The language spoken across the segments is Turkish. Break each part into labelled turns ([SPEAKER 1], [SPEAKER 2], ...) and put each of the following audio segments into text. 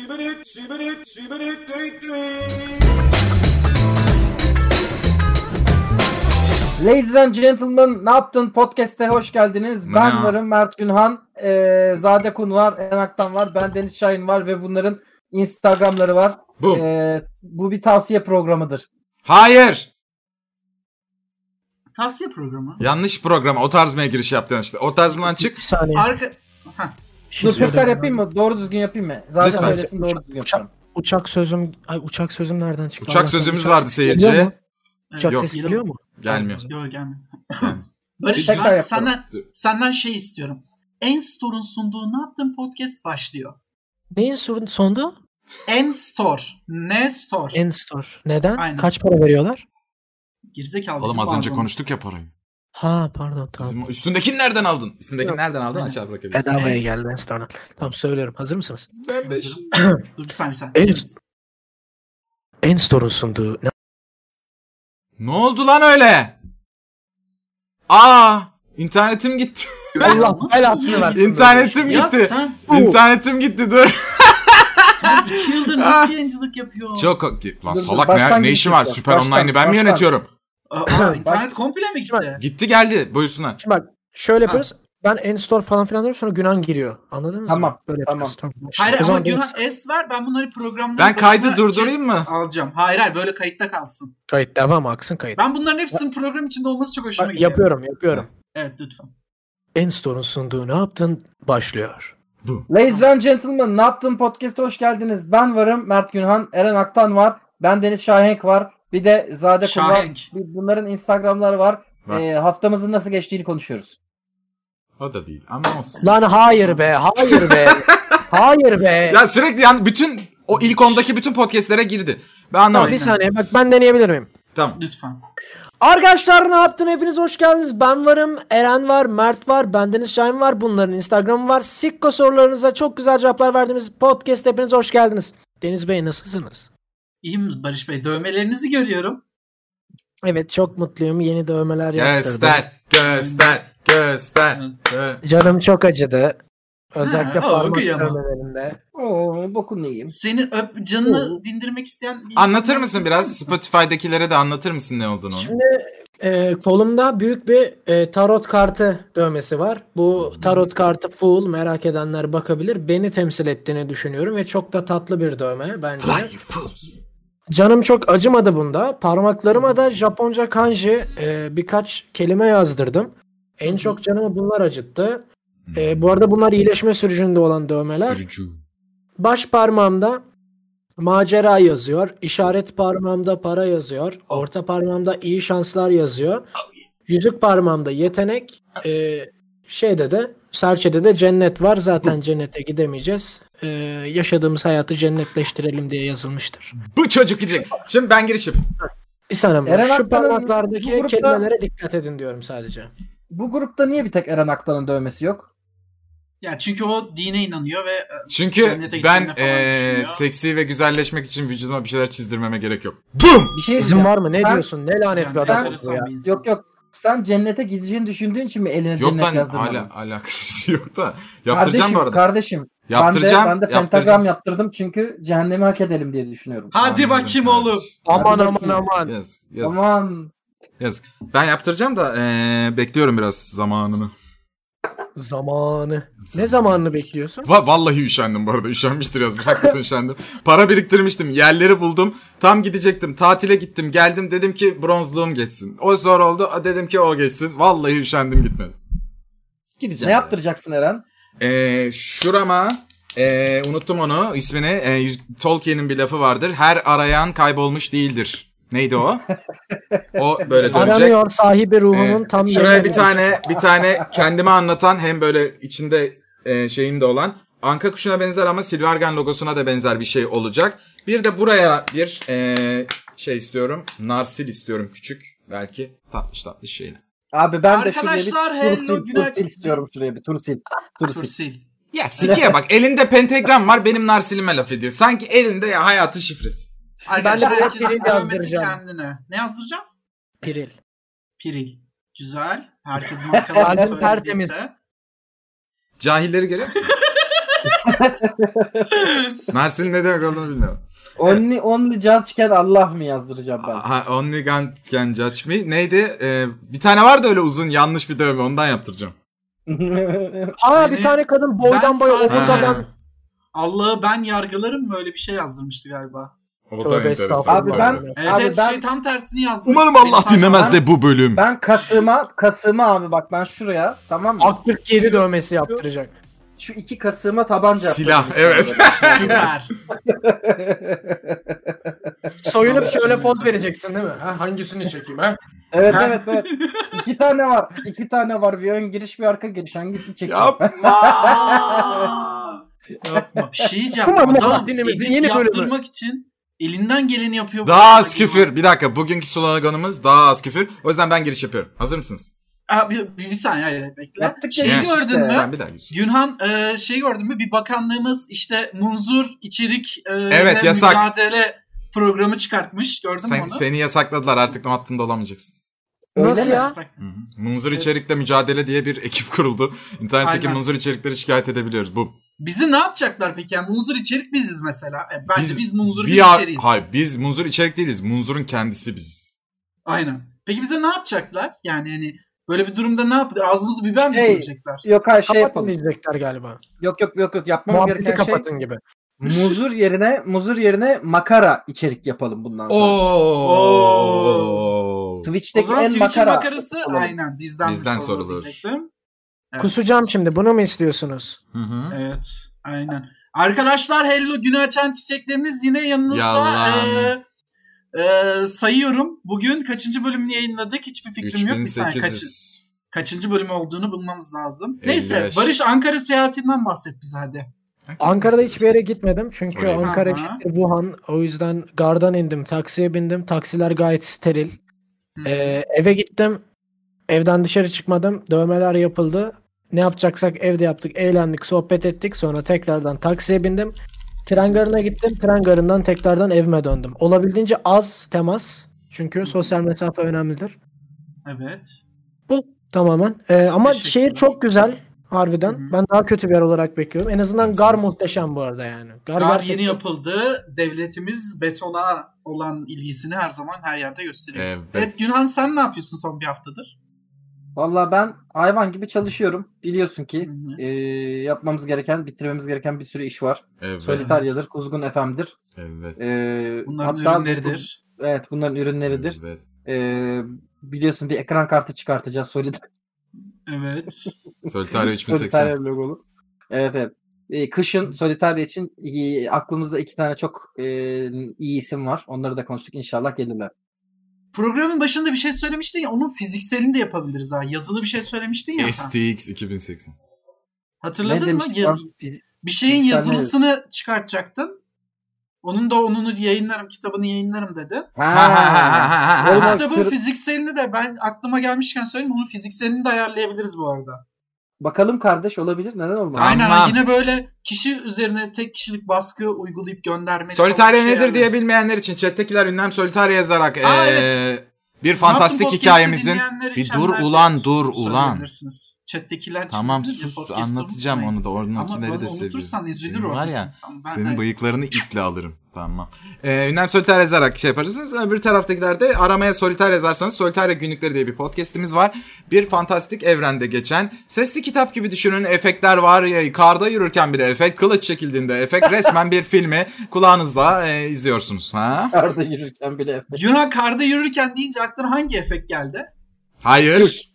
[SPEAKER 1] Sibirit, sibirit, sibirit, düt
[SPEAKER 2] Ladies and gentlemen, ne yaptın? Podcast'e hoş geldiniz.
[SPEAKER 3] Ne
[SPEAKER 2] ben
[SPEAKER 3] ya?
[SPEAKER 2] varım, Mert Günhan, eee, Zade Kun var, Eren Aktan var, ben Deniz Şahin var ve bunların Instagram'ları var.
[SPEAKER 3] Bu.
[SPEAKER 2] Eee, bu bir tavsiye programıdır.
[SPEAKER 3] Hayır.
[SPEAKER 4] Tavsiye programı.
[SPEAKER 3] Yanlış programa o tarzmaya giriş yaptın işte. O tarzmadan çık.
[SPEAKER 5] Bir saniye.
[SPEAKER 4] Arka... Heh.
[SPEAKER 5] Şey
[SPEAKER 2] Dur tekrar
[SPEAKER 5] söyleyeyim.
[SPEAKER 2] yapayım mı? Doğru düzgün yapayım mı? Zade
[SPEAKER 3] Lütfen.
[SPEAKER 2] söylesin doğru düzgün yapacağım.
[SPEAKER 5] Uçak sözüm, ay uçak sözüm nereden çıktı?
[SPEAKER 3] Uçak
[SPEAKER 5] Allah
[SPEAKER 3] sözümüz
[SPEAKER 5] Allah.
[SPEAKER 3] vardı
[SPEAKER 5] Uçak sesi geliyor mu?
[SPEAKER 3] seyirciye.
[SPEAKER 5] Uçak
[SPEAKER 3] Yok.
[SPEAKER 5] sesi geliyor mu?
[SPEAKER 3] Gelmiyor.
[SPEAKER 4] Yok gelmiyor.
[SPEAKER 3] Yani.
[SPEAKER 4] Barış
[SPEAKER 2] Tekrar
[SPEAKER 4] ben
[SPEAKER 2] yapalım.
[SPEAKER 4] senden, senden şey istiyorum. En-Store'un sunduğu ne yaptın podcast başlıyor.
[SPEAKER 5] Neyin sorun sonda?
[SPEAKER 4] En-Store. Ne Store?
[SPEAKER 5] En store. Neden?
[SPEAKER 4] Aynen.
[SPEAKER 5] Kaç para veriyorlar?
[SPEAKER 4] Gerizekalı.
[SPEAKER 3] Oğlum
[SPEAKER 4] bizim
[SPEAKER 3] az önce
[SPEAKER 4] bağlamamız.
[SPEAKER 3] konuştuk ya parayı.
[SPEAKER 5] Ha pardon tamam.
[SPEAKER 3] Bizim üstündekini nereden aldın? Üstündekini
[SPEAKER 5] Yok.
[SPEAKER 3] nereden aldın?
[SPEAKER 4] Aynen.
[SPEAKER 3] Aşağı bırakabilirsin.
[SPEAKER 5] Bedavaya geldi en store'dan. Tamam söylüyorum. Hazır mısınız?
[SPEAKER 3] Ben beş.
[SPEAKER 4] Dur bir saniye sen.
[SPEAKER 5] En- En store'un sunduğu ne?
[SPEAKER 3] Ne oldu lan öyle? Aa! İnternetim gitti.
[SPEAKER 2] Allah
[SPEAKER 4] Nasıl
[SPEAKER 2] belasını
[SPEAKER 4] ya?
[SPEAKER 2] versin. böyle
[SPEAKER 3] İnternetim
[SPEAKER 4] Ya
[SPEAKER 3] gitti.
[SPEAKER 4] sen,
[SPEAKER 3] İnternetim gitti dur.
[SPEAKER 4] sen iki yıldır nasıl yayıncılık yapıyorsun?
[SPEAKER 3] Çok lan
[SPEAKER 2] Dur, dur,
[SPEAKER 3] salak
[SPEAKER 2] baştan
[SPEAKER 3] ne, ne işi var?
[SPEAKER 2] gidecek ya.
[SPEAKER 3] Süper
[SPEAKER 2] Baştan,
[SPEAKER 3] Online'ı ben mi
[SPEAKER 2] baştan.
[SPEAKER 3] yönetiyorum?
[SPEAKER 4] Aa, aa, internet komple mi gitti?
[SPEAKER 3] Gitti geldi buyursunlar.
[SPEAKER 5] Şimdi bak şöyle
[SPEAKER 4] Ha.
[SPEAKER 5] yaparız. Ben en store falan filan diyorum sonra Günan giriyor. Anladınız mı?
[SPEAKER 2] Tamam,
[SPEAKER 5] Böyle yapacağız. Tamam.
[SPEAKER 4] Hayır
[SPEAKER 5] O
[SPEAKER 4] ama
[SPEAKER 5] zaman
[SPEAKER 4] Günah
[SPEAKER 5] benim
[SPEAKER 4] S ver ben bunları programdan
[SPEAKER 3] Ben kaydı
[SPEAKER 4] başına
[SPEAKER 3] durdurayım
[SPEAKER 4] kes-
[SPEAKER 3] mı?
[SPEAKER 4] Alacağım. Hayır hayır böyle kayıtta kalsın.
[SPEAKER 5] Kayıt devam aksın kayıt.
[SPEAKER 4] Ben bunların hepsinin program içinde olması çok hoşuma
[SPEAKER 5] Bak,
[SPEAKER 4] gidiyor.
[SPEAKER 5] yapıyorum yapıyorum.
[SPEAKER 4] Evet lütfen.
[SPEAKER 5] En store'un sunduğu ne yaptın? Başlıyor.
[SPEAKER 2] Ladies and gentlemen, ne yaptın? Podcast'e hoş geldiniz. Ben varım, Mert Günhan, Eren Aktan var, ben Deniz Şahenk var, bir de Zade Kun var.
[SPEAKER 4] Şahenk.
[SPEAKER 2] Bir- Bunların Instagram'ları var.
[SPEAKER 3] Var.
[SPEAKER 2] Eee, haftamızın nasıl geçtiğini konuşuyoruz.
[SPEAKER 3] O da değil ama olsun.
[SPEAKER 5] Lan hayır be hayır be. hayır be.
[SPEAKER 3] Ya sürekli yani bütün o ilk ondaki bütün podcastlere girdi. Ben
[SPEAKER 5] Tamam
[SPEAKER 3] anlamadım.
[SPEAKER 5] bir saniye bak ben deneyebilir miyim?
[SPEAKER 3] Tamam.
[SPEAKER 4] Lütfen.
[SPEAKER 5] Arkadaşlar ne yaptın? Hepiniz hoş geldiniz. Ben varım, Eren var, Mert var, bendeniz Şahin var. Bunların Instagram'ı var. Sikko sorularınıza çok güzel cevaplar verdiğimiz podcast hepiniz hoş geldiniz. Deniz Bey nasılsınız?
[SPEAKER 4] İyi mi Barış Bey? Dövmelerinizi görüyorum.
[SPEAKER 5] Evet çok mutluyum. Yeni dövmeler yaptırdım.
[SPEAKER 3] Göster, göster, göster. Gö-
[SPEAKER 5] Canım çok acıdı. Özellikle
[SPEAKER 4] Ha, o
[SPEAKER 5] parmak
[SPEAKER 4] kıyamam.
[SPEAKER 5] dövmelerinde.
[SPEAKER 2] Oo, bokunu yiyeyim.
[SPEAKER 4] Seni öp canını dindirmek isteyen bir
[SPEAKER 3] Anlatır
[SPEAKER 4] insan
[SPEAKER 3] mısın
[SPEAKER 4] ister
[SPEAKER 3] biraz?
[SPEAKER 4] misin?
[SPEAKER 3] Spotify'dakilere de anlatır mısın ne olduğunu?
[SPEAKER 5] Şimdi e, kolumda büyük bir e, tarot kartı dövmesi var. Bu tarot kartı full merak edenler bakabilir. Beni temsil ettiğini düşünüyorum ve çok da tatlı bir dövme bence.
[SPEAKER 3] Lan you fools.
[SPEAKER 5] Canım çok acımadı bunda. Parmaklarıma da Japonca kanji e, birkaç kelime yazdırdım. En çok canımı bunlar acıttı. E, bu arada bunlar iyileşme sürecinde olan dövmeler.
[SPEAKER 3] Sürücü.
[SPEAKER 5] Baş parmağımda macera yazıyor. İşaret parmağımda para yazıyor. Orta parmağımda iyi şanslar yazıyor. Yüzük parmağımda yetenek. Ee, şeyde de serçede de cennet var. Zaten cennete gidemeyeceğiz. Ee, yaşadığımız hayatı cennetleştirelim diye yazılmıştır.
[SPEAKER 3] Bu çocuk gidecek. Şimdi ben giriş yapayım.
[SPEAKER 5] Bir saniye.
[SPEAKER 2] Eren
[SPEAKER 5] Şu
[SPEAKER 2] Aktan'ın
[SPEAKER 5] parmaklardaki
[SPEAKER 2] bu grupta-
[SPEAKER 5] kelimelere dikkat edin diyorum sadece.
[SPEAKER 2] Bu grupta niye bir tek Eren Aktan'ın dövmesi yok?
[SPEAKER 4] Ya çünkü o dine inanıyor ve e,
[SPEAKER 3] Çünkü
[SPEAKER 4] Cennete
[SPEAKER 3] ben
[SPEAKER 4] gideceğine falan şey
[SPEAKER 3] eee,
[SPEAKER 4] düşünüyor.
[SPEAKER 3] seksi ve güzelleşmek için vücuduma bir şeyler çizdirmeme gerek yok. Bum!
[SPEAKER 2] Bir şey
[SPEAKER 5] Bizim
[SPEAKER 2] diyeceğim.
[SPEAKER 5] var mı? Ne
[SPEAKER 2] Sen-
[SPEAKER 5] diyorsun? Ne lanet Hani bir
[SPEAKER 4] yani
[SPEAKER 5] adam
[SPEAKER 4] enteresan
[SPEAKER 5] bu ya.
[SPEAKER 4] bir insan.
[SPEAKER 2] Yok yok. Sen cennete gideceğini düşündüğün için mi eline
[SPEAKER 3] Yok
[SPEAKER 2] cennet
[SPEAKER 3] lan
[SPEAKER 2] yazdırmadın?
[SPEAKER 3] hala alakası yok da. Yaptıracağım
[SPEAKER 2] kardeşim,
[SPEAKER 3] bu arada.
[SPEAKER 2] Kardeşim.
[SPEAKER 3] Yaptıracağım.
[SPEAKER 2] Ben de, ben de
[SPEAKER 3] yaptıracağım.
[SPEAKER 2] pentagram yaptırdım çünkü cehennemi hak edelim diye düşünüyorum.
[SPEAKER 4] Hadi bakayım
[SPEAKER 3] Anladım.
[SPEAKER 4] oğlum.
[SPEAKER 5] Aman
[SPEAKER 2] Hadi
[SPEAKER 5] aman
[SPEAKER 2] bakayım.
[SPEAKER 5] aman.
[SPEAKER 3] Yes, yes,
[SPEAKER 2] Aman.
[SPEAKER 3] yes. Ben yaptıracağım da eee, bekliyorum biraz zamanını.
[SPEAKER 5] Zamanı. Ne zamanını bekliyorsun?
[SPEAKER 3] Va- vallahi üşendim bu arada. Üşenmiştir yazmış. Hakikaten üşendim. Para biriktirmiştim. Yerleri buldum. Tam gidecektim. Tatile gittim. Geldim dedim ki bronzluğum geçsin. O zor oldu. a, Dedim ki o geçsin. Vallahi üşendim gitmedim. Gideceğim.
[SPEAKER 2] Ne yaptıracaksın Eren?
[SPEAKER 3] Ee, şurama ee, unuttum onu ismini. Ee, yüz- Tolkien'in bir lafı vardır. Her arayan kaybolmuş değildir. Neydi o? o böyle dönecek.
[SPEAKER 5] Aranıyor sahibi ruhunun
[SPEAKER 3] Ee,
[SPEAKER 5] tam
[SPEAKER 3] şuraya bir
[SPEAKER 5] yerine ulaşıyor.
[SPEAKER 3] tane bir tane kendime anlatan hem böyle içinde e, şeyim de olan anka kuşuna benzer ama Silvergun logosuna da benzer bir şey olacak. Bir de buraya bir e, şey istiyorum. Narsil istiyorum küçük belki tatlış tatlış şeyine.
[SPEAKER 2] Abi ben de
[SPEAKER 4] Arkadaşlar,
[SPEAKER 2] şuraya bir
[SPEAKER 4] hello,
[SPEAKER 2] tur sil, tur
[SPEAKER 4] günaydın.
[SPEAKER 2] sil istiyorum şuraya bir tur sil. Tur sil.
[SPEAKER 4] Tursil.
[SPEAKER 3] Ya sikiye bak elinde pentagram var benim narsilime laf ediyor. Sanki elinde ya hayatı şifresi.
[SPEAKER 4] Arkadaşlar
[SPEAKER 5] direkt
[SPEAKER 4] herkesin
[SPEAKER 5] piril
[SPEAKER 4] dövmesi
[SPEAKER 5] yazdıracağım.
[SPEAKER 4] kendine. Ne yazdıracağım?
[SPEAKER 5] Piril.
[SPEAKER 4] Piril. Güzel. Herkes
[SPEAKER 2] Kalbim
[SPEAKER 4] markalarını
[SPEAKER 5] tertemiz.
[SPEAKER 4] söylediyse.
[SPEAKER 3] Cahilleri görüyor musun? Mersin ne demek olduğunu bilmiyorum.
[SPEAKER 2] Only, only judge can Allah mı yazdıracağım ben?
[SPEAKER 3] Ha, only God can judge me. Neydi? Ee, bir tane vardı öyle uzun yanlış bir dövme ondan yaptıracağım.
[SPEAKER 5] Aa
[SPEAKER 4] Beni-
[SPEAKER 5] bir tane kadın boydan
[SPEAKER 4] Ben
[SPEAKER 5] boya
[SPEAKER 4] sadece-
[SPEAKER 5] omuzdan
[SPEAKER 4] Allah'ı ben yargılarım böyle bir şey yazdırmıştı galiba.
[SPEAKER 3] O da
[SPEAKER 5] Tövbe
[SPEAKER 3] enteresan.
[SPEAKER 5] estağfurullah.
[SPEAKER 2] Abi ben
[SPEAKER 4] Evet,
[SPEAKER 2] Abi
[SPEAKER 4] evet,
[SPEAKER 2] ben-
[SPEAKER 4] şey tam tersini yazdım.
[SPEAKER 3] Umarım Allah dinlemez de bu bölüm.
[SPEAKER 2] ben kasığıma, kasığıma abi bak ben şuraya tamam mı?
[SPEAKER 5] Ak 7 dövmesi yaptıracak.
[SPEAKER 2] Şu iki kasığıma tabanca
[SPEAKER 3] Silah,
[SPEAKER 2] yapıyorum.
[SPEAKER 3] şey.
[SPEAKER 4] Süper.
[SPEAKER 5] Soyunup şöyle poz vereceksin değil mi? Ha, hangisini çekeyim ha?
[SPEAKER 2] evet evet evet. İki tane var. İki tane var. Bir ön giriş bir arka giriş. Hangisini çekeyim?
[SPEAKER 4] Aa!
[SPEAKER 3] Yapma.
[SPEAKER 4] Bir şey diyeceğim.
[SPEAKER 5] Umarım Allah
[SPEAKER 4] Adam
[SPEAKER 5] dinlemez.
[SPEAKER 4] edit
[SPEAKER 5] Yeni bölümü.
[SPEAKER 4] yaptırmak için elinden geleni yapıyor.
[SPEAKER 3] Daha az küfür. Bir dakika bugünkü sloganımız daha az küfür. O yüzden ben giriş yapıyorum. Hazır mısınız?
[SPEAKER 4] Aa, bir, bir, bir saniye hayır bekle.
[SPEAKER 2] Yaptık ya
[SPEAKER 4] Şeyi
[SPEAKER 3] işte.
[SPEAKER 4] gördün mü?
[SPEAKER 3] Ben bir daha giriş.
[SPEAKER 4] Günhan e, şey gördün mü bir bakanlığımız işte munzur içerik e,
[SPEAKER 3] Evet,
[SPEAKER 4] ve
[SPEAKER 3] yasak.
[SPEAKER 4] mücadele programı çıkartmış. Gördün mü
[SPEAKER 3] Sen,
[SPEAKER 4] onu?
[SPEAKER 3] seni yasakladılar artık ne hattında olamayacaksın.
[SPEAKER 2] Öyle
[SPEAKER 5] Nasıl
[SPEAKER 2] mi?
[SPEAKER 5] ya?
[SPEAKER 4] Yasak.
[SPEAKER 3] Hı hı. Munzur içerikle mücadele diye bir ekip kuruldu. İnternetteki
[SPEAKER 4] Aynen.
[SPEAKER 3] munzur içerikleri şikayet edebiliyoruz. Bu
[SPEAKER 4] Bizi ne yapacaklar peki? Yani munzur içerik biziz mesela. E, bence biz, munzur bir
[SPEAKER 3] VR
[SPEAKER 4] içeriğiz.
[SPEAKER 3] Hayır biz munzur içerik değiliz. Munzur'un kendisi biziz.
[SPEAKER 4] Aynen. Peki bize ne yapacaklar? Yani hani böyle bir durumda ne yap? Ağzımızı biber mi
[SPEAKER 2] Şey,
[SPEAKER 4] söyleyecekler?
[SPEAKER 2] Yok hayır şey
[SPEAKER 5] Kapatın
[SPEAKER 2] yapalım.
[SPEAKER 5] diyecekler galiba.
[SPEAKER 2] Yok yok yok yok yapmamız
[SPEAKER 5] Muhabbeti
[SPEAKER 2] gereken şey
[SPEAKER 5] kapatın gibi.
[SPEAKER 2] muzur yerine muzur yerine makara içerik yapalım bundan sonra.
[SPEAKER 3] Oo.
[SPEAKER 4] O
[SPEAKER 2] Twitch'teki
[SPEAKER 4] zaman
[SPEAKER 2] en
[SPEAKER 4] Twitch'in
[SPEAKER 2] makara.
[SPEAKER 4] makarası
[SPEAKER 2] Olalım.
[SPEAKER 4] aynen bizden,
[SPEAKER 3] Bizden
[SPEAKER 4] bir sorulur,
[SPEAKER 3] sorulur.
[SPEAKER 4] diyecektim. Evet.
[SPEAKER 5] Kusacağım şimdi bunu mu istiyorsunuz?
[SPEAKER 3] Hı hı.
[SPEAKER 4] Evet aynen. Arkadaşlar hello günü açan çiçekleriniz yine yanınızda.
[SPEAKER 3] Yalan.
[SPEAKER 4] Ee, e, sayıyorum. Bugün kaçıncı bölümünü yayınladık? Hiçbir fikrim yok. Bir saniye, kaçı-
[SPEAKER 3] 3800.
[SPEAKER 4] kaçıncı bölüm olduğunu bulmamız lazım.
[SPEAKER 3] 55.
[SPEAKER 4] Neyse Barış Ankara seyahatinden bahset bize hadi.
[SPEAKER 5] Ankara'da hiçbir yere gitmedim çünkü
[SPEAKER 3] Öyle.
[SPEAKER 5] Ankara
[SPEAKER 4] Aha.
[SPEAKER 5] işte Wuhan. O yüzden gardan indim, taksiye bindim. Taksiler gayet steril.
[SPEAKER 4] Hı.
[SPEAKER 5] Ee, eve gittim. Evden dışarı çıkmadım. Dövmeler yapıldı. Ne yapacaksak evde yaptık. Eğlendik, sohbet ettik. Sonra tekrardan taksiye bindim. Tren garına gittim. Tren garından tekrardan evime döndüm. Olabildiğince az temas. Çünkü sosyal mesafe önemlidir.
[SPEAKER 4] Evet.
[SPEAKER 5] Bu tamamen. Ee, ama
[SPEAKER 4] Teşekkürler.
[SPEAKER 5] şehir çok güzel harbiden.
[SPEAKER 4] Hı hı.
[SPEAKER 5] Ben daha kötü bir yer olarak bekliyorum. En azından gar
[SPEAKER 3] Haklısınız.
[SPEAKER 5] muhteşem bu arada yani. Gar,
[SPEAKER 4] Gar
[SPEAKER 5] gerçekten-
[SPEAKER 4] yeni yapıldı. Devletimiz betona olan ilgisini her zaman her yerde gösteriyor. Evet,
[SPEAKER 3] Evet.
[SPEAKER 4] Günhan sen ne yapıyorsun son bir haftadır?
[SPEAKER 2] Vallahi ben hayvan gibi çalışıyorum. Biliyorsun ki
[SPEAKER 4] Hı-hı.
[SPEAKER 2] e, yapmamız gereken, bitirmemiz gereken bir sürü iş var.
[SPEAKER 3] Evet.
[SPEAKER 2] Solitaria'dır, Kuzgun FM'dir.
[SPEAKER 3] Evet.
[SPEAKER 2] E,
[SPEAKER 4] Bunların
[SPEAKER 2] hatta
[SPEAKER 4] ürünleridir.
[SPEAKER 2] bu- evet, bunların ürünleridir.
[SPEAKER 3] Evet.
[SPEAKER 2] E, biliyorsun bir ekran kartı çıkartacağız Solitaria,
[SPEAKER 4] Evet.
[SPEAKER 3] Solitario 3080.
[SPEAKER 2] Solitaria logolu. Evet evet. E, kışın Solitaria için e, aklımızda iki tane çok e, iyi isim var. Onları da konuştuk. İnşallah gelirler.
[SPEAKER 4] Programın başında bir şey söylemiştin ya onun fizikselini de yapabiliriz ha. Yazılı bir şey söylemiştin ya. sen.
[SPEAKER 3] STX 2080.
[SPEAKER 4] Hatırladın mı?
[SPEAKER 2] demiştik
[SPEAKER 4] Ya-
[SPEAKER 2] lan? Biz-
[SPEAKER 4] bir şeyin
[SPEAKER 2] Sen ne-
[SPEAKER 4] yazılısını çıkartacaktın. Onun da onunu yayınlarım, kitabını yayınlarım dedi.
[SPEAKER 2] Ha,
[SPEAKER 3] Ha, ha, ha, ha, ha,
[SPEAKER 2] Oğlum,
[SPEAKER 3] ha.
[SPEAKER 2] Bak,
[SPEAKER 4] Kitabın
[SPEAKER 2] sır-
[SPEAKER 4] fizikselini de ben aklıma gelmişken söyleyeyim. Onun fizikselini de ayarlayabiliriz bu arada.
[SPEAKER 2] Bakalım kardeş olabilir. Neden olmaz?
[SPEAKER 3] Tamam.
[SPEAKER 4] Aynen hani yine böyle kişi üzerine tek kişilik baskı uygulayıp gönderme.
[SPEAKER 3] Solitario nedir diye bilmeyenler için chat'tekiler ünlem Solitario yazarak
[SPEAKER 4] Şey Aa,
[SPEAKER 3] ee,
[SPEAKER 4] evet.
[SPEAKER 3] bir fantastik hikayemizin bir dur ulan dur ulan.
[SPEAKER 4] Chat'tekiler
[SPEAKER 3] Tamam
[SPEAKER 4] işte diyor ya,
[SPEAKER 3] sus
[SPEAKER 4] podcast'ı
[SPEAKER 3] anlatacağım
[SPEAKER 4] unutmayın.
[SPEAKER 3] onu da
[SPEAKER 4] Ama
[SPEAKER 3] oradakilere de
[SPEAKER 4] onu unutursan
[SPEAKER 3] seviyorum.
[SPEAKER 4] üzülür
[SPEAKER 3] Senin
[SPEAKER 4] o
[SPEAKER 3] var ya,
[SPEAKER 4] insan. Ben-
[SPEAKER 3] Senin
[SPEAKER 4] Evet.
[SPEAKER 3] bıyıklarını iple alırım. Tamam. Ee, Ünlem Solitaire yazarak şey yaparsınız. Öbür taraftakiler de aramaya Solitaire yazarsanız Solitaire Günlükleri diye bir podcastimiz var. Bir fantastik evrende geçen sesli kitap gibi düşünün. Efektler var. ya, Karda yürürken bile efekt. Kılıç çekildiğinde efekt. Resmen bir filmi kulağınızla e, izliyorsunuz. Ha?
[SPEAKER 2] Karda yürürken bile
[SPEAKER 4] Yunan karda yürürken deyince aklına hangi efekt geldi?
[SPEAKER 3] Hayır.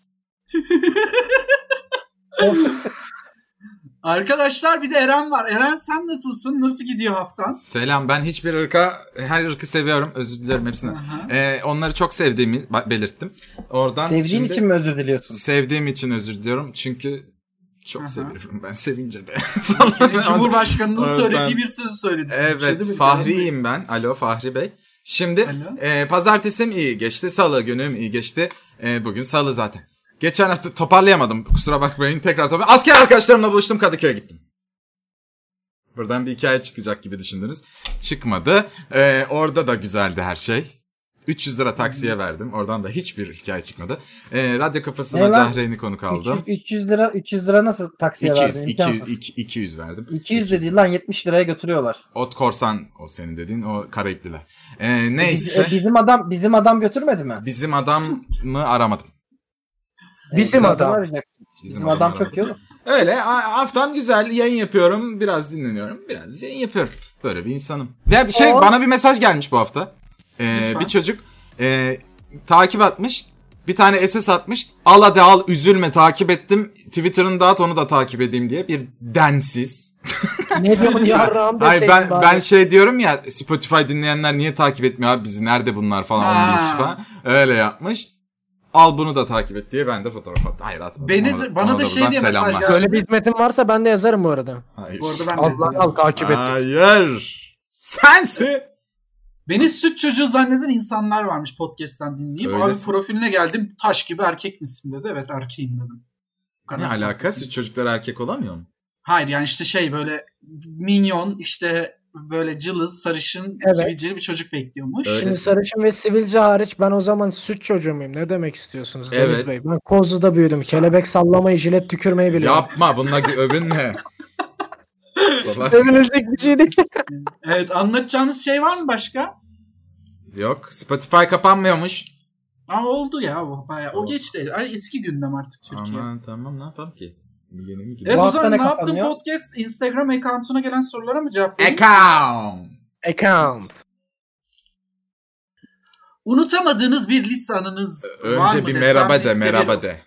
[SPEAKER 4] Arkadaşlar bir de Eren var. Eren sen nasılsın? Nasıl gidiyor haftan?
[SPEAKER 3] Selam ben hiçbir ırka her ırkı seviyorum. Özür dilerim hepsine.
[SPEAKER 4] Aha.
[SPEAKER 3] Ee, onları çok sevdiğimi ba- belirttim. Oradan
[SPEAKER 2] Sevdiğin
[SPEAKER 3] şimdi-
[SPEAKER 2] için mi özür diliyorsun?
[SPEAKER 3] Sevdiğim için özür diliyorum çünkü çok
[SPEAKER 4] Aha.
[SPEAKER 3] seviyorum ben sevince de.
[SPEAKER 4] Ülkenin Cumhurbaşkanının
[SPEAKER 3] Evet,
[SPEAKER 4] söylediği
[SPEAKER 3] ben-
[SPEAKER 4] bir şey sözü söyledin. Türkçe'de
[SPEAKER 3] evet
[SPEAKER 4] mi?
[SPEAKER 3] Fahri'yim ben. Alo Fahri Bey. Şimdi
[SPEAKER 4] Alo.
[SPEAKER 3] e, pazartesim iyi geçti, salı günüm iyi geçti. E, bugün salı zaten. Geçen hafta toparlayamadım kusura bakmayın tekrar toparlayamadım. Asker arkadaşlarımla buluştum Kadıköy'e gittim. Buradan bir hikaye çıkacak gibi düşündünüz. Çıkmadı. E, orada da güzeldi her şey. 300 lira taksiye verdim. Oradan da hiçbir hikaye çıkmadı. Ee, radyo kafasına
[SPEAKER 2] Eyvah.
[SPEAKER 3] Cahreyn'i konuk aldım.
[SPEAKER 2] 300, 300 lira 300 lira nasıl taksiye
[SPEAKER 3] 200,
[SPEAKER 2] verdin? İmkansız.
[SPEAKER 3] 200, 200, 200 verdim.
[SPEAKER 2] 200 dedi lan 70 liraya götürüyorlar.
[SPEAKER 3] Ot korsan o senin dediğin o Karayipliler. Ee,
[SPEAKER 2] E, biz- e,
[SPEAKER 3] neyse
[SPEAKER 2] bizim adam bizim adam götürmedi mi?
[SPEAKER 3] bizim adamı aramadım.
[SPEAKER 2] E,
[SPEAKER 5] Bizim adam.
[SPEAKER 2] arayacaksın. Bizim, adam, çok iyi
[SPEAKER 3] aramadım.
[SPEAKER 2] oğlum.
[SPEAKER 3] Öyle a- haftam güzel yayın yapıyorum. Biraz dinleniyorum. Biraz yayın yapıyorum. Böyle bir insanım. Ya bir şey
[SPEAKER 5] Oo.
[SPEAKER 3] bana bir mesaj gelmiş bu hafta. Ee,
[SPEAKER 4] Lütfen.
[SPEAKER 3] bir çocuk e, takip atmış. Bir tane SS atmış. Al hadi al üzülme takip ettim. Twitter'ını dağıt onu da takip edeyim diye. Bir densiz.
[SPEAKER 5] Ne diyorsun yarrağım
[SPEAKER 3] Hayır
[SPEAKER 5] deseydin
[SPEAKER 3] ben,
[SPEAKER 5] bari.
[SPEAKER 3] ben şey diyorum ya Spotify dinleyenler niye takip etmiyor abi bizi nerede bunlar falan
[SPEAKER 4] Ha.
[SPEAKER 3] 10 bin kişi falan. Öyle yapmış. Al bunu da takip et diye ben de fotoğraf attım. Hayır atmadım.
[SPEAKER 4] Beni
[SPEAKER 3] Ona
[SPEAKER 4] de- bana da şey
[SPEAKER 3] buradan
[SPEAKER 4] diye mesaj
[SPEAKER 3] selamlar.
[SPEAKER 4] geldi.
[SPEAKER 5] Böyle bir hizmetin varsa ben de yazarım bu arada.
[SPEAKER 3] Hayır.
[SPEAKER 4] Bu arada ben de
[SPEAKER 5] Allah al takip ettik.
[SPEAKER 3] Hayır. Sensin.
[SPEAKER 4] Beni süt çocuğu zanneden insanlar varmış podcast'ten dinleyip. Abi
[SPEAKER 3] Öylesin.
[SPEAKER 4] profiline geldim taş gibi erkek misin dedi. Evet erkeğim dedim. Bu kadar
[SPEAKER 3] Ne
[SPEAKER 4] sohbet
[SPEAKER 3] alaka?
[SPEAKER 4] etmiş.
[SPEAKER 3] Süt çocuklar erkek olamıyor mu?
[SPEAKER 4] Hayır yani işte şey böyle minyon işte böyle cılız sarışın
[SPEAKER 5] Evet.
[SPEAKER 4] sivilceli bir çocuk bekliyormuş.
[SPEAKER 3] Öyle.
[SPEAKER 5] Şimdi
[SPEAKER 3] Öylesin.
[SPEAKER 5] sarışın ve sivilce hariç ben o zaman süt çocuğu muyum? Ne demek istiyorsunuz Deniz
[SPEAKER 3] Evet.
[SPEAKER 5] Bey? Ben Kozlu'da büyüdüm.
[SPEAKER 4] Sa-
[SPEAKER 5] Kelebek sallamayı, jilet tükürmeyi biliyorum.
[SPEAKER 3] Yapma bununla gö- övünme. Salak.
[SPEAKER 5] Övünülecek bir şey değil.
[SPEAKER 4] Evet anlatacağınız şey var mı başka?
[SPEAKER 3] Yok Spotify kapanmıyormuş.
[SPEAKER 4] Aa oldu ya o bayağı. O
[SPEAKER 3] Oldu.
[SPEAKER 4] geçti. Ay, eski gündem artık Türkiye.
[SPEAKER 3] Aman tamam ne yapalım ki? Yeni mi
[SPEAKER 4] Evet
[SPEAKER 2] Bu
[SPEAKER 4] o
[SPEAKER 2] hafta
[SPEAKER 4] zaman
[SPEAKER 2] ne
[SPEAKER 4] ne yaptın
[SPEAKER 2] kapanıyor?
[SPEAKER 4] podcast Instagram account'una gelen sorulara mı cevap vereyim?
[SPEAKER 3] Account.
[SPEAKER 5] Account.
[SPEAKER 4] Unutamadığınız bir lise anınız var mı
[SPEAKER 3] Önce bir
[SPEAKER 4] desem,
[SPEAKER 3] merhaba de
[SPEAKER 4] lise
[SPEAKER 3] merhaba
[SPEAKER 4] bir-
[SPEAKER 3] de.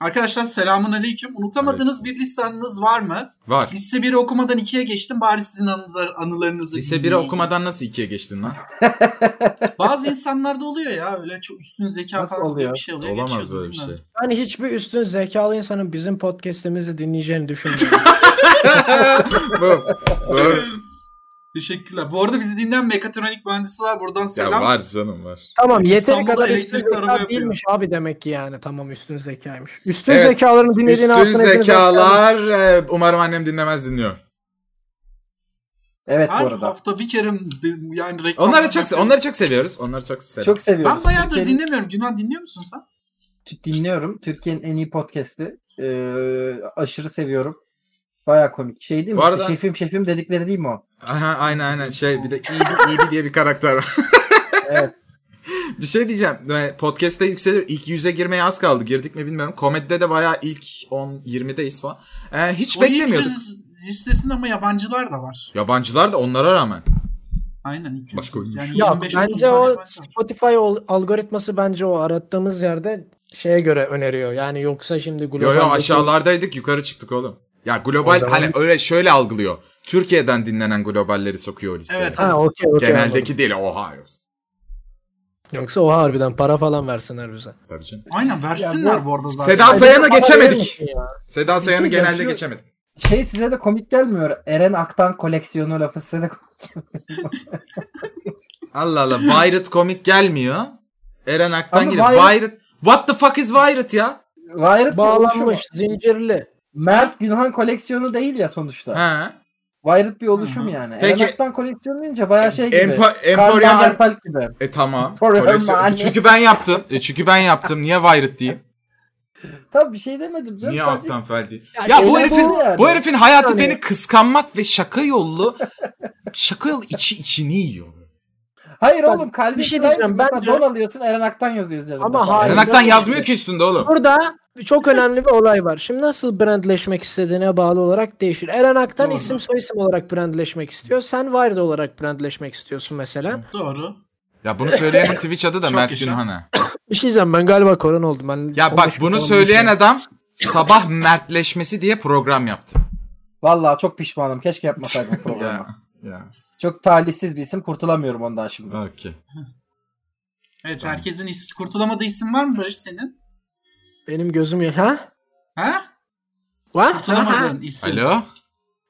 [SPEAKER 4] Arkadaşlar selamun aleyküm. Unutamadığınız bir lise anınız var mı?
[SPEAKER 3] Var.
[SPEAKER 4] Lise 1'i okumadan 2'ye geçtim bari sizin anınızı, anılarınızı
[SPEAKER 3] Lise 1'i
[SPEAKER 4] dinleyeyim.
[SPEAKER 3] okumadan nasıl 2'ye geçtin lan?
[SPEAKER 4] Bazı insanlarda oluyor ya öyle çok üstün zeka
[SPEAKER 2] Nasıl
[SPEAKER 4] falan
[SPEAKER 2] oluyor?
[SPEAKER 4] bir şey oluyor.
[SPEAKER 3] Olamaz
[SPEAKER 4] geçiyordu,
[SPEAKER 3] böyle bir şey.
[SPEAKER 4] bilmiyorum.
[SPEAKER 5] Ben hiçbir üstün zekalı insanın bizim podcast'imizi dinleyeceğini düşünmüyorum.
[SPEAKER 3] Bu. Bu.
[SPEAKER 4] Teşekkürler. Bu arada bizi dinleyen mekatronik mühendisi var. Buradan
[SPEAKER 3] Ya
[SPEAKER 4] selam.
[SPEAKER 3] var canım var.
[SPEAKER 5] tamam yeteri
[SPEAKER 4] İstanbul'da
[SPEAKER 5] kadar üstün
[SPEAKER 4] elektrikli araba
[SPEAKER 5] zeka
[SPEAKER 4] yapıyor.
[SPEAKER 5] değilmiş abi demek ki yani. Tamam üstün zekaymış. Üstün
[SPEAKER 3] Evet.
[SPEAKER 5] zekaların dinlediğini
[SPEAKER 3] Üstün
[SPEAKER 5] altına hepiniz yazsanız.
[SPEAKER 3] zekalar e, umarım annem dinlemez dinliyor.
[SPEAKER 2] Evet
[SPEAKER 4] Her
[SPEAKER 2] bu arada.
[SPEAKER 4] hafta bir kere d- yani reklam.
[SPEAKER 3] Onları çok se- onları çok seviyoruz. Onları çok seviyoruz.
[SPEAKER 2] Çok seviyoruz.
[SPEAKER 4] Ben bayağıdır
[SPEAKER 2] Türkiye'nin-
[SPEAKER 4] dinlemiyorum. Günan dinliyor musun sen?
[SPEAKER 2] tü- dinliyorum. Türkiye'nin en iyi podcast'i. Ee, aşırı seviyorum. Baya komik. Şey değil mi?
[SPEAKER 3] Bu
[SPEAKER 2] İşte
[SPEAKER 3] arada-
[SPEAKER 2] şefim şefim dedikleri değil mi o?
[SPEAKER 3] Aha, aynen aynen şey bir de iyiydi, iyiydi diye bir karakter var.
[SPEAKER 2] Evet.
[SPEAKER 3] bir şey diyeceğim. Ee, Podcast'te yükselir. İlk yüze girmeye az kaldı. Girdik mi bilmiyorum. Komedide de bayağı ilk 10-20'deyiz falan. Ee, hiç
[SPEAKER 4] O
[SPEAKER 3] beklemiyorduk.
[SPEAKER 4] 200 listesinde ama yabancılar da var.
[SPEAKER 3] Yabancılar da onlara rağmen.
[SPEAKER 4] Aynen 200.
[SPEAKER 3] Başka oyuncu.
[SPEAKER 4] yani
[SPEAKER 5] Ya
[SPEAKER 4] 25 30
[SPEAKER 5] bence
[SPEAKER 4] tane
[SPEAKER 5] o
[SPEAKER 4] yabancı var.
[SPEAKER 5] Spotify ol- algoritması bence o arattığımız yerde şeye göre öneriyor. Yani yoksa şimdi global...
[SPEAKER 3] Yo yo aşağılardaydık yukarı çıktık oğlum. Ya global
[SPEAKER 5] O zaman-
[SPEAKER 3] hani öyle şöyle algılıyor. Türkiye'den dinlenen globalleri sokuyor listeye.
[SPEAKER 4] Evet,
[SPEAKER 5] Ha okey okey. anladım.
[SPEAKER 3] Geneldeki değil oha yoksa.
[SPEAKER 5] Yoksa o harbiden para falan versinler bize.
[SPEAKER 3] Tabii canım.
[SPEAKER 4] Aynen versinler bu, arada zaten.
[SPEAKER 3] Seda Sayan'a
[SPEAKER 5] Para verir
[SPEAKER 3] geçemedik.
[SPEAKER 5] misin ya?
[SPEAKER 3] Seda Sayan'ı
[SPEAKER 2] diyeceğim,
[SPEAKER 3] genelde
[SPEAKER 2] şu-
[SPEAKER 3] geçemedik.
[SPEAKER 2] Şey size de komik gelmiyor. Eren Aktan koleksiyonu lafı size de
[SPEAKER 3] Allah Allah. Wired komik gelmiyor. Eren Aktan
[SPEAKER 2] Ama
[SPEAKER 3] geliyor.
[SPEAKER 2] Wired-
[SPEAKER 3] Wired. What the fuck is Wired ya?
[SPEAKER 2] Wired bir oluşum.
[SPEAKER 5] Bağlanmış, zincirli.
[SPEAKER 2] Mert Günhan koleksiyonu değil ya sonuçta.
[SPEAKER 3] Ha.
[SPEAKER 2] Wired bir oluşum
[SPEAKER 4] Hı hı.
[SPEAKER 2] yani.
[SPEAKER 3] Peki-
[SPEAKER 2] Eren Aktan koleksiyonu deyince bayağı şey gibi.
[SPEAKER 3] Empo-
[SPEAKER 2] Karl
[SPEAKER 3] Emporia Ar-
[SPEAKER 2] Lagerfeld gibi.
[SPEAKER 3] E tamam.
[SPEAKER 2] Forever
[SPEAKER 3] Koleksiyon-
[SPEAKER 2] money.
[SPEAKER 3] Çünkü ben yaptım. E, çünkü ben yaptım. Niye Wired diyeyim?
[SPEAKER 2] Tabii bir şey demedim canım.
[SPEAKER 3] Niye
[SPEAKER 2] sadece-
[SPEAKER 3] Aktan Feldi?
[SPEAKER 5] Ya
[SPEAKER 3] Ya bu
[SPEAKER 2] eğlenceli
[SPEAKER 3] herifin
[SPEAKER 2] yani.
[SPEAKER 3] bu herifin hayatı
[SPEAKER 5] Yani-
[SPEAKER 3] beni kıskanmak ve şaka yollu şaka yollu içi içini yiyor.
[SPEAKER 2] Hayır
[SPEAKER 5] Bak,
[SPEAKER 2] oğlum kalbi
[SPEAKER 5] bir şey diyeceğim,
[SPEAKER 2] ben
[SPEAKER 5] bence-
[SPEAKER 2] don alıyorsun Eren Aktan yazıyor üzerinde.
[SPEAKER 5] Ama
[SPEAKER 2] falan.
[SPEAKER 5] hayır.
[SPEAKER 3] Eren Aktan yazmıyor ki üstünde oğlum.
[SPEAKER 5] Burada çok önemli bir olay var. Şimdi nasıl brandleşmek istediğine bağlı olarak değişir. Eren Aktan
[SPEAKER 4] Doğru.
[SPEAKER 5] isim soy isim olarak brandleşmek istiyor. Sen Wired olarak brandleşmek istiyorsun mesela.
[SPEAKER 4] Doğru.
[SPEAKER 3] Ya bunu söyleyenin Twitch adı da
[SPEAKER 4] Çok
[SPEAKER 3] Mert
[SPEAKER 4] yaşa.
[SPEAKER 3] Günhan'a.
[SPEAKER 5] Bir şey diyeceğim ben galiba korona oldum. Ben
[SPEAKER 3] Ya
[SPEAKER 5] 15
[SPEAKER 3] bak
[SPEAKER 5] bin
[SPEAKER 3] bunu
[SPEAKER 5] falan
[SPEAKER 3] söyleyen
[SPEAKER 5] düşüyorum.
[SPEAKER 3] adam sabah mertleşmesi diye program yaptı.
[SPEAKER 2] Vallahi çok pişmanım. Keşke yapmasaydım programı.
[SPEAKER 3] Ya. Ya.
[SPEAKER 2] çok talihsiz bir isim. Kurtulamıyorum ondan şimdi.
[SPEAKER 3] Okey.
[SPEAKER 4] Evet
[SPEAKER 3] Tamam.
[SPEAKER 4] herkesin is- kurtulamadığı isim var mı Barış senin?
[SPEAKER 5] Benim gözüm ya. Ha?
[SPEAKER 4] Ha?
[SPEAKER 5] What? Ha?
[SPEAKER 4] Kurtulamadığın isim.
[SPEAKER 3] Alo.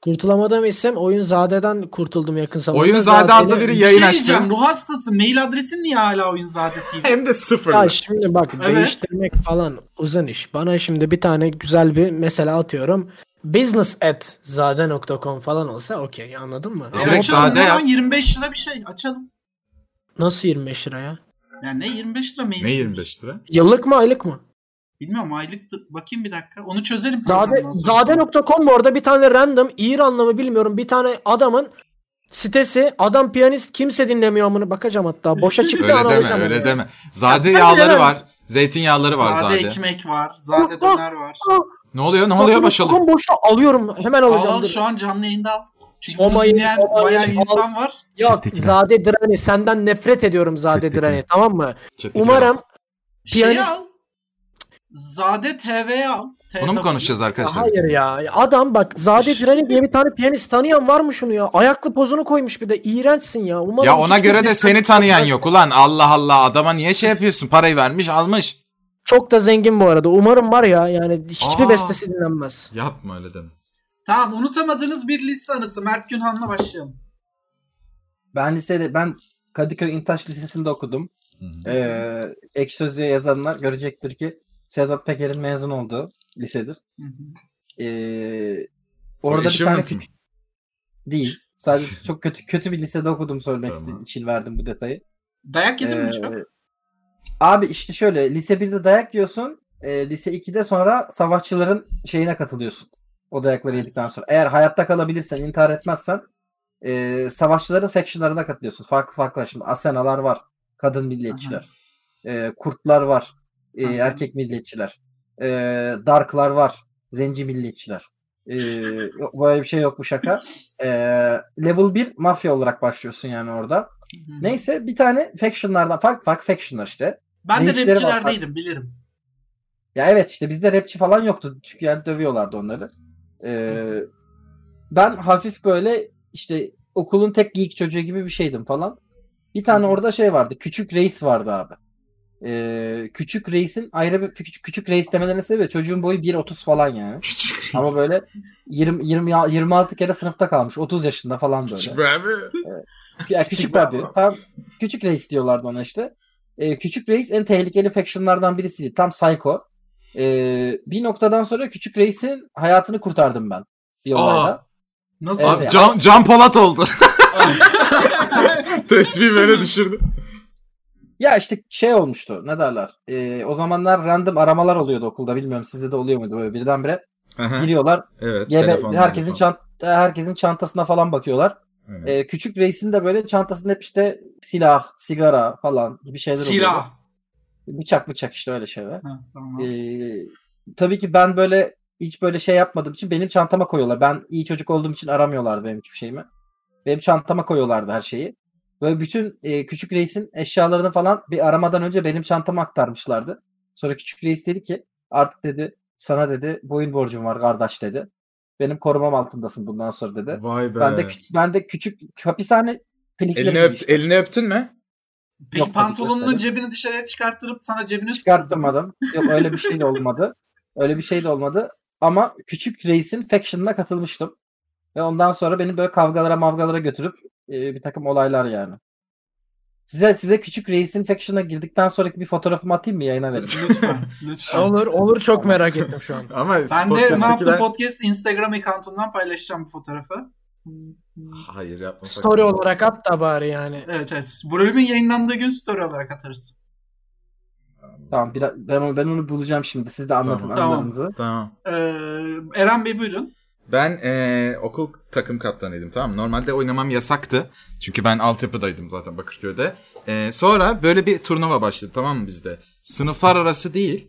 [SPEAKER 5] Kurtulamadığım isim Oyun Zade'den kurtuldum yakın zamanda.
[SPEAKER 3] Oyun Zade adlı
[SPEAKER 5] Zade'yle-
[SPEAKER 3] biri
[SPEAKER 4] Bir şey
[SPEAKER 3] yayın açtı.
[SPEAKER 4] diyeceğim. Ruh hastası. Mail adresin niye hala oyun zaten TV?
[SPEAKER 3] Hem de sıfır.
[SPEAKER 5] Ya şimdi bak
[SPEAKER 4] Evet.
[SPEAKER 5] değiştirmek falan uzun iş. Bana şimdi bir tane güzel bir mesela atıyorum. Business at zade.com falan olsa okey anladın mı?
[SPEAKER 3] Direkt
[SPEAKER 4] Direkt
[SPEAKER 3] sade
[SPEAKER 4] sade
[SPEAKER 3] yap.
[SPEAKER 4] 25 lira bir şey. Açalım.
[SPEAKER 5] Nasıl 25 lira ya?
[SPEAKER 4] Yani ne 25 lira meclis.
[SPEAKER 3] Ne 25 lira?
[SPEAKER 5] Yıllık mı aylık mı?
[SPEAKER 4] Bilmiyorum aylıktır. Bakayım bir dakika. Onu çözelim.
[SPEAKER 5] Zade,
[SPEAKER 4] programdan sonra.
[SPEAKER 5] Zade.com bu arada bir tane random İranlı mı bilmiyorum bir tane adamın sitesi adam piyanist kimse dinlemiyor amını bakacağım hatta boşa çıktı
[SPEAKER 3] Öyle
[SPEAKER 5] ana
[SPEAKER 3] deme
[SPEAKER 5] hocam
[SPEAKER 3] öyle
[SPEAKER 5] onu.
[SPEAKER 3] deme. Zade
[SPEAKER 5] Ya,
[SPEAKER 3] yağları
[SPEAKER 5] tabii
[SPEAKER 3] var. Zeytinyağları var
[SPEAKER 4] Zade
[SPEAKER 3] zade.
[SPEAKER 4] ekmek var. Zade döner var.
[SPEAKER 3] Ne oluyor? Ne oluyor
[SPEAKER 5] Zade.com
[SPEAKER 3] başalım?
[SPEAKER 5] boşta alıyorum hemen
[SPEAKER 4] Al,
[SPEAKER 5] alacağım.
[SPEAKER 4] al
[SPEAKER 5] dur.
[SPEAKER 4] şu an canlı yayında al. Çünkü
[SPEAKER 5] Omayı,
[SPEAKER 4] bunu dinleyen
[SPEAKER 5] omayı,
[SPEAKER 4] bayağı
[SPEAKER 5] al.
[SPEAKER 4] insan var.
[SPEAKER 5] Yok
[SPEAKER 3] Çetin.
[SPEAKER 5] Zade Dirani senden nefret ediyorum Zade
[SPEAKER 3] Çetin.
[SPEAKER 5] Dirani tamam mı?
[SPEAKER 3] Çetin
[SPEAKER 5] Umarım
[SPEAKER 3] Yılmaz.
[SPEAKER 5] Piyanist-
[SPEAKER 4] Şey al. Zade TV'ye al.
[SPEAKER 3] Onu mu
[SPEAKER 4] TW.
[SPEAKER 3] konuşacağız
[SPEAKER 5] Ya
[SPEAKER 3] arkadaşlar?
[SPEAKER 5] Hayır ya. Adam bak Zade Dirani diye bir tane piyanist tanıyan var mı şunu ya? Ayaklı pozunu koymuş bir de. iğrençsin ya. Umarım
[SPEAKER 3] Ya ona
[SPEAKER 5] hiçbir
[SPEAKER 3] göre de
[SPEAKER 5] düşman-
[SPEAKER 3] seni tanıyan yok ulan. Allah Allah adama niye şey yapıyorsun? Parayı vermiş almış.
[SPEAKER 5] Çok da zengin bu arada. Umarım var ya. Yani hiçbir
[SPEAKER 3] Aa.
[SPEAKER 5] bestesi dinlenmez.
[SPEAKER 3] Yapma öyle deme.
[SPEAKER 4] Tamam unutamadığınız bir lise anısı. Mert Günhan'la başlayalım.
[SPEAKER 2] Ben lisede ben Kadıköy İntaş Lisesi'nde okudum.
[SPEAKER 3] Hı hı.
[SPEAKER 2] Ee, Ekşi Sözlüğe yazanlar görecektir ki Sedat Peker'in mezun olduğu lisedir.
[SPEAKER 4] Hı hı.
[SPEAKER 2] Ee,
[SPEAKER 3] Bu
[SPEAKER 2] orada bir tane
[SPEAKER 3] achievement mi?
[SPEAKER 2] küçük değil. Sadece çok kötü kötü bir lisede okudum söylemek
[SPEAKER 3] Tamam.
[SPEAKER 2] istedim- için verdim bu detayı.
[SPEAKER 4] Dayak yedin mi
[SPEAKER 2] Ee,
[SPEAKER 4] çok?
[SPEAKER 2] Abi işte şöyle lise 1'de dayak yiyorsun. e, lise 2'de sonra savaşçıların şeyine katılıyorsun. O dayakları yedikten sonra. Eğer hayatta kalabilirsen, intihar etmezsen e, savaşçıların factionlarına katılıyorsun. Farklı farklı var. Şimdi Asenalar var. Kadın milliyetçiler. E, kurtlar var. e,
[SPEAKER 4] Aha.
[SPEAKER 2] erkek milliyetçiler. E, darklar var. Zenci milliyetçiler. E, yok, böyle bir şey yok bu şaka. E, level 1 mafya olarak başlıyorsun yani orada.
[SPEAKER 4] Hı hı.
[SPEAKER 2] Neyse bir tane factionlardan farklı farklı factionlar işte.
[SPEAKER 4] Ben de
[SPEAKER 2] Neyisleri var.
[SPEAKER 4] rapçilerdeydim bilirim.
[SPEAKER 2] Ya evet işte bizde rapçi falan yoktu. Çünkü yani dövüyorlardı onları. Ee, ben hafif böyle işte okulun tek geek çocuğu gibi bir şeydim falan. Bir tane orada şey vardı. Küçük reis vardı abi. Ee, küçük reisin ayrı bir küçük, küçük reis demelerine sebebi çocuğun boyu 1.30 falan yani. Ama böyle 20, 20, 26 kere sınıfta kalmış. 30 yaşında falan böyle.
[SPEAKER 3] Küçük be abi.
[SPEAKER 2] Ya küçük
[SPEAKER 3] Küçük
[SPEAKER 2] tabii.
[SPEAKER 3] baba.
[SPEAKER 2] Tam küçük reis diyorlardı ona işte. Ee, küçük reis en tehlikeli factionlardan birisiydi. Tam psycho. Ee, bir noktadan sonra küçük reisin hayatını kurtardım ben. Bir
[SPEAKER 3] Aa.
[SPEAKER 2] olayda.
[SPEAKER 4] Nasıl?
[SPEAKER 2] Evet.
[SPEAKER 3] Abi Can, Can Polat oldu. Tespihi böyle düşürdü.
[SPEAKER 2] Ya işte şey olmuştu. Ne derler? Ee, o zamanlar random aramalar oluyordu okulda. Bilmiyorum sizde de oluyor muydu böyle birdenbire?
[SPEAKER 3] Aha,
[SPEAKER 2] Giriyorlar.
[SPEAKER 3] evet.
[SPEAKER 2] gebe-
[SPEAKER 3] telefon,
[SPEAKER 2] herkesin
[SPEAKER 3] telefon.
[SPEAKER 2] çant e, herkesin çantasına falan bakıyorlar.
[SPEAKER 3] Evet.
[SPEAKER 2] Ee, küçük reisin de böyle çantasında hep işte silah, sigara falan gibi şeyler oluyordu.
[SPEAKER 4] Silah.
[SPEAKER 2] Bıçak bıçak işte öyle şeyler.
[SPEAKER 4] Ha, tamam.
[SPEAKER 2] Ee, tabii ki ben böyle hiç böyle şey yapmadığım için benim çantama koyuyorlar. Ben iyi çocuk olduğum için aramıyorlardı benim hiçbir şeyimi. Benim çantama koyuyorlardı her şeyi. Böyle bütün e, küçük reisin eşyalarını falan bir aramadan önce benim çantama aktarmışlardı. Sonra küçük reis dedi ki artık dedi sana dedi boyun borcum var kardeş dedi. Benim korumam altındasın bundan sonra dedi.
[SPEAKER 3] Vay be.
[SPEAKER 2] Ben de kü- ben de küçük hapishane klinikleri
[SPEAKER 3] elini, öpt, elini öptün mü?
[SPEAKER 4] Peki
[SPEAKER 2] yok tabii ki
[SPEAKER 4] pantolonunun
[SPEAKER 2] öyle.
[SPEAKER 4] cebini dışarıya çıkarttırıp sana cebini
[SPEAKER 2] çıkarttırmadım. Yok öyle bir şey de olmadı. Öyle bir şey de olmadı. Ama küçük reisin faction'ına katılmıştım. Ve ondan sonra beni böyle kavgalara mavgalara götürüp e, bir takım olaylar yani. Size size küçük reisin faction'a girdikten sonraki bir fotoğrafımı atayım mı yayına verin?
[SPEAKER 4] Lütfen. Lütfen.
[SPEAKER 5] Olur olur çok merak ettim şu an.
[SPEAKER 3] Ama
[SPEAKER 4] ben de ne yaptı
[SPEAKER 3] podcast'tekiler-
[SPEAKER 4] podcast Instagram accountundan paylaşacağım bu fotoğrafı.
[SPEAKER 3] Hayır yapma.
[SPEAKER 5] Story olarak at da bari yani.
[SPEAKER 4] Evet evet. Bu bölümün yayınlandığı gün story olarak atarız.
[SPEAKER 2] tamam biraz, ben onu ben onu bulacağım şimdi. Siz de anlatın
[SPEAKER 3] Tamam.
[SPEAKER 4] Tamam.
[SPEAKER 2] anılarınızı.
[SPEAKER 3] Tamam.
[SPEAKER 4] Ee, Eren Bey buyurun.
[SPEAKER 3] Ben eee, okul takım kaptanıydım tamam mı? Normalde oynamam yasaktı. Çünkü ben altyapıdaydım zaten Bakırköy'de. Eee, sonra böyle bir turnuva başladı tamam mı bizde? Sınıflar arası değil.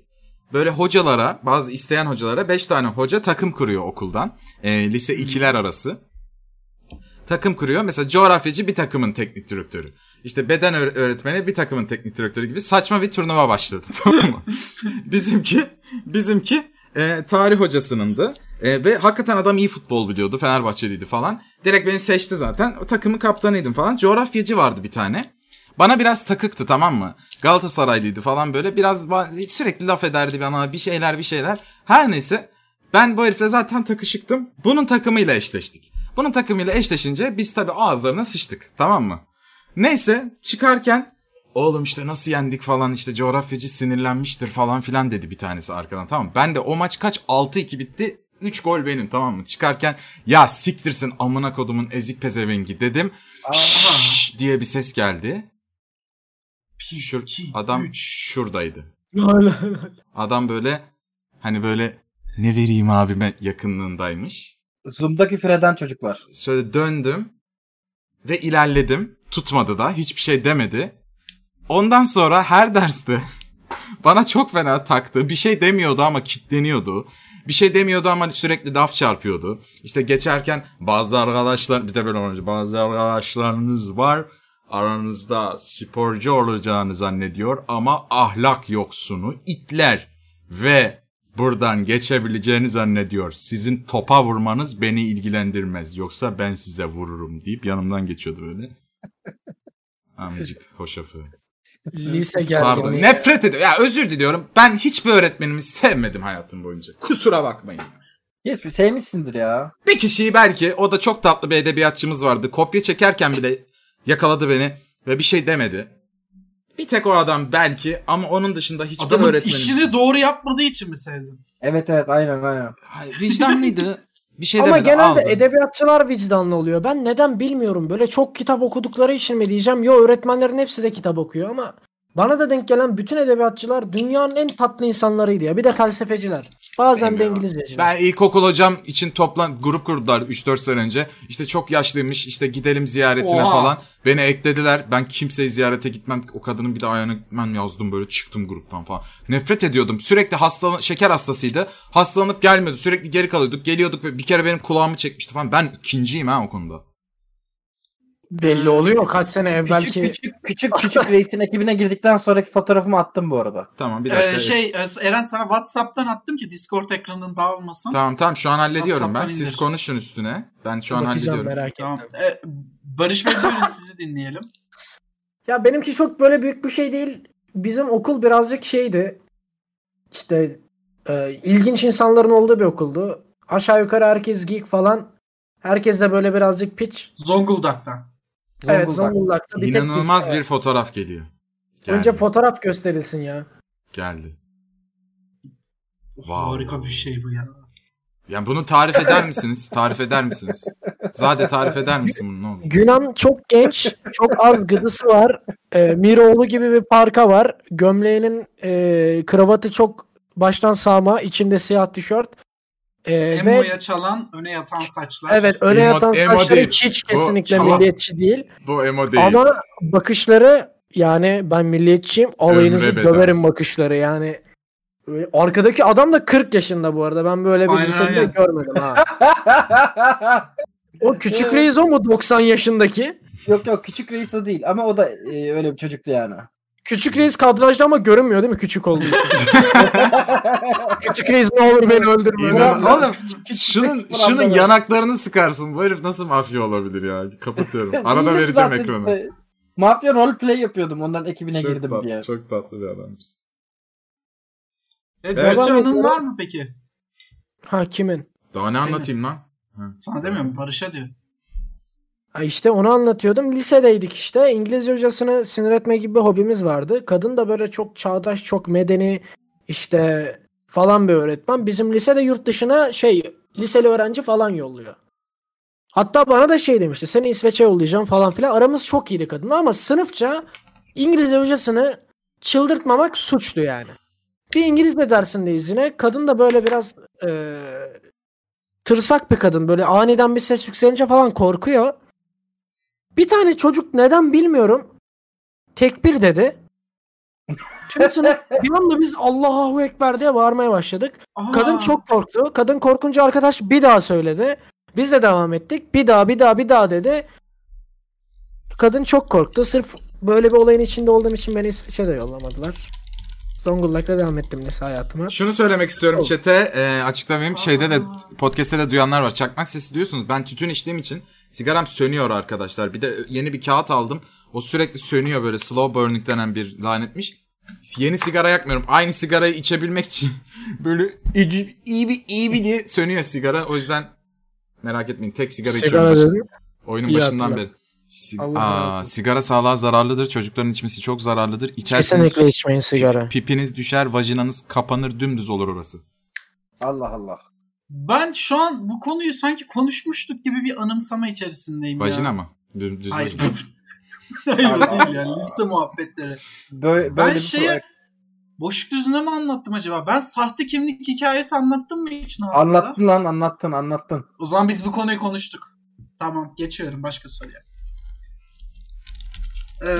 [SPEAKER 3] Böyle hocalara bazı isteyen hocalara 5 tane hoca takım kuruyor okuldan. Eee, lise 2'ler arası. Takım kuruyor. Mesela coğrafyacı bir takımın teknik direktörü. İşte beden öğ- öğretmeni bir takımın teknik direktörü gibi saçma bir turnuva başladı tamam mı? bizimki bizimki eee, tarih hocasınındı. E, ve hakikaten adam iyi futbol biliyordu. Fenerbahçeliydi falan. Direkt beni seçti zaten. O takımın kaptanıydım falan. Coğrafyacı vardı bir tane. Bana biraz takıktı tamam mı? Galatasaraylıydı falan böyle. Biraz ba- sürekli laf ederdi bana bir şeyler bir şeyler. Her neyse ben bu herifle zaten takışıktım. Bunun takımıyla eşleştik. Bunun takımıyla eşleşince biz tabii ağızlarına sıçtık tamam mı? Neyse çıkarken oğlum işte nasıl yendik falan işte coğrafyacı sinirlenmiştir falan filan dedi bir tanesi arkadan tamam mı? Ben de o maç kaç 6-2 bitti 3 gol benim tamam mı? Çıkarken ya siktirsin amına kodumun ezik pezevengi dedim. Şşş diye bir ses geldi.
[SPEAKER 4] 2,
[SPEAKER 3] Şur-
[SPEAKER 4] 2,
[SPEAKER 3] adam
[SPEAKER 4] 3.
[SPEAKER 3] şuradaydı.
[SPEAKER 5] Aynen.
[SPEAKER 3] Adam böyle hani böyle ne vereyim abime yakınlığındaymış.
[SPEAKER 2] Zoom'da küfür eden çocuklar.
[SPEAKER 3] Şöyle döndüm ve ilerledim. Tutmadı da hiçbir şey demedi. Ondan sonra her derste bana çok fena taktı. Bir şey demiyordu ama kitleniyordu. Bir şey demiyordu ama sürekli laf çarpıyordu. İşte geçerken bazı arkadaşlar bize böyle olunca bazı arkadaşlarınız var. Aranızda sporcu olacağını zannediyor ama ahlak yoksunu itler ve buradan geçebileceğini zannediyor. Sizin topa vurmanız beni ilgilendirmez. Yoksa ben size vururum deyip yanımdan geçiyordu böyle. Amcık hoşafı.
[SPEAKER 5] Lise
[SPEAKER 3] Pardon.
[SPEAKER 5] gerginliği.
[SPEAKER 3] Nefret ediyorum. Ya özür diliyorum. Ben hiçbir öğretmenimi sevmedim hayatım boyunca. Kusura bakmayın.
[SPEAKER 2] Hiçbir sevmişsindir ya.
[SPEAKER 3] Bir kişiyi belki o da çok tatlı bir edebiyatçımız vardı. Kopya çekerken bile yakaladı beni ve bir şey demedi. Bir tek o adam belki ama onun dışında hiçbir
[SPEAKER 4] Adamın
[SPEAKER 3] öğretmenim.
[SPEAKER 4] işini doğru yapmadığı için mi sevdin?
[SPEAKER 2] Evet evet aynen aynen.
[SPEAKER 3] Hayır, vicdanlıydı. Bir şey
[SPEAKER 5] Ama
[SPEAKER 3] demedi.
[SPEAKER 5] genelde
[SPEAKER 3] aldı.
[SPEAKER 5] edebiyatçılar vicdanlı oluyor. Ben neden bilmiyorum. Böyle çok kitap okudukları için mi diyeceğim? Yo öğretmenlerin hepsi de kitap okuyor ama bana da denk gelen bütün edebiyatçılar dünyanın en tatlı insanlarıydı ya. Bir de felsefeciler. Bazen de
[SPEAKER 3] Sevmiyorum.
[SPEAKER 5] İngilizceciler.
[SPEAKER 3] Ben ilkokul hocam için toplan grup kurdular 3-4 sene önce. İşte çok yaşlıymış işte gidelim ziyaretine
[SPEAKER 4] Oha.
[SPEAKER 3] falan. Beni eklediler. Ben kimseyi ziyarete gitmem. O kadının bir de ayağına ben yazdım böyle çıktım gruptan falan. Nefret ediyordum. Sürekli hastalan şeker hastasıydı. Hastalanıp gelmiyordu. Sürekli geri kalıyorduk. Geliyorduk ve bir kere benim kulağımı çekmişti falan. Ben ikinciyim ha o konuda.
[SPEAKER 5] Belli oluyor kaç sene
[SPEAKER 2] Küçük
[SPEAKER 5] evvelki.
[SPEAKER 2] küçük küçük küçük reisin ekibine girdikten sonraki fotoğrafımı attım bu arada.
[SPEAKER 3] Tamam bir
[SPEAKER 4] Ee,
[SPEAKER 3] dakika.
[SPEAKER 4] şey e, Eren sana Whatsapp'tan attım ki Discord ekranının dağılmasın.
[SPEAKER 3] Tamam tamam şu an hallediyorum ben.
[SPEAKER 4] WhatsApp'tan
[SPEAKER 3] Siz
[SPEAKER 4] indir.
[SPEAKER 3] konuşun üstüne. Ben şu an
[SPEAKER 5] Bakacağım
[SPEAKER 3] hallediyorum.
[SPEAKER 5] merak etme.
[SPEAKER 4] Tamam. E, Barış Bey buyurun sizi dinleyelim.
[SPEAKER 5] Ya benimki çok böyle büyük bir şey değil. Bizim okul birazcık şeydi. İşte e, ilginç insanların olduğu bir okuldu. Aşağı yukarı herkes geek falan. Herkes de böyle birazcık piç.
[SPEAKER 4] Zonguldak'tan.
[SPEAKER 5] Evet Zonguldak'ta bir tek biz-
[SPEAKER 3] İnanılmaz bir
[SPEAKER 5] evet.
[SPEAKER 3] fotoğraf geliyor. Geldi.
[SPEAKER 5] Önce fotoğraf gösterilsin ya.
[SPEAKER 3] geldi. Wow.
[SPEAKER 4] Harika bir şey bu ya.
[SPEAKER 3] Yani bunu tarif eder misiniz? tarif eder misiniz? Zade tarif eder misin bunu ne olur?
[SPEAKER 5] Günan çok genç, çok az gıdısı var. E, Miroğlu gibi bir parka var. Gömleğinin e, kravatı çok baştan sağma, içinde siyah tişört. E, ve
[SPEAKER 4] Emo'ya çalan öne yatan saçlar.
[SPEAKER 5] evet öne
[SPEAKER 3] Emo-
[SPEAKER 5] yatan
[SPEAKER 3] emo
[SPEAKER 5] saçları
[SPEAKER 3] değil.
[SPEAKER 5] hiç, hiç
[SPEAKER 3] Bu
[SPEAKER 5] kesinlikle
[SPEAKER 3] çalan.
[SPEAKER 5] milliyetçi değil.
[SPEAKER 3] Bu emo değil.
[SPEAKER 5] Ama bakışları yani ben milliyetçiyim alayınızı
[SPEAKER 3] Ömre bedel.
[SPEAKER 5] döverim bakışları yani. Böyle Arkadaki adam da 40 yaşında bu arada. Ben böyle bir
[SPEAKER 4] Aynen,
[SPEAKER 5] lisede
[SPEAKER 4] aynen.
[SPEAKER 5] görmedim ha. O küçük reis o mu 90 yaşındaki?
[SPEAKER 2] yok yok küçük reis o değil ama o da e, öyle bir çocuktu yani.
[SPEAKER 5] Küçük reis kadrajda ama görünmüyor değil mi küçük olduğu için? küçük reis ne olur beni öldürme.
[SPEAKER 3] İnanılmaz.
[SPEAKER 5] Ulan
[SPEAKER 3] Oğlum şunun,
[SPEAKER 2] falan
[SPEAKER 3] şunun
[SPEAKER 2] da var.
[SPEAKER 3] yanaklarını sıkarsın. Bu herif nasıl mafya olabilir ya? Kapatıyorum. Arada
[SPEAKER 2] İyiydi
[SPEAKER 3] vereceğim
[SPEAKER 2] zaten
[SPEAKER 3] ekranı.
[SPEAKER 2] işte. Mafya roleplay yapıyordum onların ekibine
[SPEAKER 3] Çok,
[SPEAKER 2] girdim
[SPEAKER 3] tat-
[SPEAKER 2] diye.
[SPEAKER 3] çok tatlı bir adamsın.
[SPEAKER 4] Evet,
[SPEAKER 3] Evet.
[SPEAKER 4] E, Gökçe
[SPEAKER 5] Devam
[SPEAKER 4] Hanım
[SPEAKER 5] ediyorum.
[SPEAKER 4] var mı peki?
[SPEAKER 5] Ha kimin?
[SPEAKER 3] Daha ne
[SPEAKER 4] Senin.
[SPEAKER 3] anlatayım lan? Ha.
[SPEAKER 4] Sana demiyorum Barış'a diyor.
[SPEAKER 5] Ha işte onu anlatıyordum. Lisedeydik işte. İngilizce hocasını sinir etme gibi bir hobimiz vardı. Kadın da böyle çok çağdaş, çok medeni işte falan bir öğretmen. Bizim lisede yurt dışına şey liseli öğrenci falan yolluyor. Hatta bana da şey demişti. Seni İsveç'e yollayacağım falan filan. Aramız çok iyiydi kadınla ama sınıfça İngilizce hocasını çıldırtmamak suçtu yani. Bir İngilizce dersindeyiz yine. Kadın da böyle biraz eee, tırsak bir kadın. Böyle aniden bir ses yükselince falan korkuyor. Bir tane çocuk neden bilmiyorum tekbir dedi. Tüm sınıf bir anda biz Allahu Ekber diye bağırmaya başladık.
[SPEAKER 4] Aa,
[SPEAKER 5] Kadın çok korktu. Kadın korkunca arkadaş bir daha söyledi. Biz de devam ettik. Bir daha bir daha bir daha dedi. Kadın çok korktu. Sırf böyle bir olayın içinde olduğum için beni İsveç'e de yollamadılar. Zonguldak'ta devam ettim lise hayatıma.
[SPEAKER 3] Şunu söylemek istiyorum chat'e e, açıklamayayım. Şeyde de
[SPEAKER 4] Aa.
[SPEAKER 3] podcast'te de duyanlar var. Çakmak sesi duyuyorsunuz. Ben tütün içtiğim için sigaram sönüyor arkadaşlar. Bir de yeni bir kağıt aldım. O sürekli sönüyor böyle slow burning denen bir lanetmiş. Yeni sigara yakmıyorum. Aynı sigarayı içebilmek için böyle iyi, iyi bir iyi bir diye sönüyor sigara. O yüzden merak etmeyin. Tek sigara, içiyorum. baş-
[SPEAKER 5] dedim.
[SPEAKER 3] Oyunun
[SPEAKER 5] İyi
[SPEAKER 3] başından
[SPEAKER 5] hatırla.
[SPEAKER 3] beri. Si-
[SPEAKER 5] Allah
[SPEAKER 3] Aa,
[SPEAKER 5] Allah.
[SPEAKER 3] sigara sağlığa zararlıdır. Çocukların içmesi çok zararlıdır. İçerseniz
[SPEAKER 5] Kesinlikle içmeyin sigara.
[SPEAKER 3] pipiniz düşer, vajinanız kapanır, dümdüz olur orası.
[SPEAKER 2] Allah Allah.
[SPEAKER 4] Ben şu an bu konuyu sanki konuşmuştuk gibi bir anımsama içerisindeyim ya.
[SPEAKER 3] Vajina mı? Dümdüz
[SPEAKER 4] Hayır.
[SPEAKER 3] vajina.
[SPEAKER 4] Hayır o
[SPEAKER 2] Allah
[SPEAKER 4] değil yani lise muhabbetleri.
[SPEAKER 2] Böyle,
[SPEAKER 4] Ben
[SPEAKER 2] böyle bir şey
[SPEAKER 4] şeye
[SPEAKER 2] pro-
[SPEAKER 4] boşluk düzüne mi anlattım acaba? Ben sahte kimlik hikayesi anlattım mı hiç Nalan'da?
[SPEAKER 2] anlattın lan anlattın anlattın.
[SPEAKER 4] O zaman biz bu konuyu konuştuk. Tamam geçiyorum başka soruya. Ee,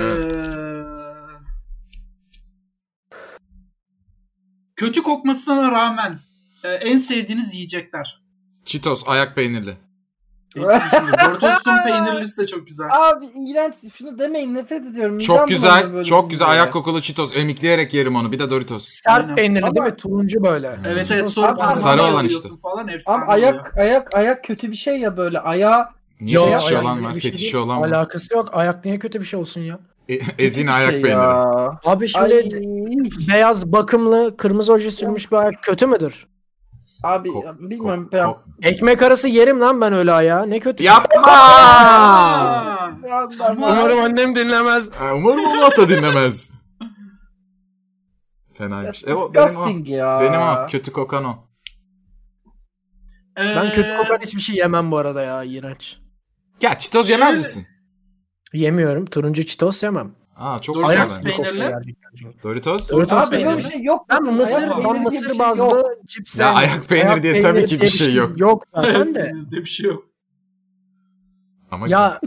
[SPEAKER 4] Kötü kokmasına rağmen e, en sevdiğiniz yiyecekler.
[SPEAKER 3] Cheetos ayak peynirli.
[SPEAKER 4] Gortos'un peynirlisi de çok güzel.
[SPEAKER 2] Abi iğrenç şunu demeyin nefret ediyorum.
[SPEAKER 3] Çok
[SPEAKER 2] Midem bulanıyor
[SPEAKER 3] güzel,
[SPEAKER 2] böyle
[SPEAKER 3] çok güzel
[SPEAKER 2] deyince.
[SPEAKER 3] ayak kokulu Cheetos. Emikleyerek yerim onu. Bir de Doritos.
[SPEAKER 4] Aynen.
[SPEAKER 5] Sert peynirli değil
[SPEAKER 2] Ama-
[SPEAKER 5] mi? Turuncu böyle.
[SPEAKER 4] Evet evet soru
[SPEAKER 2] Abi,
[SPEAKER 4] parmağına
[SPEAKER 3] sarı olan
[SPEAKER 4] yalıyorsun
[SPEAKER 3] işte.
[SPEAKER 4] falan efsane
[SPEAKER 2] Abi
[SPEAKER 4] oluyor.
[SPEAKER 2] ayak ayak ayak kötü bir şey ya böyle ayağa
[SPEAKER 3] Niye
[SPEAKER 2] Yo,
[SPEAKER 3] fetişi
[SPEAKER 2] ayak
[SPEAKER 3] olan
[SPEAKER 5] gibi
[SPEAKER 3] var?
[SPEAKER 5] bir şey
[SPEAKER 3] Fetişi
[SPEAKER 5] değil.
[SPEAKER 3] olan var.
[SPEAKER 5] Alakası yok. Ayak niye kötü bir şey olsun ya?
[SPEAKER 3] E- Ezine
[SPEAKER 2] kötü bir
[SPEAKER 3] ayak
[SPEAKER 2] şey
[SPEAKER 3] peyniri.
[SPEAKER 2] ya.
[SPEAKER 5] Abi şimdi
[SPEAKER 2] Ay,
[SPEAKER 5] beyaz bakımlı kırmızı oje sürmüş bir ayak kötü müdür?
[SPEAKER 2] abi
[SPEAKER 3] Kok-
[SPEAKER 2] bilmiyorum
[SPEAKER 3] kok-
[SPEAKER 2] ben-
[SPEAKER 3] kok-
[SPEAKER 5] Ekmek arası yerim lan ben öyle ayağı. Ne kötü.
[SPEAKER 3] Yapma!
[SPEAKER 4] Aa,
[SPEAKER 2] Ya ben-
[SPEAKER 5] Umarım annem dinlemez.
[SPEAKER 3] Ee, Umarım Allah da dinlemez. Fenaymış. E, o, benim o.
[SPEAKER 2] Disgusting ya.
[SPEAKER 3] Benim o. Kötü kokan o.
[SPEAKER 5] Ben kötü
[SPEAKER 4] ee,
[SPEAKER 5] kokan hiçbir şey yemem bu arada ya. iğrenç.
[SPEAKER 3] Ya Cheetos yemez misin?
[SPEAKER 5] Yemiyorum. Turuncu çitos yemem.
[SPEAKER 3] Aa çok
[SPEAKER 4] Doritos
[SPEAKER 3] güzel.
[SPEAKER 5] Ayak
[SPEAKER 3] bence.
[SPEAKER 4] peynir- Peynirli?
[SPEAKER 3] Doritos?
[SPEAKER 5] Doritos
[SPEAKER 2] Abi
[SPEAKER 5] peynirli.
[SPEAKER 2] böyle bir şey yok.
[SPEAKER 5] Ben mısır,
[SPEAKER 4] Ayak
[SPEAKER 5] ben
[SPEAKER 2] peyniri diye bir
[SPEAKER 5] mısır
[SPEAKER 2] şey
[SPEAKER 5] bazlı
[SPEAKER 2] yok.
[SPEAKER 5] cips
[SPEAKER 3] Ya
[SPEAKER 5] sevmiyorum.
[SPEAKER 3] ayak peyniri diye tabii
[SPEAKER 5] peyniri
[SPEAKER 3] ki bir
[SPEAKER 5] diye
[SPEAKER 3] şey yok.
[SPEAKER 5] Yok zaten de.
[SPEAKER 4] de bir şey yok.
[SPEAKER 3] Ama güzel.
[SPEAKER 5] ya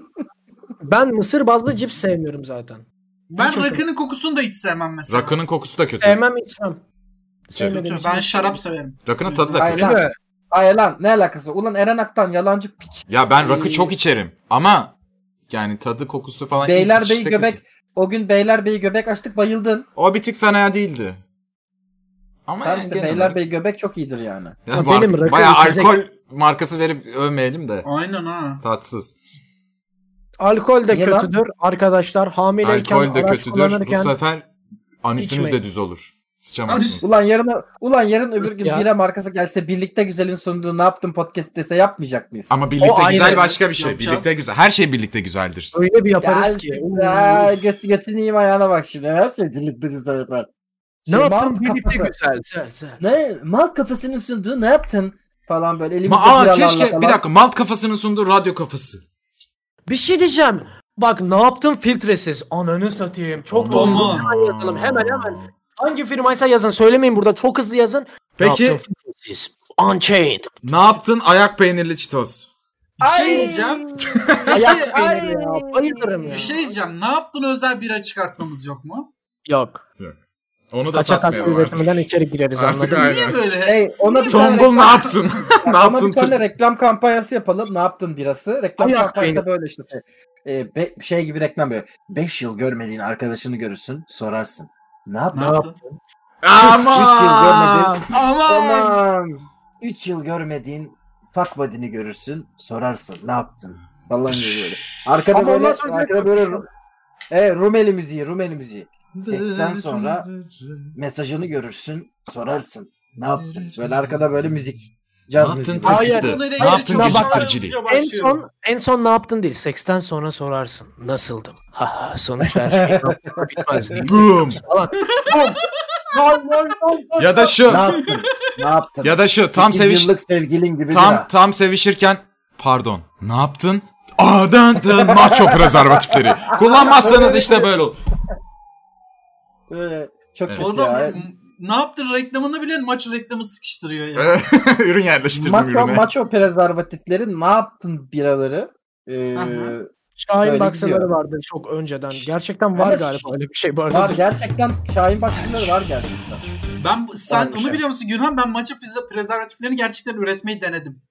[SPEAKER 5] ben mısır bazlı cips sevmiyorum zaten. Hiç
[SPEAKER 4] Ben
[SPEAKER 5] hoşuma-
[SPEAKER 4] rakının kokusunu da hiç sevmem mesela.
[SPEAKER 3] Rakının kokusu da kötü.
[SPEAKER 5] Sevmem içmem. Sevmediğim
[SPEAKER 4] Kötü.
[SPEAKER 5] için.
[SPEAKER 4] Ben şarap severim.
[SPEAKER 3] Rakının tadı da
[SPEAKER 2] Aynen.
[SPEAKER 3] kötü.
[SPEAKER 5] Değil mi?
[SPEAKER 2] Ay lan ne alakası? Ulan Eren Aktan yalancı piç.
[SPEAKER 3] Ya ben rakı çok içerim ama yani tadı kokusu falan. ilk
[SPEAKER 2] Beylerbeyi
[SPEAKER 3] içişte
[SPEAKER 2] göbek.
[SPEAKER 3] kötü.
[SPEAKER 2] O gün Beylerbeyi göbek açtık bayıldın.
[SPEAKER 3] O bir tık fena değildi. Ama
[SPEAKER 2] Tamam
[SPEAKER 3] yani
[SPEAKER 2] işte
[SPEAKER 3] genel olarak-
[SPEAKER 2] Beylerbeyi göbek çok iyidir yani.
[SPEAKER 3] Ya
[SPEAKER 5] Ha,
[SPEAKER 3] marka-
[SPEAKER 5] benim rakı
[SPEAKER 3] bayağı
[SPEAKER 5] içecek-
[SPEAKER 3] alkol markası verip övmeyelim de.
[SPEAKER 4] Aynen ha.
[SPEAKER 3] Tatsız.
[SPEAKER 5] Alkol de
[SPEAKER 2] Niye lan?
[SPEAKER 5] kötüdür arkadaşlar. Hamileyken,
[SPEAKER 3] Alkol de
[SPEAKER 5] araç
[SPEAKER 3] kötüdür. Bu
[SPEAKER 5] kullanırken
[SPEAKER 3] sefer anüsünüz de
[SPEAKER 5] içmeyin.
[SPEAKER 3] düz olur. Sıçamazsınız.
[SPEAKER 4] Anüs-
[SPEAKER 2] Ulan yarın ulan yarın öbür gün
[SPEAKER 5] Ya.
[SPEAKER 2] bira markası gelse birlikte güzelin sunduğu ne yaptın podcast dese yapmayacak mıyız?
[SPEAKER 3] Ama birlikte
[SPEAKER 5] O
[SPEAKER 3] güzel
[SPEAKER 5] ayrı.
[SPEAKER 3] başka bir şey.
[SPEAKER 4] Yapacağız.
[SPEAKER 3] Birlikte güzel. Her şey birlikte güzeldir.
[SPEAKER 5] öyle bir yaparız
[SPEAKER 2] Yaparız
[SPEAKER 5] ki.
[SPEAKER 2] göt, götünü yiyeyim ayağına bak şimdi. Her şey birlikte güzel yapar.
[SPEAKER 5] Ne
[SPEAKER 2] Şey,
[SPEAKER 5] yaptın?
[SPEAKER 2] mal
[SPEAKER 5] Birlikte
[SPEAKER 2] kafası.
[SPEAKER 5] güzel. güzel, güzel.
[SPEAKER 2] Ne? Mal kafasının sunduğu ne yaptın? Falan böyle elimizde
[SPEAKER 3] Ma Aa,
[SPEAKER 2] biralarla
[SPEAKER 3] keşke
[SPEAKER 2] falan.
[SPEAKER 3] bir dakika malt kafasının sunduğu radyo kafası.
[SPEAKER 5] Bir şey diyeceğim. Bak ne yaptın filtresiz. Ananı satayım. Çok
[SPEAKER 4] Aman.
[SPEAKER 5] doğru. Hemen yazalım. Hemen hemen. Hangi firmaysa yazın. Söylemeyin burada. Çok hızlı yazın.
[SPEAKER 3] Peki.
[SPEAKER 5] Ne yaptın filtresiz? Unchained.
[SPEAKER 3] Ne yaptın ayak peynirli çitos?
[SPEAKER 4] Bir şey
[SPEAKER 2] Ay!
[SPEAKER 4] diyeceğim.
[SPEAKER 5] Ayak
[SPEAKER 2] Ay.
[SPEAKER 5] peyniri ya. Bayılırım ya.
[SPEAKER 4] Bir şey diyeceğim. Ne yaptın özel bira çıkartmamız yok mu?
[SPEAKER 5] Yok.
[SPEAKER 3] Onu da
[SPEAKER 5] Kaçak haksız
[SPEAKER 3] satmayalım artık.
[SPEAKER 5] üretiminden içeri gireriz
[SPEAKER 3] Artık
[SPEAKER 5] anladın mı?
[SPEAKER 3] aynen.
[SPEAKER 4] Niye böyle?
[SPEAKER 2] Şey, ona bir tane
[SPEAKER 3] Tombul ne yaptın? ne
[SPEAKER 2] Ama
[SPEAKER 3] yaptın?
[SPEAKER 2] bir tane
[SPEAKER 3] Türk?
[SPEAKER 2] reklam kampanyası yapalım. Ne yaptın birası? Reklam
[SPEAKER 5] Ayak
[SPEAKER 2] kampanyası da
[SPEAKER 5] peyniri.
[SPEAKER 2] böyle işte. şey, E, be- şey gibi reklam böyle. 5 yıl görmediğin arkadaşını görürsün, sorarsın. Ne
[SPEAKER 4] Ne
[SPEAKER 2] yaptın?
[SPEAKER 4] yaptın?
[SPEAKER 2] şey
[SPEAKER 3] Aman!
[SPEAKER 4] Aman.
[SPEAKER 2] Tamam. 3 yıl görmediğin fuck buddy'ni görürsün, sorarsın. Ne yaptın? Falan diyor böyle. Arkada
[SPEAKER 5] Ama
[SPEAKER 2] böyle,
[SPEAKER 5] ondan sonra
[SPEAKER 2] arkada
[SPEAKER 5] direkt
[SPEAKER 2] böyle
[SPEAKER 5] konuşalım.
[SPEAKER 2] e, Rumeli müziği, Rumeli müziği. Seksten sonra mesajını görürsün, sorarsın. Ne yaptın? Böyle arkada böyle müzik.
[SPEAKER 3] Ne
[SPEAKER 2] Caz
[SPEAKER 3] yaptın
[SPEAKER 2] müziği.
[SPEAKER 5] Hayır.
[SPEAKER 3] tırtıktı?
[SPEAKER 4] Bununla ilgili
[SPEAKER 3] Ne yaptın
[SPEAKER 4] çok
[SPEAKER 5] Bak-
[SPEAKER 3] geciktiricilik?
[SPEAKER 4] hızlıca
[SPEAKER 5] En
[SPEAKER 4] başlıyorum.
[SPEAKER 5] son en son ne yaptın değil. Seksten sonra sorarsın. Nasıldım? Ha ha sonuç her şey yapmakla bitmez
[SPEAKER 2] şey
[SPEAKER 5] değil.
[SPEAKER 3] Boom.
[SPEAKER 5] Falan.
[SPEAKER 3] Ya da şu.
[SPEAKER 2] Ne yaptın? Ne yaptın?
[SPEAKER 3] Ya da şu. Tam
[SPEAKER 2] Sekiz
[SPEAKER 3] seviş.
[SPEAKER 2] yıllık sevgilin gibi
[SPEAKER 3] Tam
[SPEAKER 2] bira.
[SPEAKER 3] tam sevişirken pardon. Ne yaptın? Aa dın dın macho prezervatifleri. Kullanmazsanız işte böyle olur.
[SPEAKER 2] Ee, çok
[SPEAKER 3] Evet.
[SPEAKER 2] kötü
[SPEAKER 4] Orada
[SPEAKER 2] ya.
[SPEAKER 4] m- ne yaptın reklamını bile maç reklamı sıkıştırıyor ya.
[SPEAKER 3] Ürün yerleştirdim
[SPEAKER 2] Maço,
[SPEAKER 3] ürüne.
[SPEAKER 2] maço prezervatifleri ne yaptın biraları? Ee,
[SPEAKER 4] Aha.
[SPEAKER 5] Şahin
[SPEAKER 2] Böyle
[SPEAKER 5] baksaları
[SPEAKER 2] gidiyor.
[SPEAKER 5] vardı çok önceden. Gerçekten var
[SPEAKER 2] Evet.
[SPEAKER 5] galiba öyle bir şey bu
[SPEAKER 2] var
[SPEAKER 5] arada.
[SPEAKER 2] gerçekten Şahin Bakırları var gerçekten.
[SPEAKER 4] Ben bu- sen
[SPEAKER 2] Varmış,
[SPEAKER 4] onu
[SPEAKER 2] evet.
[SPEAKER 4] biliyor musun Gülhan? Ben maça pizza prezervatiflerini gerçekten üretmeyi denedim.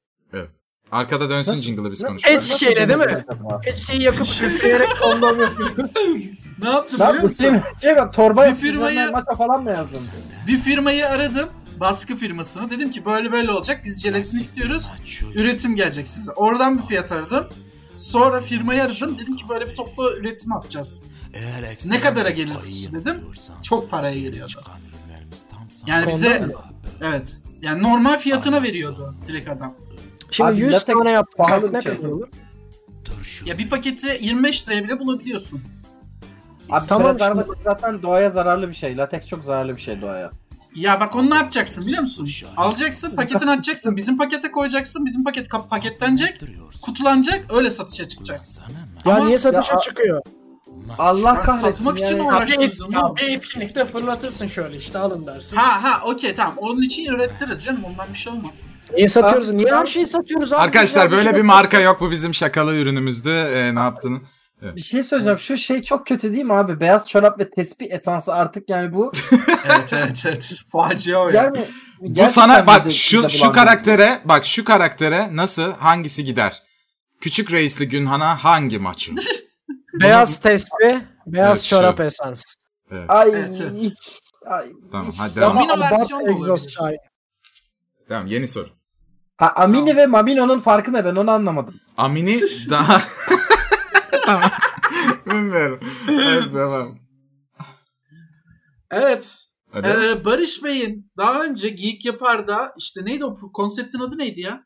[SPEAKER 3] Arkada dönsün
[SPEAKER 2] Nasıl-
[SPEAKER 3] jingle'ı biz
[SPEAKER 2] Nasıl-
[SPEAKER 3] konuşalım.
[SPEAKER 5] Et şişeyle değil mi?
[SPEAKER 2] Acaba?
[SPEAKER 5] Et şeyi yakıp üfleyerek ondan
[SPEAKER 4] Ne yaptım
[SPEAKER 2] Ne
[SPEAKER 4] biliyor
[SPEAKER 2] yaptın?
[SPEAKER 4] musun?
[SPEAKER 2] Şey, şey bak torba
[SPEAKER 4] Bir
[SPEAKER 2] yapıp
[SPEAKER 4] firmayı-
[SPEAKER 2] üzerinden maço falan mı yazdın?
[SPEAKER 4] Bir firmayı aradım. Baskı firmasını. Dedim ki böyle böyle olacak. Biz jelatini istiyoruz. Üretim gelecek size. Oradan bir fiyat aradım. Sonra firmayı aradım. Dedim ki böyle bir toplu üretim yapacağız.
[SPEAKER 6] Ne kadara gelir kutusu dedim.
[SPEAKER 4] Çok paraya geliyordu.
[SPEAKER 6] Yani bize
[SPEAKER 4] Evet. Yani normal fiyatına veriyordu direkt adam.
[SPEAKER 5] Şimdi
[SPEAKER 2] Abi
[SPEAKER 5] 100
[SPEAKER 2] latex
[SPEAKER 5] tane
[SPEAKER 2] pahalı
[SPEAKER 5] yaptık.
[SPEAKER 2] bir
[SPEAKER 5] Ne
[SPEAKER 2] şey.
[SPEAKER 5] kadar olur?
[SPEAKER 4] Ya bir paketi 25 liraya bile bulabiliyorsun.
[SPEAKER 2] Abi
[SPEAKER 5] Tamam
[SPEAKER 2] prezervatif zaten doğaya zararlı bir şey. Lateks çok zararlı bir şey doğaya.
[SPEAKER 4] Ya bak onu ne yapacaksın biliyor musun? Alacaksın, paketini açacaksın, bizim pakete koyacaksın, bizim paket kap- paketlenecek, kutulanacak, öyle satışa çıkacak.
[SPEAKER 5] Ya
[SPEAKER 4] Ama-
[SPEAKER 5] niye satışa
[SPEAKER 2] Ya-
[SPEAKER 5] çıkıyor?
[SPEAKER 2] Allah
[SPEAKER 4] Ben
[SPEAKER 2] kahretsin.
[SPEAKER 4] satmak için
[SPEAKER 2] yani.
[SPEAKER 4] uğraşıyorum. Araştırdın
[SPEAKER 5] Ya
[SPEAKER 4] mı?
[SPEAKER 5] bir etkinlikte fırlatırsın şöyle işte alın dersin.
[SPEAKER 4] Ha ha okey tamam. Onun için üretiriz canım. Ondan bir şey olmaz.
[SPEAKER 5] Niye satıyoruz? Niye her şeyi satıyoruz abi?
[SPEAKER 3] Arkadaşlar
[SPEAKER 5] Güzel
[SPEAKER 3] böyle
[SPEAKER 5] şey
[SPEAKER 3] bir marka yok. Bu bizim şakalı ürünümüzdü. Ee, ne yaptın?
[SPEAKER 2] Bir şey söyleyeceğim. Şu şey çok kötü değil mi abi? Beyaz çorap ve tespih esansı artık yani bu.
[SPEAKER 4] evet evet evet. Facia o ya.
[SPEAKER 2] Yani
[SPEAKER 3] Bu sana bak
[SPEAKER 2] mide-
[SPEAKER 3] şu
[SPEAKER 2] mide
[SPEAKER 3] şu
[SPEAKER 2] bulandırıcı.
[SPEAKER 3] karaktere bak şu karaktere nasıl hangisi gider? Küçük reisli Günhan'a hangi maçı?
[SPEAKER 5] Beyaz tespi, beyaz
[SPEAKER 3] Evet,
[SPEAKER 5] çorap
[SPEAKER 3] şöyle.
[SPEAKER 5] esans.
[SPEAKER 3] Evet,
[SPEAKER 2] Ay,
[SPEAKER 4] Evet, evet.
[SPEAKER 2] iç- ay.
[SPEAKER 3] tamam hadi
[SPEAKER 2] Ya
[SPEAKER 3] devam.
[SPEAKER 2] ama-
[SPEAKER 4] Domino versiyonu da
[SPEAKER 5] Egzoz
[SPEAKER 4] olabilir.
[SPEAKER 5] çay.
[SPEAKER 3] Tamam yeni soru.
[SPEAKER 2] Ha, Amini ve Mamino'nun farkı ne ben onu anlamadım.
[SPEAKER 3] Amini daha... Tamam. Bilmiyorum. Evet devam.
[SPEAKER 4] Evet.
[SPEAKER 3] Hadi.
[SPEAKER 4] Ee, Barış Bey'in daha önce Geek Yapar'da işte neydi o pro- konseptin adı neydi ya?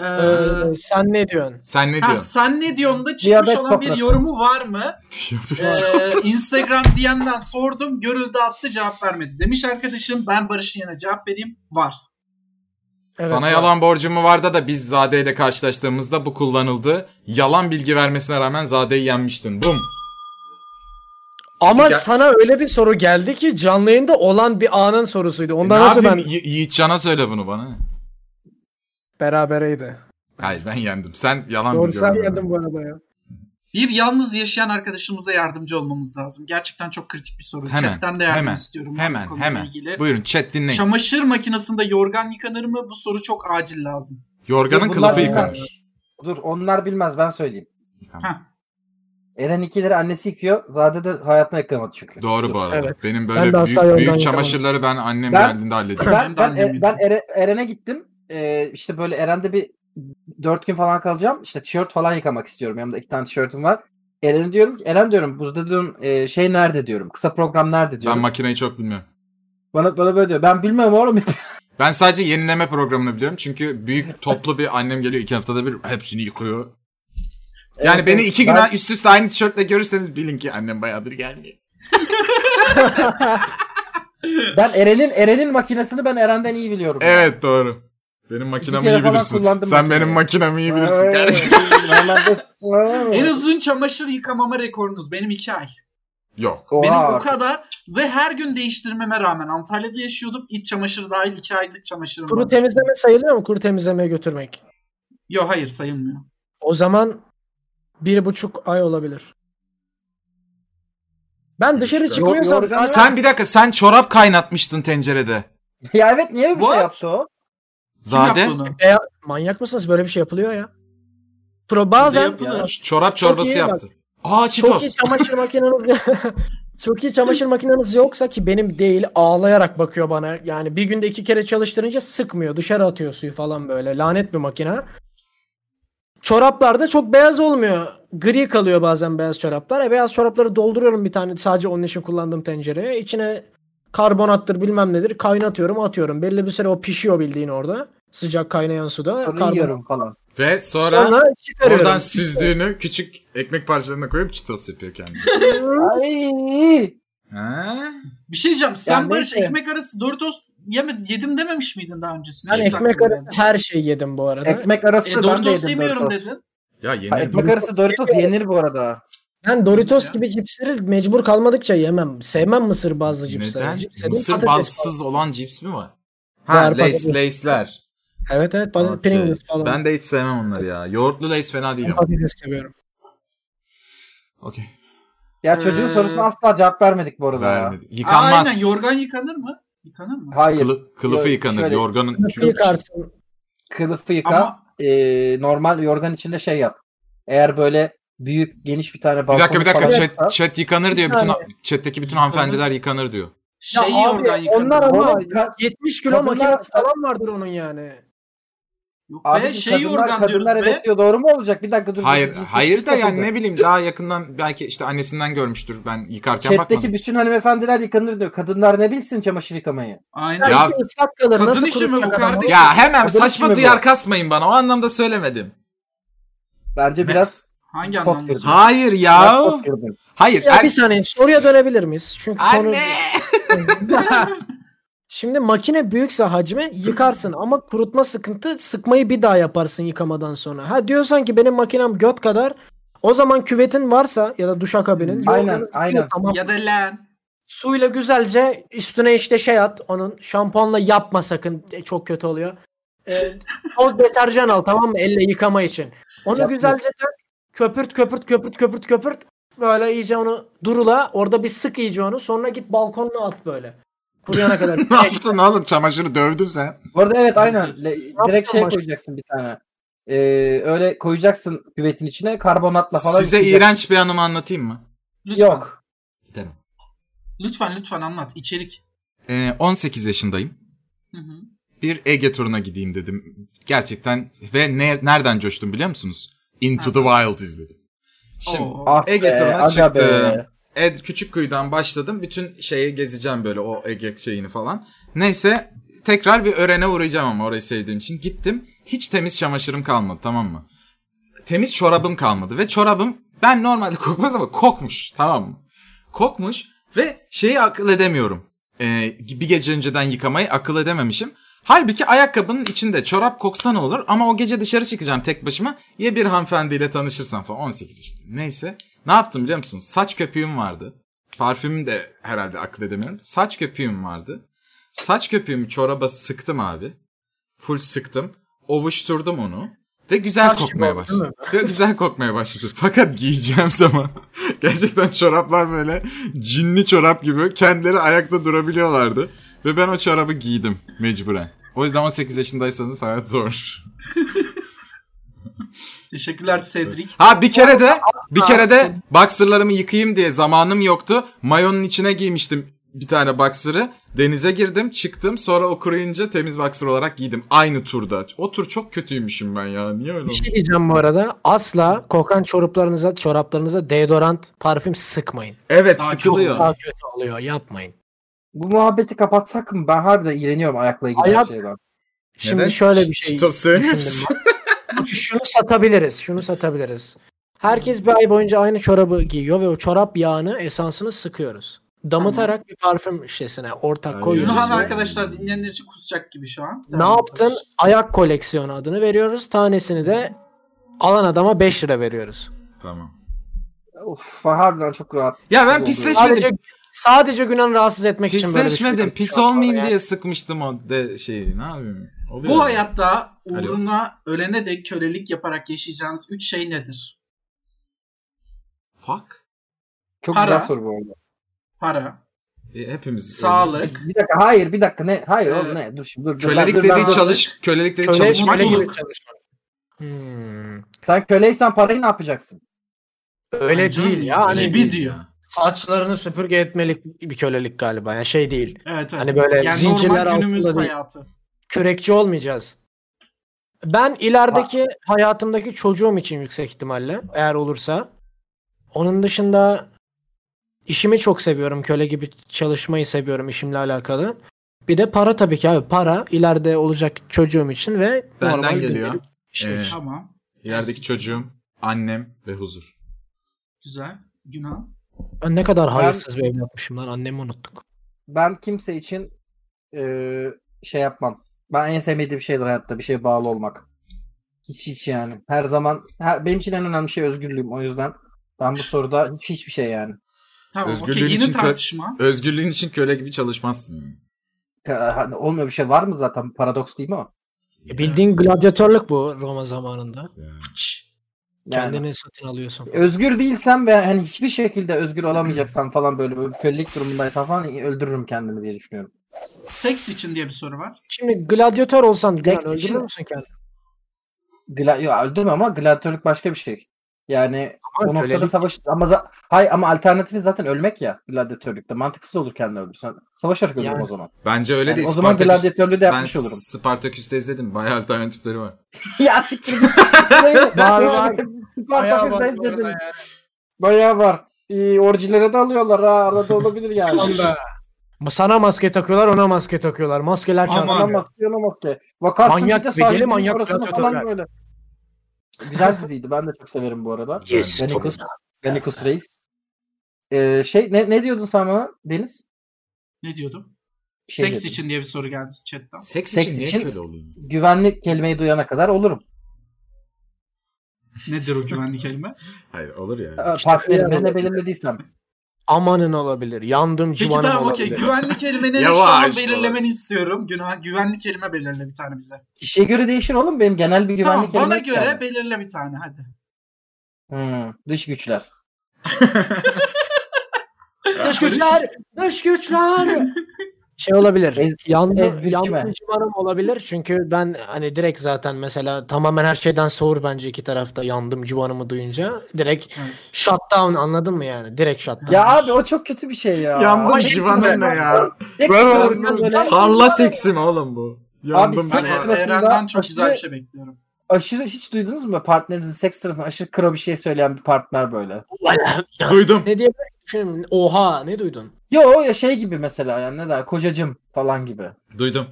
[SPEAKER 4] Ee,
[SPEAKER 5] Ee, sen ne diyorsun?
[SPEAKER 3] Sen ne
[SPEAKER 4] ha,
[SPEAKER 3] diyorsun?
[SPEAKER 4] sen ne diyorsun da çıkmış
[SPEAKER 2] Diyabet
[SPEAKER 4] olan bir
[SPEAKER 2] sofrası.
[SPEAKER 4] yorumu var mı?
[SPEAKER 3] Yapıyorsun.
[SPEAKER 4] Ee, Instagram DM'den sordum. Görüldü attı cevap vermedi. Demiş arkadaşım ben Barış'ın yanına cevap vereyim. Var.
[SPEAKER 5] Evet,
[SPEAKER 3] Sana
[SPEAKER 5] var.
[SPEAKER 3] yalan borcum mu vardı da biz Zade ile karşılaştığımızda bu kullanıldı. Yalan bilgi vermesine rağmen Zade'yi yenmiştin. Bum. E,
[SPEAKER 5] Ama
[SPEAKER 3] Ya-
[SPEAKER 5] sana öyle bir soru geldi ki canlı yayında olan bir anın sorusuydu. Ondan
[SPEAKER 3] E, ne
[SPEAKER 5] nasıl
[SPEAKER 3] yapayım?
[SPEAKER 5] ben
[SPEAKER 3] Yi- Yiğitcan'a söyle bunu bana.
[SPEAKER 5] berabereydi.
[SPEAKER 3] Hayır ben yendim. Sen yalan
[SPEAKER 5] Doğru
[SPEAKER 3] bilgi
[SPEAKER 5] sen
[SPEAKER 3] vermedin.
[SPEAKER 5] yedin bu arada ya.
[SPEAKER 4] Bir yalnız yaşayan arkadaşımıza yardımcı olmamız lazım. Gerçekten çok kritik bir soru.
[SPEAKER 3] Hemen,
[SPEAKER 4] Chatten de yardım
[SPEAKER 3] hemen,
[SPEAKER 4] istiyorum. bu
[SPEAKER 3] Hemen
[SPEAKER 4] konuyla
[SPEAKER 3] hemen.
[SPEAKER 4] ilgili.
[SPEAKER 3] Buyurun chat dinleyin.
[SPEAKER 4] Çamaşır makinesinde yorgan yıkanır mı? Bu soru çok acil lazım.
[SPEAKER 3] Yorganın
[SPEAKER 2] Bunlar
[SPEAKER 3] kılıfı
[SPEAKER 2] bilmez.
[SPEAKER 3] yıkanır.
[SPEAKER 2] Dur onlar bilmez ben söyleyeyim.
[SPEAKER 3] Yıkanır.
[SPEAKER 2] Eren ikileri annesi yıkıyor. Zade de hayatına yıkamadı çünkü.
[SPEAKER 3] Doğru
[SPEAKER 2] Dur.
[SPEAKER 3] bu arada.
[SPEAKER 5] Evet.
[SPEAKER 3] Benim
[SPEAKER 5] Ben
[SPEAKER 3] böyle
[SPEAKER 5] de asla
[SPEAKER 3] büyük,
[SPEAKER 5] yorgan
[SPEAKER 3] büyük
[SPEAKER 5] yıkamadım.
[SPEAKER 3] çamaşırları ben annem
[SPEAKER 2] Ben-
[SPEAKER 3] geldiğinde hallediyorum.
[SPEAKER 2] Ben, ben,
[SPEAKER 4] Ben de
[SPEAKER 2] ben Ere- Eren'e gittim. Ee, işte böyle Eren'de bir dört gün falan kalacağım. İşte tişört falan yıkamak istiyorum. Yanımda iki tane tişörtüm var. Eren'e diyorum ki Eren diyorum burada diyorum e, şey nerede diyorum. Kısa program nerede
[SPEAKER 3] ben
[SPEAKER 2] diyorum.
[SPEAKER 3] makineyi çok bilmiyorum.
[SPEAKER 2] bana, bana böyle diyor. Ben bilmiyorum oğlum.
[SPEAKER 3] Ben sadece yenileme programını biliyorum. Çünkü büyük toplu bir annem geliyor iki haftada bir hepsini yıkıyor. Yani
[SPEAKER 2] Evet,
[SPEAKER 3] beni
[SPEAKER 2] evet.
[SPEAKER 3] iki
[SPEAKER 2] Ben-
[SPEAKER 3] gün üst üste aynı tişörtle görürseniz bilin ki annem bayağıdır gelmiyor.
[SPEAKER 2] Ben Eren'in Eren'in makinesini ben Eren'den iyi biliyorum.
[SPEAKER 3] Evet doğru. Benim makinemi
[SPEAKER 2] kere
[SPEAKER 3] iyi
[SPEAKER 2] falan
[SPEAKER 3] bilirsin. Sen
[SPEAKER 2] kullandım makineyi.
[SPEAKER 3] benim makinemi iyi bilirsin
[SPEAKER 2] Ee,
[SPEAKER 3] kardeşim.
[SPEAKER 2] normalde-
[SPEAKER 4] En uzun çamaşır yıkamama rekorunuz benim 2 ay.
[SPEAKER 3] Yok.
[SPEAKER 2] Oha,
[SPEAKER 4] Benim o kadar ve her gün değiştirmeme rağmen Antalya'da yaşıyordum. İç çamaşır dahil 2 aylık çamaşırım
[SPEAKER 5] Kuru
[SPEAKER 4] var.
[SPEAKER 5] temizleme sayılıyor mu? Kuru temizlemeye götürmek.
[SPEAKER 4] Yok hayır sayılmıyor.
[SPEAKER 5] O zaman bir buçuk ay olabilir. Ben dışarı
[SPEAKER 3] buçuk ay.
[SPEAKER 5] çıkmıyorsam
[SPEAKER 2] Yorgan-
[SPEAKER 3] Sen bir dakika sen çorap kaynatmıştın tencerede.
[SPEAKER 2] ya evet niye bir
[SPEAKER 4] What?
[SPEAKER 2] şey yaptı o?
[SPEAKER 4] Kim
[SPEAKER 3] Zade.
[SPEAKER 4] yaptı onu?
[SPEAKER 5] manyak mısınız? Böyle bir şey yapılıyor ya. Pro bazen
[SPEAKER 4] Bize yapılıyor.
[SPEAKER 3] Ç- Çorap
[SPEAKER 5] Çok
[SPEAKER 3] çorbası
[SPEAKER 5] iyi bak.
[SPEAKER 3] yaptı. Aa
[SPEAKER 5] çok iyi
[SPEAKER 3] çitos.
[SPEAKER 5] çamaşır makineniz çok iyi çamaşır makineniz yoksa ki benim değil ağlayarak bakıyor bana. Yani bir günde iki kere çalıştırınca sıkmıyor. Dışarı atıyor suyu falan böyle. Lanet bir makine. Çoraplar da çok beyaz olmuyor. Gri kalıyor bazen beyaz çoraplar. E, beyaz çorapları dolduruyorum bir tane sadece onun için kullandığım tencereye. İçine karbonattır bilmem nedir kaynatıyorum atıyorum. Belli bir süre o pişiyor bildiğin orada. Sıcak kaynayan suda.
[SPEAKER 2] Sonra
[SPEAKER 5] Karbonat-
[SPEAKER 2] yiyorum falan.
[SPEAKER 3] Ve sonra,
[SPEAKER 5] Sonra çıkarıyorum.
[SPEAKER 3] oradan süzdüğünü küçük ekmek parçalarına koyup çitos yapıyor kendine.
[SPEAKER 2] Ay.
[SPEAKER 3] Ha?
[SPEAKER 4] Bir şey diyeceğim. Sen
[SPEAKER 2] Yani
[SPEAKER 4] Barış
[SPEAKER 2] neyse.
[SPEAKER 4] ekmek arası Doritos yeme, yedim dememiş miydin daha öncesinde?
[SPEAKER 5] Ben
[SPEAKER 4] Şimdi
[SPEAKER 5] ekmek
[SPEAKER 4] aklıma
[SPEAKER 5] arası her şey yedim bu arada.
[SPEAKER 2] Ekmek
[SPEAKER 4] geldi.
[SPEAKER 2] arası
[SPEAKER 4] E,
[SPEAKER 2] ben de
[SPEAKER 4] Doritos
[SPEAKER 2] yedim.
[SPEAKER 4] yemiyorum
[SPEAKER 2] Doritos.
[SPEAKER 4] dedin.
[SPEAKER 3] Ya
[SPEAKER 2] Ha,
[SPEAKER 3] yeni
[SPEAKER 2] ekmek arası Doritos yenir bu arada.
[SPEAKER 5] Ben Doritos
[SPEAKER 4] Ya.
[SPEAKER 5] gibi cipsleri mecbur kalmadıkça yemem. Sevmem mısır bazlı cipsleri.
[SPEAKER 3] Neden?
[SPEAKER 5] Cipslerin
[SPEAKER 3] Mısır
[SPEAKER 5] patates
[SPEAKER 3] bazsız olan cips mi var?
[SPEAKER 5] Var,
[SPEAKER 3] Ha
[SPEAKER 5] patates.
[SPEAKER 3] lace, lace'ler.
[SPEAKER 5] bazlı. Evet evet patates
[SPEAKER 3] Okey.
[SPEAKER 5] Pringles falan. Ben,
[SPEAKER 3] Ben de hiç sevmem onları ya. Yoğurtlu lace fena değil ama.
[SPEAKER 5] patates seviyorum.
[SPEAKER 3] Okey.
[SPEAKER 2] Ya çocuğun
[SPEAKER 4] Ee,
[SPEAKER 2] sorusuna asla cevap vermedik bu arada. ya.
[SPEAKER 3] Vermedi. Yıkanmaz.
[SPEAKER 4] Aynen yorgan yıkanır mı? Yıkanır mı?
[SPEAKER 2] Hayır.
[SPEAKER 3] Kılı- kılıfı
[SPEAKER 2] Yo-
[SPEAKER 3] yıkanır.
[SPEAKER 2] şöyle,
[SPEAKER 3] Yorganın
[SPEAKER 5] Nasıl
[SPEAKER 3] çünkü
[SPEAKER 5] yıkarsın?
[SPEAKER 2] Kılıfı yıka.
[SPEAKER 4] Ama
[SPEAKER 2] e, normal yorgan içinde şey yap. Eğer böyle büyük geniş bir tane balkon
[SPEAKER 3] Bir dakika bir dakika
[SPEAKER 2] falan
[SPEAKER 3] chat,
[SPEAKER 2] varsa-
[SPEAKER 3] chat yıkanır diye
[SPEAKER 5] Bir
[SPEAKER 3] bütün
[SPEAKER 5] saniye.
[SPEAKER 3] chat'teki bütün hanımefendiler yıkanır diyor.
[SPEAKER 4] şey
[SPEAKER 5] Ya abi,
[SPEAKER 4] yorgan yıkanır.
[SPEAKER 5] onlar
[SPEAKER 4] mı?
[SPEAKER 5] ama
[SPEAKER 2] Oğlum, ka-
[SPEAKER 5] 70 kilo
[SPEAKER 2] Kadınlar-
[SPEAKER 5] makinesi falan vardır onun yani.
[SPEAKER 4] Yok be
[SPEAKER 2] Abi
[SPEAKER 4] şey
[SPEAKER 2] kadınlar,
[SPEAKER 4] yorgan
[SPEAKER 2] kadınlar
[SPEAKER 4] diyoruz be.
[SPEAKER 2] evet diyor doğru mu olacak? Bir dakika dur.
[SPEAKER 3] Hayır
[SPEAKER 2] cinsiyetçi
[SPEAKER 3] hayır da yani
[SPEAKER 2] takıldı.
[SPEAKER 3] ne bileyim daha yakından belki işte annesinden görmüştür ben yıkarken
[SPEAKER 2] Chat'teki
[SPEAKER 3] bakmadım.
[SPEAKER 2] bütün hanımefendiler yıkanır diyor. Kadınlar ne bilsin çamaşır yıkamayı?
[SPEAKER 4] Aynen.
[SPEAKER 5] Ya,
[SPEAKER 3] Ya-
[SPEAKER 5] iki ıslak kalır.
[SPEAKER 4] Kadın
[SPEAKER 5] Nasıl
[SPEAKER 4] işi mi bu
[SPEAKER 5] kurutacak adamı?
[SPEAKER 4] kardeşim?
[SPEAKER 3] Ya hemen
[SPEAKER 2] Kadın işi mi
[SPEAKER 3] saçma
[SPEAKER 2] bu?
[SPEAKER 3] duyar kasmayın bana o anlamda söylemedim.
[SPEAKER 2] Bence
[SPEAKER 3] Ne?
[SPEAKER 2] biraz
[SPEAKER 4] Hangi
[SPEAKER 2] Pot
[SPEAKER 4] anlamda?
[SPEAKER 2] kırdı.
[SPEAKER 4] söylüyorsun?
[SPEAKER 3] Hayır ya.
[SPEAKER 2] biraz pot kırdın.
[SPEAKER 3] Hayır.
[SPEAKER 5] Ya
[SPEAKER 3] er-
[SPEAKER 5] bir saniye soruya dönebilir miyiz? Çünkü konu...
[SPEAKER 3] Anne.
[SPEAKER 5] Şimdi makine büyükse hacmi yıkarsın ama kurutma sıkıntı sıkmayı bir daha yaparsın yıkamadan sonra. Ha diyorsan ki benim makinem göt kadar O zaman küvetin varsa ya da duşakabinin
[SPEAKER 2] Hmm, Aynen,
[SPEAKER 5] yorganı tutuyor,
[SPEAKER 2] aynen.
[SPEAKER 5] Tamam.
[SPEAKER 4] Ya da lan.
[SPEAKER 5] Suyla güzelce üstüne işte şey at onun şampuanla yapma sakın E, çok kötü oluyor. E, toz deterjan al tamam mı elle yıkama için. Onu
[SPEAKER 2] Yapma.
[SPEAKER 5] güzelce dök köpürt köpürt köpürt köpürt köpürt böyle iyice onu durula orada bir sık iyice onu sonra git balkonuna at böyle. Kuruyana kadar.
[SPEAKER 3] ne yaptın oğlum çamaşırı dövdün sen.
[SPEAKER 2] Bu arada evet aynen. Le- direkt şey
[SPEAKER 5] başka?
[SPEAKER 2] koyacaksın bir tane. Ee, öyle koyacaksın küvetin içine karbonatla falan.
[SPEAKER 3] Size
[SPEAKER 2] yıkayacaksın.
[SPEAKER 3] iğrenç şey. bir anımı anlatayım mı?
[SPEAKER 4] Lütfen.
[SPEAKER 2] Yok.
[SPEAKER 3] Tamam.
[SPEAKER 4] Lütfen lütfen anlat. İçerik.
[SPEAKER 3] Ee, 18 yaşındayım.
[SPEAKER 4] Hı hı.
[SPEAKER 3] bir Ege turuna gideyim dedim. Gerçekten ve ne, nereden coştum biliyor musunuz? Into the Wild izledim. Şimdi
[SPEAKER 4] Oo.
[SPEAKER 2] Ah
[SPEAKER 3] Ege
[SPEAKER 2] be,
[SPEAKER 3] turuna
[SPEAKER 2] aga
[SPEAKER 3] çıktı.
[SPEAKER 2] be.
[SPEAKER 3] Ed küçük kuyudan başladım. Bütün şeyi gezeceğim böyle o Ege şeyini falan. Neyse tekrar bir örene uğrayacağım ama orayı sevdiğim için gittim. Hiç temiz çamaşırım kalmadı tamam mı? Temiz çorabım kalmadı ve çorabım ben normalde kokmaz ama kokmuş tamam mı? Kokmuş ve şeyi akıl edemiyorum. Ee, bir gece önceden yıkamayı akıl edememişim. Halbuki ayakkabının içinde çorap koksa ne olur ama o gece dışarı çıkacağım tek başıma ya bir hanımefendiyle tanışırsam falan 18 işte neyse. Ne yaptım biliyor musunuz? Saç köpüğüm vardı. Parfümüm de herhalde akıl edemiyorum. Saç köpüğüm vardı. Saç köpüğümü çoraba sıktım abi. Full sıktım. Ovuşturdum onu. Ve güzel
[SPEAKER 5] Saç gibi
[SPEAKER 3] kokmaya
[SPEAKER 5] oldu, değil mi?
[SPEAKER 3] başladı. Ve güzel kokmaya başladı. Fakat giyeceğim zaman gerçekten çoraplar böyle cinli çorap gibi kendileri ayakta durabiliyorlardı. Ve ben o çorabı giydim mecburen. O yüzden 18 yaşındaysanız hayat zor.
[SPEAKER 4] Teşekkürler Cedric.
[SPEAKER 3] Ha bir kere de bir kere de boxerlarımı yıkayayım diye zamanım yoktu. Mayonun içine giymiştim bir tane boxer'ı. Denize girdim, çıktım. Sonra o kuruyunca temiz boxer olarak giydim. Aynı turda. O tur çok kötüymüşüm ben ya. Niye öyle
[SPEAKER 5] Bir
[SPEAKER 3] oldu?
[SPEAKER 5] şey diyeceğim bu arada. Asla kokan çoraplarınıza, çoraplarınıza deodorant, parfüm sıkmayın.
[SPEAKER 3] Evet,
[SPEAKER 4] Daha
[SPEAKER 3] sıkılıyor.
[SPEAKER 5] Daha kötü oluyor. Yapmayın.
[SPEAKER 2] Bu muhabbeti kapatsak mı? Ben harbiden iğreniyorum ayakla ilgili
[SPEAKER 5] Ayak-
[SPEAKER 2] her şeyden.
[SPEAKER 5] Şimdi
[SPEAKER 3] Neden?
[SPEAKER 5] şöyle bir şey
[SPEAKER 3] Sito sığınıyor musun?
[SPEAKER 5] düşündüm ben. şunu satabiliriz. Şunu satabiliriz. Herkes bir ay boyunca aynı çorabı giyiyor ve o çorap yağını, esansını sıkıyoruz. Damıtarak bir parfüm şişesine ortak
[SPEAKER 3] Aynen.
[SPEAKER 5] koyuyoruz.
[SPEAKER 4] Yunan
[SPEAKER 3] Yürüyoruz ya.
[SPEAKER 4] arkadaşlar dinleyenler için kusacak gibi şu an.
[SPEAKER 5] Ne yaptın? Ayak koleksiyonu adını veriyoruz. Tanesini de alan adama 5 lira veriyoruz.
[SPEAKER 3] Tamam.
[SPEAKER 2] Of harbiden çok rahat.
[SPEAKER 3] Ya ben
[SPEAKER 2] Oldu.
[SPEAKER 5] Sadece
[SPEAKER 3] pisleşmedim.
[SPEAKER 5] sadece Günan'ı rahatsız etmek için böyle bir şey
[SPEAKER 3] Pisleşmedim.
[SPEAKER 5] yapıyoruz
[SPEAKER 3] Pis
[SPEAKER 5] şu an
[SPEAKER 3] olmayayım
[SPEAKER 5] yani.
[SPEAKER 3] diye sıkmıştım o de şeyi. Ne yapayım? Oluyor.
[SPEAKER 4] Bu hayatta
[SPEAKER 3] Alo.
[SPEAKER 4] uğruna ölene dek kölelik yaparak yaşayacağınız üç şey nedir?
[SPEAKER 3] Fuck.
[SPEAKER 2] Çok
[SPEAKER 4] Para.
[SPEAKER 2] güzel soru bu arada.
[SPEAKER 4] Para,
[SPEAKER 3] E, hepimiz
[SPEAKER 4] sağlık,
[SPEAKER 2] Bir dakika hayır bir dakika ne? Hayır
[SPEAKER 4] Evet.
[SPEAKER 2] oğlum ne? Dur şimdi dur. dur,
[SPEAKER 3] Kölelik
[SPEAKER 2] dur, dur,
[SPEAKER 3] dediği
[SPEAKER 2] dur.
[SPEAKER 3] çalış, kölelik dediği
[SPEAKER 5] Köle,
[SPEAKER 3] çalışmak
[SPEAKER 5] köle
[SPEAKER 3] mı?
[SPEAKER 5] gibi
[SPEAKER 3] olur?
[SPEAKER 5] çalışmak. Hmm.
[SPEAKER 2] Sen köleysen parayı ne yapacaksın?
[SPEAKER 5] Öyle
[SPEAKER 4] Bence
[SPEAKER 5] değil
[SPEAKER 4] öyle.
[SPEAKER 5] ya. Hani
[SPEAKER 4] Gibi diyor.
[SPEAKER 5] saçlarını süpürge etmelik bir kölelik galiba. Yani şey değil.
[SPEAKER 4] Evet evet.
[SPEAKER 5] Hani böyle
[SPEAKER 4] yani
[SPEAKER 5] zincirler
[SPEAKER 4] normal
[SPEAKER 5] altında
[SPEAKER 4] günümüz
[SPEAKER 5] değil.
[SPEAKER 4] hayatı.
[SPEAKER 5] Kürekçi olmayacağız. Ben ilerideki hayatımdaki çocuğum için yüksek ihtimalle eğer olursa. Onun dışında işimi çok seviyorum. Köle gibi çalışmayı seviyorum işimle alakalı. Bir de para tabii ki abi. Para ileride olacak çocuğum için ve
[SPEAKER 3] Benden
[SPEAKER 5] normal
[SPEAKER 3] geliyor.
[SPEAKER 5] gündelik işim
[SPEAKER 3] Ee,
[SPEAKER 5] için.
[SPEAKER 4] Tamam.
[SPEAKER 3] İlerideki çocuğum, annem ve huzur.
[SPEAKER 4] Güzel. Günah.
[SPEAKER 5] Ben ne kadar hayırsız bir evlatmışım lan. Annemi unuttuk.
[SPEAKER 2] Ben kimse için eee, şey yapmam. Ben en sevmediğim şeydir hayatta bir şeye bağlı olmak. Hiç hiç yani. Her zaman her, benim için en önemli şey özgürlüğüm. O yüzden ben bu soruda hiç- hiçbir şey yani.
[SPEAKER 4] Tamam. okey.
[SPEAKER 3] Özgürlüğün
[SPEAKER 4] Yeni
[SPEAKER 3] için kö-
[SPEAKER 4] tartışma.
[SPEAKER 3] Özgürlüğün için köle gibi çalışmazsın.
[SPEAKER 2] Ka- Hani olmuyor bir şey var mı zaten? Paradoks değil mi ama?
[SPEAKER 5] E, bildiğin gladyatörlük bu Roma zamanında.
[SPEAKER 4] Hmm. Çık.
[SPEAKER 2] Yani.
[SPEAKER 5] Kendini satın alıyorsun.
[SPEAKER 2] özgür değilsen ve hani hiçbir şekilde özgür olamayacaksan falan böyle, böyle kölelik durumundaysan falan öldürürüm kendimi diye düşünüyorum.
[SPEAKER 4] Seks için diye bir soru var.
[SPEAKER 5] Şimdi gladyatör olsan Gülen
[SPEAKER 2] Tek
[SPEAKER 5] öldürür
[SPEAKER 2] kişi-
[SPEAKER 5] müsün kendini?
[SPEAKER 2] Gla ya öldüm ama gladyatörlük başka bir şey. Yani
[SPEAKER 5] Ama
[SPEAKER 2] o noktada
[SPEAKER 5] kölelik-
[SPEAKER 2] savaş ama za- hay ama alternatifi zaten ölmek ya gladyatörlükte. Mantıksız olur kendini öldürsen. Savaşarak ölürüm
[SPEAKER 5] Yani.
[SPEAKER 2] o zaman.
[SPEAKER 3] Bence öyle
[SPEAKER 2] Yani
[SPEAKER 3] değil.
[SPEAKER 2] o zaman
[SPEAKER 3] Spartaküs-
[SPEAKER 2] gladyatörlüğü de yapmış
[SPEAKER 3] ben
[SPEAKER 2] olurum.
[SPEAKER 3] Spartaküs'te izledim. Bayağı alternatifleri var.
[SPEAKER 2] ya siktir.
[SPEAKER 5] Var, var.
[SPEAKER 2] Spartaküs'te izledim. Bayağı var. Ee, orjilere de alıyorlar ha. Arada olabilir yani.
[SPEAKER 5] Ama Sana maske takıyorlar ona maske takıyorlar. Maskeler
[SPEAKER 3] Aman.
[SPEAKER 5] çarpıyor.
[SPEAKER 2] Yanamaz, yanamaz ki. Vakarsın
[SPEAKER 5] Manyak
[SPEAKER 2] bir de
[SPEAKER 5] ve deli
[SPEAKER 2] sahilin
[SPEAKER 5] manyak
[SPEAKER 2] orasını
[SPEAKER 5] gladyatör
[SPEAKER 2] falan
[SPEAKER 5] yani.
[SPEAKER 2] böyle. Güzel diziydi. Ben de çok severim bu arada.
[SPEAKER 5] Yes,
[SPEAKER 2] Ganikus, Ganikus Reis. Ee, şey ne, ne diyordun sen bana Deniz?
[SPEAKER 4] Ne diyordum?
[SPEAKER 2] Şey
[SPEAKER 4] Seks
[SPEAKER 2] diyordum.
[SPEAKER 4] için diye bir soru geldi chatten.
[SPEAKER 3] Seks,
[SPEAKER 2] Seks
[SPEAKER 3] için niye
[SPEAKER 2] için-
[SPEAKER 3] köle olayım?
[SPEAKER 2] Güvenlik kelimeyi duyana kadar olurum.
[SPEAKER 4] Nedir o güvenlik elime?
[SPEAKER 3] Hayır olur ya.
[SPEAKER 2] Ee, Partnerim ben de belirlediysem.
[SPEAKER 5] Amanın olabilir. Yandım
[SPEAKER 4] Peki
[SPEAKER 5] civanım
[SPEAKER 4] tamam okey.
[SPEAKER 5] olabilir.
[SPEAKER 4] Güvenlik kelimeni şu an
[SPEAKER 3] Yavaş
[SPEAKER 4] belirlemeni istiyorum. Günah, güvenlik kelime belirle bir tane bize.
[SPEAKER 2] Kişiye göre değişir oğlum benim genel bir güvenlik
[SPEAKER 4] tamam bana
[SPEAKER 2] elim yok
[SPEAKER 4] göre
[SPEAKER 2] yani.
[SPEAKER 4] belirle bir tane hadi.
[SPEAKER 2] Hmm, dış güçler.
[SPEAKER 5] Dış güçler! Dış güçler! Şey olabilir.
[SPEAKER 2] Ez-
[SPEAKER 5] Yandım,
[SPEAKER 2] ezbirçme.
[SPEAKER 5] yandım civanım olabilir. Çünkü ben hani direkt zaten mesela tamamen her şeyden soğur bence iki tarafta yandım civanımı duyunca. Direkt
[SPEAKER 4] Evet.
[SPEAKER 5] shutdown anladın mı yani? Direkt shutdown.
[SPEAKER 2] Ya abi o çok kötü bir şey ya.
[SPEAKER 3] Yandım
[SPEAKER 2] Ama
[SPEAKER 3] civanım
[SPEAKER 2] hepsinde-
[SPEAKER 3] ne ya?
[SPEAKER 2] Tek
[SPEAKER 3] Böyle
[SPEAKER 2] bir
[SPEAKER 3] arasında
[SPEAKER 2] sorun böyle-
[SPEAKER 3] Tarla seksi mi oğlum bu? Yandım
[SPEAKER 2] Abi sen- Tamam.
[SPEAKER 4] Ben
[SPEAKER 3] civanım.
[SPEAKER 4] Er-
[SPEAKER 2] Sırasında
[SPEAKER 4] Eren'den çok güzel bir
[SPEAKER 2] aşırı-
[SPEAKER 4] şey bekliyorum.
[SPEAKER 2] Aşırı hiç duydunuz mu? Partnerinizin seks sırasında aşırı kıra bir şey söyleyen bir partner böyle.
[SPEAKER 3] Duydum.
[SPEAKER 5] Ne diyebilirim? Düşünün, Oha ne duydun?
[SPEAKER 2] Yo ya şey gibi mesela yani ne der kocacım falan gibi.
[SPEAKER 3] Duydum.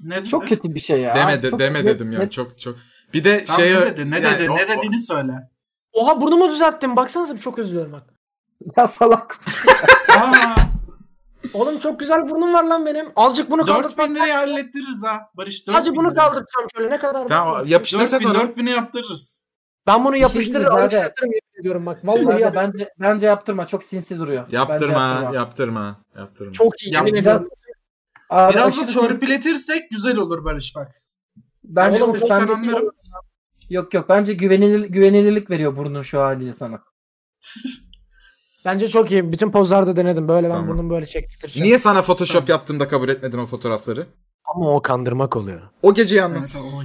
[SPEAKER 4] Ne
[SPEAKER 2] Çok
[SPEAKER 4] dedi?
[SPEAKER 2] kötü bir şey ya.
[SPEAKER 3] Deme
[SPEAKER 2] Abi
[SPEAKER 3] de,
[SPEAKER 2] çok-
[SPEAKER 3] deme
[SPEAKER 2] ne-
[SPEAKER 3] dedim
[SPEAKER 2] ne-
[SPEAKER 3] yani çok çok. Bir de
[SPEAKER 4] Tamam,
[SPEAKER 3] şey
[SPEAKER 4] ne dedi? Ne
[SPEAKER 3] yani
[SPEAKER 4] dedi?
[SPEAKER 3] o-
[SPEAKER 4] ne
[SPEAKER 3] o-
[SPEAKER 4] dediğini söyle.
[SPEAKER 5] Oha burnumu düzelttim. Baksanıza çok üzülüyorum bak.
[SPEAKER 2] Ya salak.
[SPEAKER 4] Aa,
[SPEAKER 5] Oğlum çok güzel burnum var lan benim. Azıcık bunu
[SPEAKER 4] 4000
[SPEAKER 5] kaldırtmak.
[SPEAKER 4] liraya hallettiririz ha. Barış 4000
[SPEAKER 5] Sadece bunu
[SPEAKER 4] liraya.
[SPEAKER 5] kaldıracağım şöyle ne kadar.
[SPEAKER 3] Tamam yapıştırsak onu.
[SPEAKER 4] 4000 4000'e yaptırırız.
[SPEAKER 5] Ben bunu
[SPEAKER 2] diyeyim
[SPEAKER 5] yapıştırır
[SPEAKER 2] mi?
[SPEAKER 5] alıp
[SPEAKER 2] Zaten-
[SPEAKER 5] çıkartırım yemin ediyorum bak.
[SPEAKER 2] Vallahi
[SPEAKER 5] Vallahi yap-
[SPEAKER 2] bence bence yaptırma çok sinsi duruyor.
[SPEAKER 3] Yaptırma,
[SPEAKER 2] Bence
[SPEAKER 3] yaptırma, yaptırma.
[SPEAKER 5] çok iyi
[SPEAKER 4] Ya
[SPEAKER 5] yemin
[SPEAKER 2] biraz-
[SPEAKER 5] ediyorum.
[SPEAKER 2] Abi
[SPEAKER 4] Biraz da
[SPEAKER 2] aşırı sin-
[SPEAKER 4] törpületirsek güzel olur Barış bak.
[SPEAKER 2] bence
[SPEAKER 4] Oğlum,
[SPEAKER 2] sen-
[SPEAKER 4] çok anlarım.
[SPEAKER 2] Yok yok bence güvenilir güvenilirlik veriyor burnun şu haliyle sana.
[SPEAKER 5] Bence çok iyi. Bütün pozlarda denedim. Böyle ben
[SPEAKER 3] Tamam.
[SPEAKER 5] burnumu böyle çektireceğim.
[SPEAKER 3] Niye sana Photoshop yaptığımda kabul etmedin o fotoğrafları?
[SPEAKER 5] Ama o kandırmak oluyor.
[SPEAKER 3] O geceyi
[SPEAKER 4] Evet,
[SPEAKER 3] anlat.
[SPEAKER 4] oy.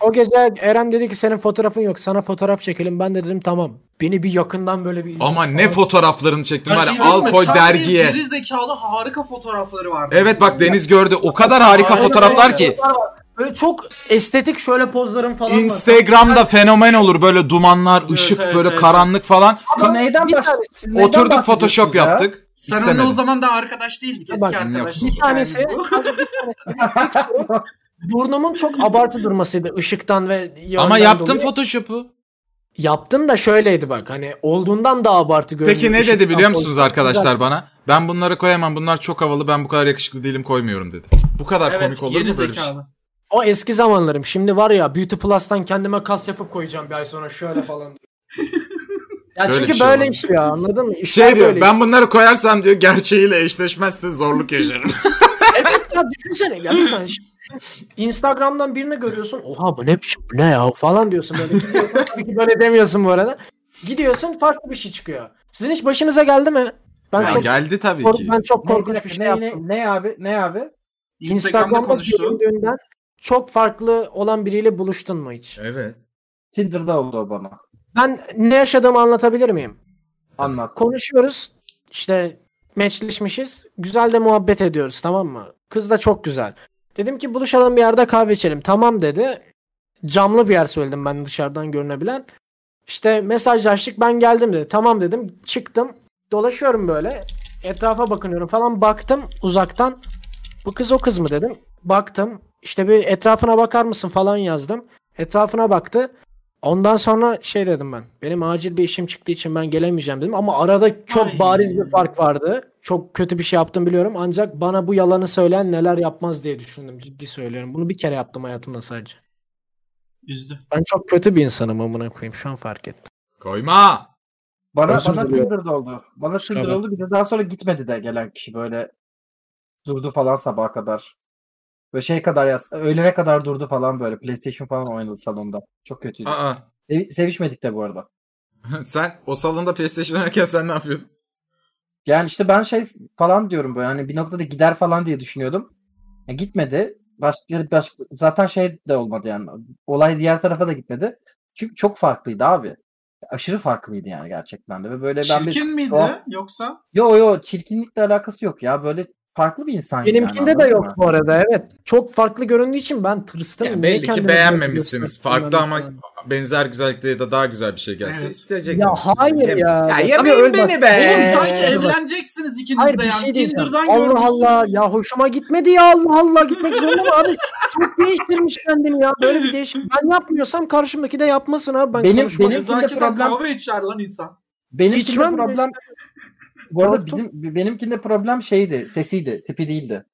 [SPEAKER 5] O gece Eren dedi ki senin fotoğrafın yok. Sana fotoğraf çekelim. Ben de dedim tamam. Beni bir yakından böyle bir...
[SPEAKER 3] Ama
[SPEAKER 5] falan-
[SPEAKER 3] ne fotoğraflarını çektim var
[SPEAKER 4] Şey
[SPEAKER 3] ya
[SPEAKER 4] değil
[SPEAKER 3] al
[SPEAKER 4] mi?
[SPEAKER 3] koy
[SPEAKER 4] Tam bir
[SPEAKER 3] dergiye.
[SPEAKER 4] Geri zekalı harika fotoğrafları vardı.
[SPEAKER 3] Evet bak Deniz gördü. O kadar harika
[SPEAKER 4] Aynen
[SPEAKER 3] fotoğraflar
[SPEAKER 4] öyle.
[SPEAKER 3] ki
[SPEAKER 5] Böyle çok estetik şöyle pozlarım falan var.
[SPEAKER 3] Instagram'da fenomen olur böyle dumanlar,
[SPEAKER 4] Evet,
[SPEAKER 3] ışık
[SPEAKER 4] evet,
[SPEAKER 3] böyle
[SPEAKER 4] evet.
[SPEAKER 3] karanlık falan.
[SPEAKER 2] Ama neyden
[SPEAKER 5] bir
[SPEAKER 2] baş-
[SPEAKER 5] tanesi-
[SPEAKER 2] siz neyden
[SPEAKER 3] Oturduk
[SPEAKER 2] bahsediyorsunuz
[SPEAKER 3] Photoshop
[SPEAKER 2] ya?
[SPEAKER 3] yaptık.
[SPEAKER 4] Sen
[SPEAKER 3] İstemedim.
[SPEAKER 4] onunla o zaman da arkadaş değildik. Eski
[SPEAKER 5] Bak,
[SPEAKER 4] arkadaş.
[SPEAKER 5] Bir tanesi, bir tanesi burnumun çok abartı durmasıydı ışıktan ve
[SPEAKER 3] Ama
[SPEAKER 5] yönden
[SPEAKER 3] yaptım
[SPEAKER 5] dolayı.
[SPEAKER 3] Photoshop'u.
[SPEAKER 5] Yaptım da şöyleydi bak hani olduğundan daha abartı görünüyor.
[SPEAKER 3] Peki ne dedi
[SPEAKER 5] Işıktan
[SPEAKER 3] biliyor musunuz
[SPEAKER 5] dolayı.
[SPEAKER 3] arkadaşlar bana? Ben bunları koyamam. Bunlar çok havalı. Ben bu kadar yakışıklı değilim koymuyorum dedi. Bu kadar
[SPEAKER 4] Evet
[SPEAKER 3] komik olur
[SPEAKER 4] geri
[SPEAKER 3] mu böyle bir şey?
[SPEAKER 4] zekalı.
[SPEAKER 5] O eski zamanlarım. Şimdi var ya Beauty Plus'tan kendime kas yapıp koyacağım bir ay sonra şöyle falan. ya
[SPEAKER 3] Böyle bir
[SPEAKER 5] çünkü
[SPEAKER 3] şey
[SPEAKER 5] böyle
[SPEAKER 3] olabilir.
[SPEAKER 5] iş ya anladın mı? İşler
[SPEAKER 3] Şey diyor
[SPEAKER 5] böyle
[SPEAKER 3] ben bunları koyarsam diyor gerçeğiyle eşleşmezse zorluk yaşarım.
[SPEAKER 5] Evet ya düşünsene ya bir saniye. Şimdi düşün, Instagram'dan birini görüyorsun. Oha bu ne biçim bu ne ya falan diyorsun böyle. Gidiyorsun, Tabii ki böyle demiyorsun bu arada. Gidiyorsun farklı bir şey çıkıyor. Sizin hiç başınıza geldi mi? Ben
[SPEAKER 3] Ya
[SPEAKER 5] çok
[SPEAKER 3] geldi tabii
[SPEAKER 5] kork-
[SPEAKER 3] ki.
[SPEAKER 5] ben çok
[SPEAKER 2] Ne, bir
[SPEAKER 5] korkunç
[SPEAKER 2] dakika,
[SPEAKER 5] bir şey
[SPEAKER 2] ne,
[SPEAKER 5] yaptım.
[SPEAKER 2] ne, ne abi ne abi?
[SPEAKER 4] Instagram'da
[SPEAKER 5] Instagram'da
[SPEAKER 4] konuştu.
[SPEAKER 5] göründüğünden çok farklı olan biriyle buluştun mu hiç?
[SPEAKER 3] Evet.
[SPEAKER 2] Tinder'da oldu o bana.
[SPEAKER 5] Ben ne yaşadığımı anlatabilir miyim?
[SPEAKER 2] Anlat.
[SPEAKER 5] konuşuyoruz. İşte meçleşmişiz. Güzel de muhabbet ediyoruz tamam mı? Kız da çok güzel. Dedim ki buluşalım bir yerde kahve içelim. Tamam dedi. Camlı bir yer söyledim ben dışarıdan görünebilen. İşte mesajlaştık ben geldim dedi. Tamam dedim. Çıktım. Dolaşıyorum böyle. Etrafa bakınıyorum falan. Baktım uzaktan. Bu kız o kız mı dedim. Baktım. İşte bir etrafına bakar mısın falan yazdım. Etrafına baktı. Ondan sonra şey dedim ben. Benim acil bir işim çıktığı için ben gelemeyeceğim dedim. Ama arada çok
[SPEAKER 4] Ay.
[SPEAKER 5] bariz bir fark vardı. Çok kötü bir şey yaptım biliyorum. Ancak bana bu yalanı söyleyen neler yapmaz diye düşündüm. Ciddi söylüyorum. Bunu bir kere yaptım hayatımda sadece.
[SPEAKER 4] Üzdü.
[SPEAKER 5] Ben çok kötü bir insanım amına koyayım. Şu an fark ettim.
[SPEAKER 3] Koyma.
[SPEAKER 2] Bana,
[SPEAKER 5] Özür
[SPEAKER 2] bana
[SPEAKER 5] diliyorum.
[SPEAKER 2] Tinder'da oldu. Bana Tinder
[SPEAKER 5] Kusura
[SPEAKER 2] oldu bir de daha sonra gitmedi de gelen kişi böyle durdu falan sabaha kadar. Böyle şey kadar yaz, öğlene kadar durdu falan böyle PlayStation falan oynadı salonda. Çok kötüydü.
[SPEAKER 3] Aa.
[SPEAKER 2] Sevi- sevişmedik de bu arada.
[SPEAKER 3] Sen o salonda PlayStation oynarken sen ne yapıyordun?
[SPEAKER 2] Yani işte ben şey falan diyorum böyle hani bir noktada gider falan diye düşünüyordum. Ya gitmedi. Başka, başka, zaten şey de olmadı yani. Olay diğer tarafa da gitmedi. Çünkü çok farklıydı abi. Aşırı farklıydı yani gerçekten de. Ve böyle ben bir...
[SPEAKER 4] Çirkin miydi
[SPEAKER 2] Doğal-
[SPEAKER 4] yoksa?
[SPEAKER 2] Yo yo çirkinlikle alakası yok ya. Böyle farklı bir insan. yani,
[SPEAKER 5] Benimkinde de
[SPEAKER 2] anladın
[SPEAKER 5] yok
[SPEAKER 2] mı?
[SPEAKER 5] bu arada evet. Çok farklı göründüğü için ben tırstım.
[SPEAKER 3] Yani
[SPEAKER 5] Niye
[SPEAKER 3] belli ki
[SPEAKER 5] kendimi
[SPEAKER 3] beğenmemişsiniz.
[SPEAKER 5] böyle
[SPEAKER 3] Farklı ama
[SPEAKER 5] gösteriyorum?
[SPEAKER 3] benzer güzellikte ya da daha güzel bir şey gelse
[SPEAKER 4] Evet.
[SPEAKER 3] isteyecektiniz.
[SPEAKER 5] Ya hayır ya.
[SPEAKER 3] Ya
[SPEAKER 5] Tabii
[SPEAKER 3] yemeyin
[SPEAKER 5] öyle bak.
[SPEAKER 3] beni be.
[SPEAKER 4] Oğlum
[SPEAKER 5] Oğlum
[SPEAKER 4] sanki
[SPEAKER 5] sadece evlen-
[SPEAKER 4] evleneceksiniz ikiniz
[SPEAKER 5] Ee, Hayır
[SPEAKER 4] de
[SPEAKER 5] bir
[SPEAKER 4] yani.
[SPEAKER 5] şey diyeceğim.
[SPEAKER 4] Tinder'dan
[SPEAKER 5] Allah
[SPEAKER 4] görmüşsünüz.
[SPEAKER 5] Allah ya hoşuma gitmedi ya Allah Allah gitmek zorunda mı abi? Çok değiştirmiş kendini ya. Böyle bir değişim. Ben yapmıyorsam karşımdaki de yapmasın abi. Ben
[SPEAKER 2] Benim-
[SPEAKER 5] konuşmam.
[SPEAKER 2] benim-
[SPEAKER 4] Nezaketen
[SPEAKER 2] problem-
[SPEAKER 4] kahve içer lan insan.
[SPEAKER 2] Benimkinde
[SPEAKER 5] İçmem de
[SPEAKER 2] problem... Bu arada bizim, benimkinde problem şeydi. Sesiydi. Tipi değildi.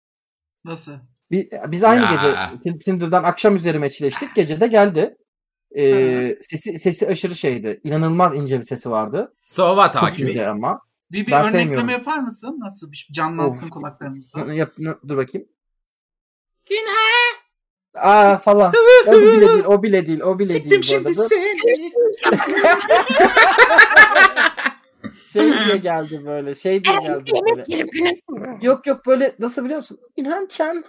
[SPEAKER 4] Nasıl?
[SPEAKER 2] Bi- Biz aynı
[SPEAKER 3] Ya.
[SPEAKER 2] gece Tin- Tinder'dan akşam üzeri meçleştik. Gece de geldi. Ee, sesi sesi aşırı şeydi. İnanılmaz ince bir sesi vardı.
[SPEAKER 3] Sova
[SPEAKER 2] Çok
[SPEAKER 3] takibi.
[SPEAKER 2] ince ama.
[SPEAKER 4] Bir, bir
[SPEAKER 2] Ben
[SPEAKER 4] örnekleme
[SPEAKER 2] sevmiyorum.
[SPEAKER 4] yapar mısın? Nasıl bir canlansın
[SPEAKER 2] Of.
[SPEAKER 4] kulaklarımızda?
[SPEAKER 2] Yap, dur bakayım. Günha. Aa falan. o bile değil, o bile değil, o bile değil. bu arada.
[SPEAKER 3] seni.
[SPEAKER 2] Şey diye geldi böyle, şey diye geldi böyle. Yok yok böyle nasıl biliyor musun? eh, İlhan Çam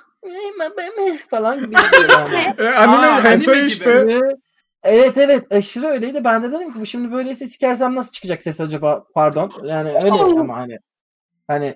[SPEAKER 2] falan gibi. şey geliyor bana.
[SPEAKER 3] Ee, anime,
[SPEAKER 4] Aa, anime
[SPEAKER 3] hentai
[SPEAKER 4] gibi.
[SPEAKER 3] işte.
[SPEAKER 2] Evet evet aşırı öyleydi. Ben de dedim ki bu şimdi böyleyse sikersem nasıl çıkacak ses acaba? Pardon. Yani öyle ama hani. Hani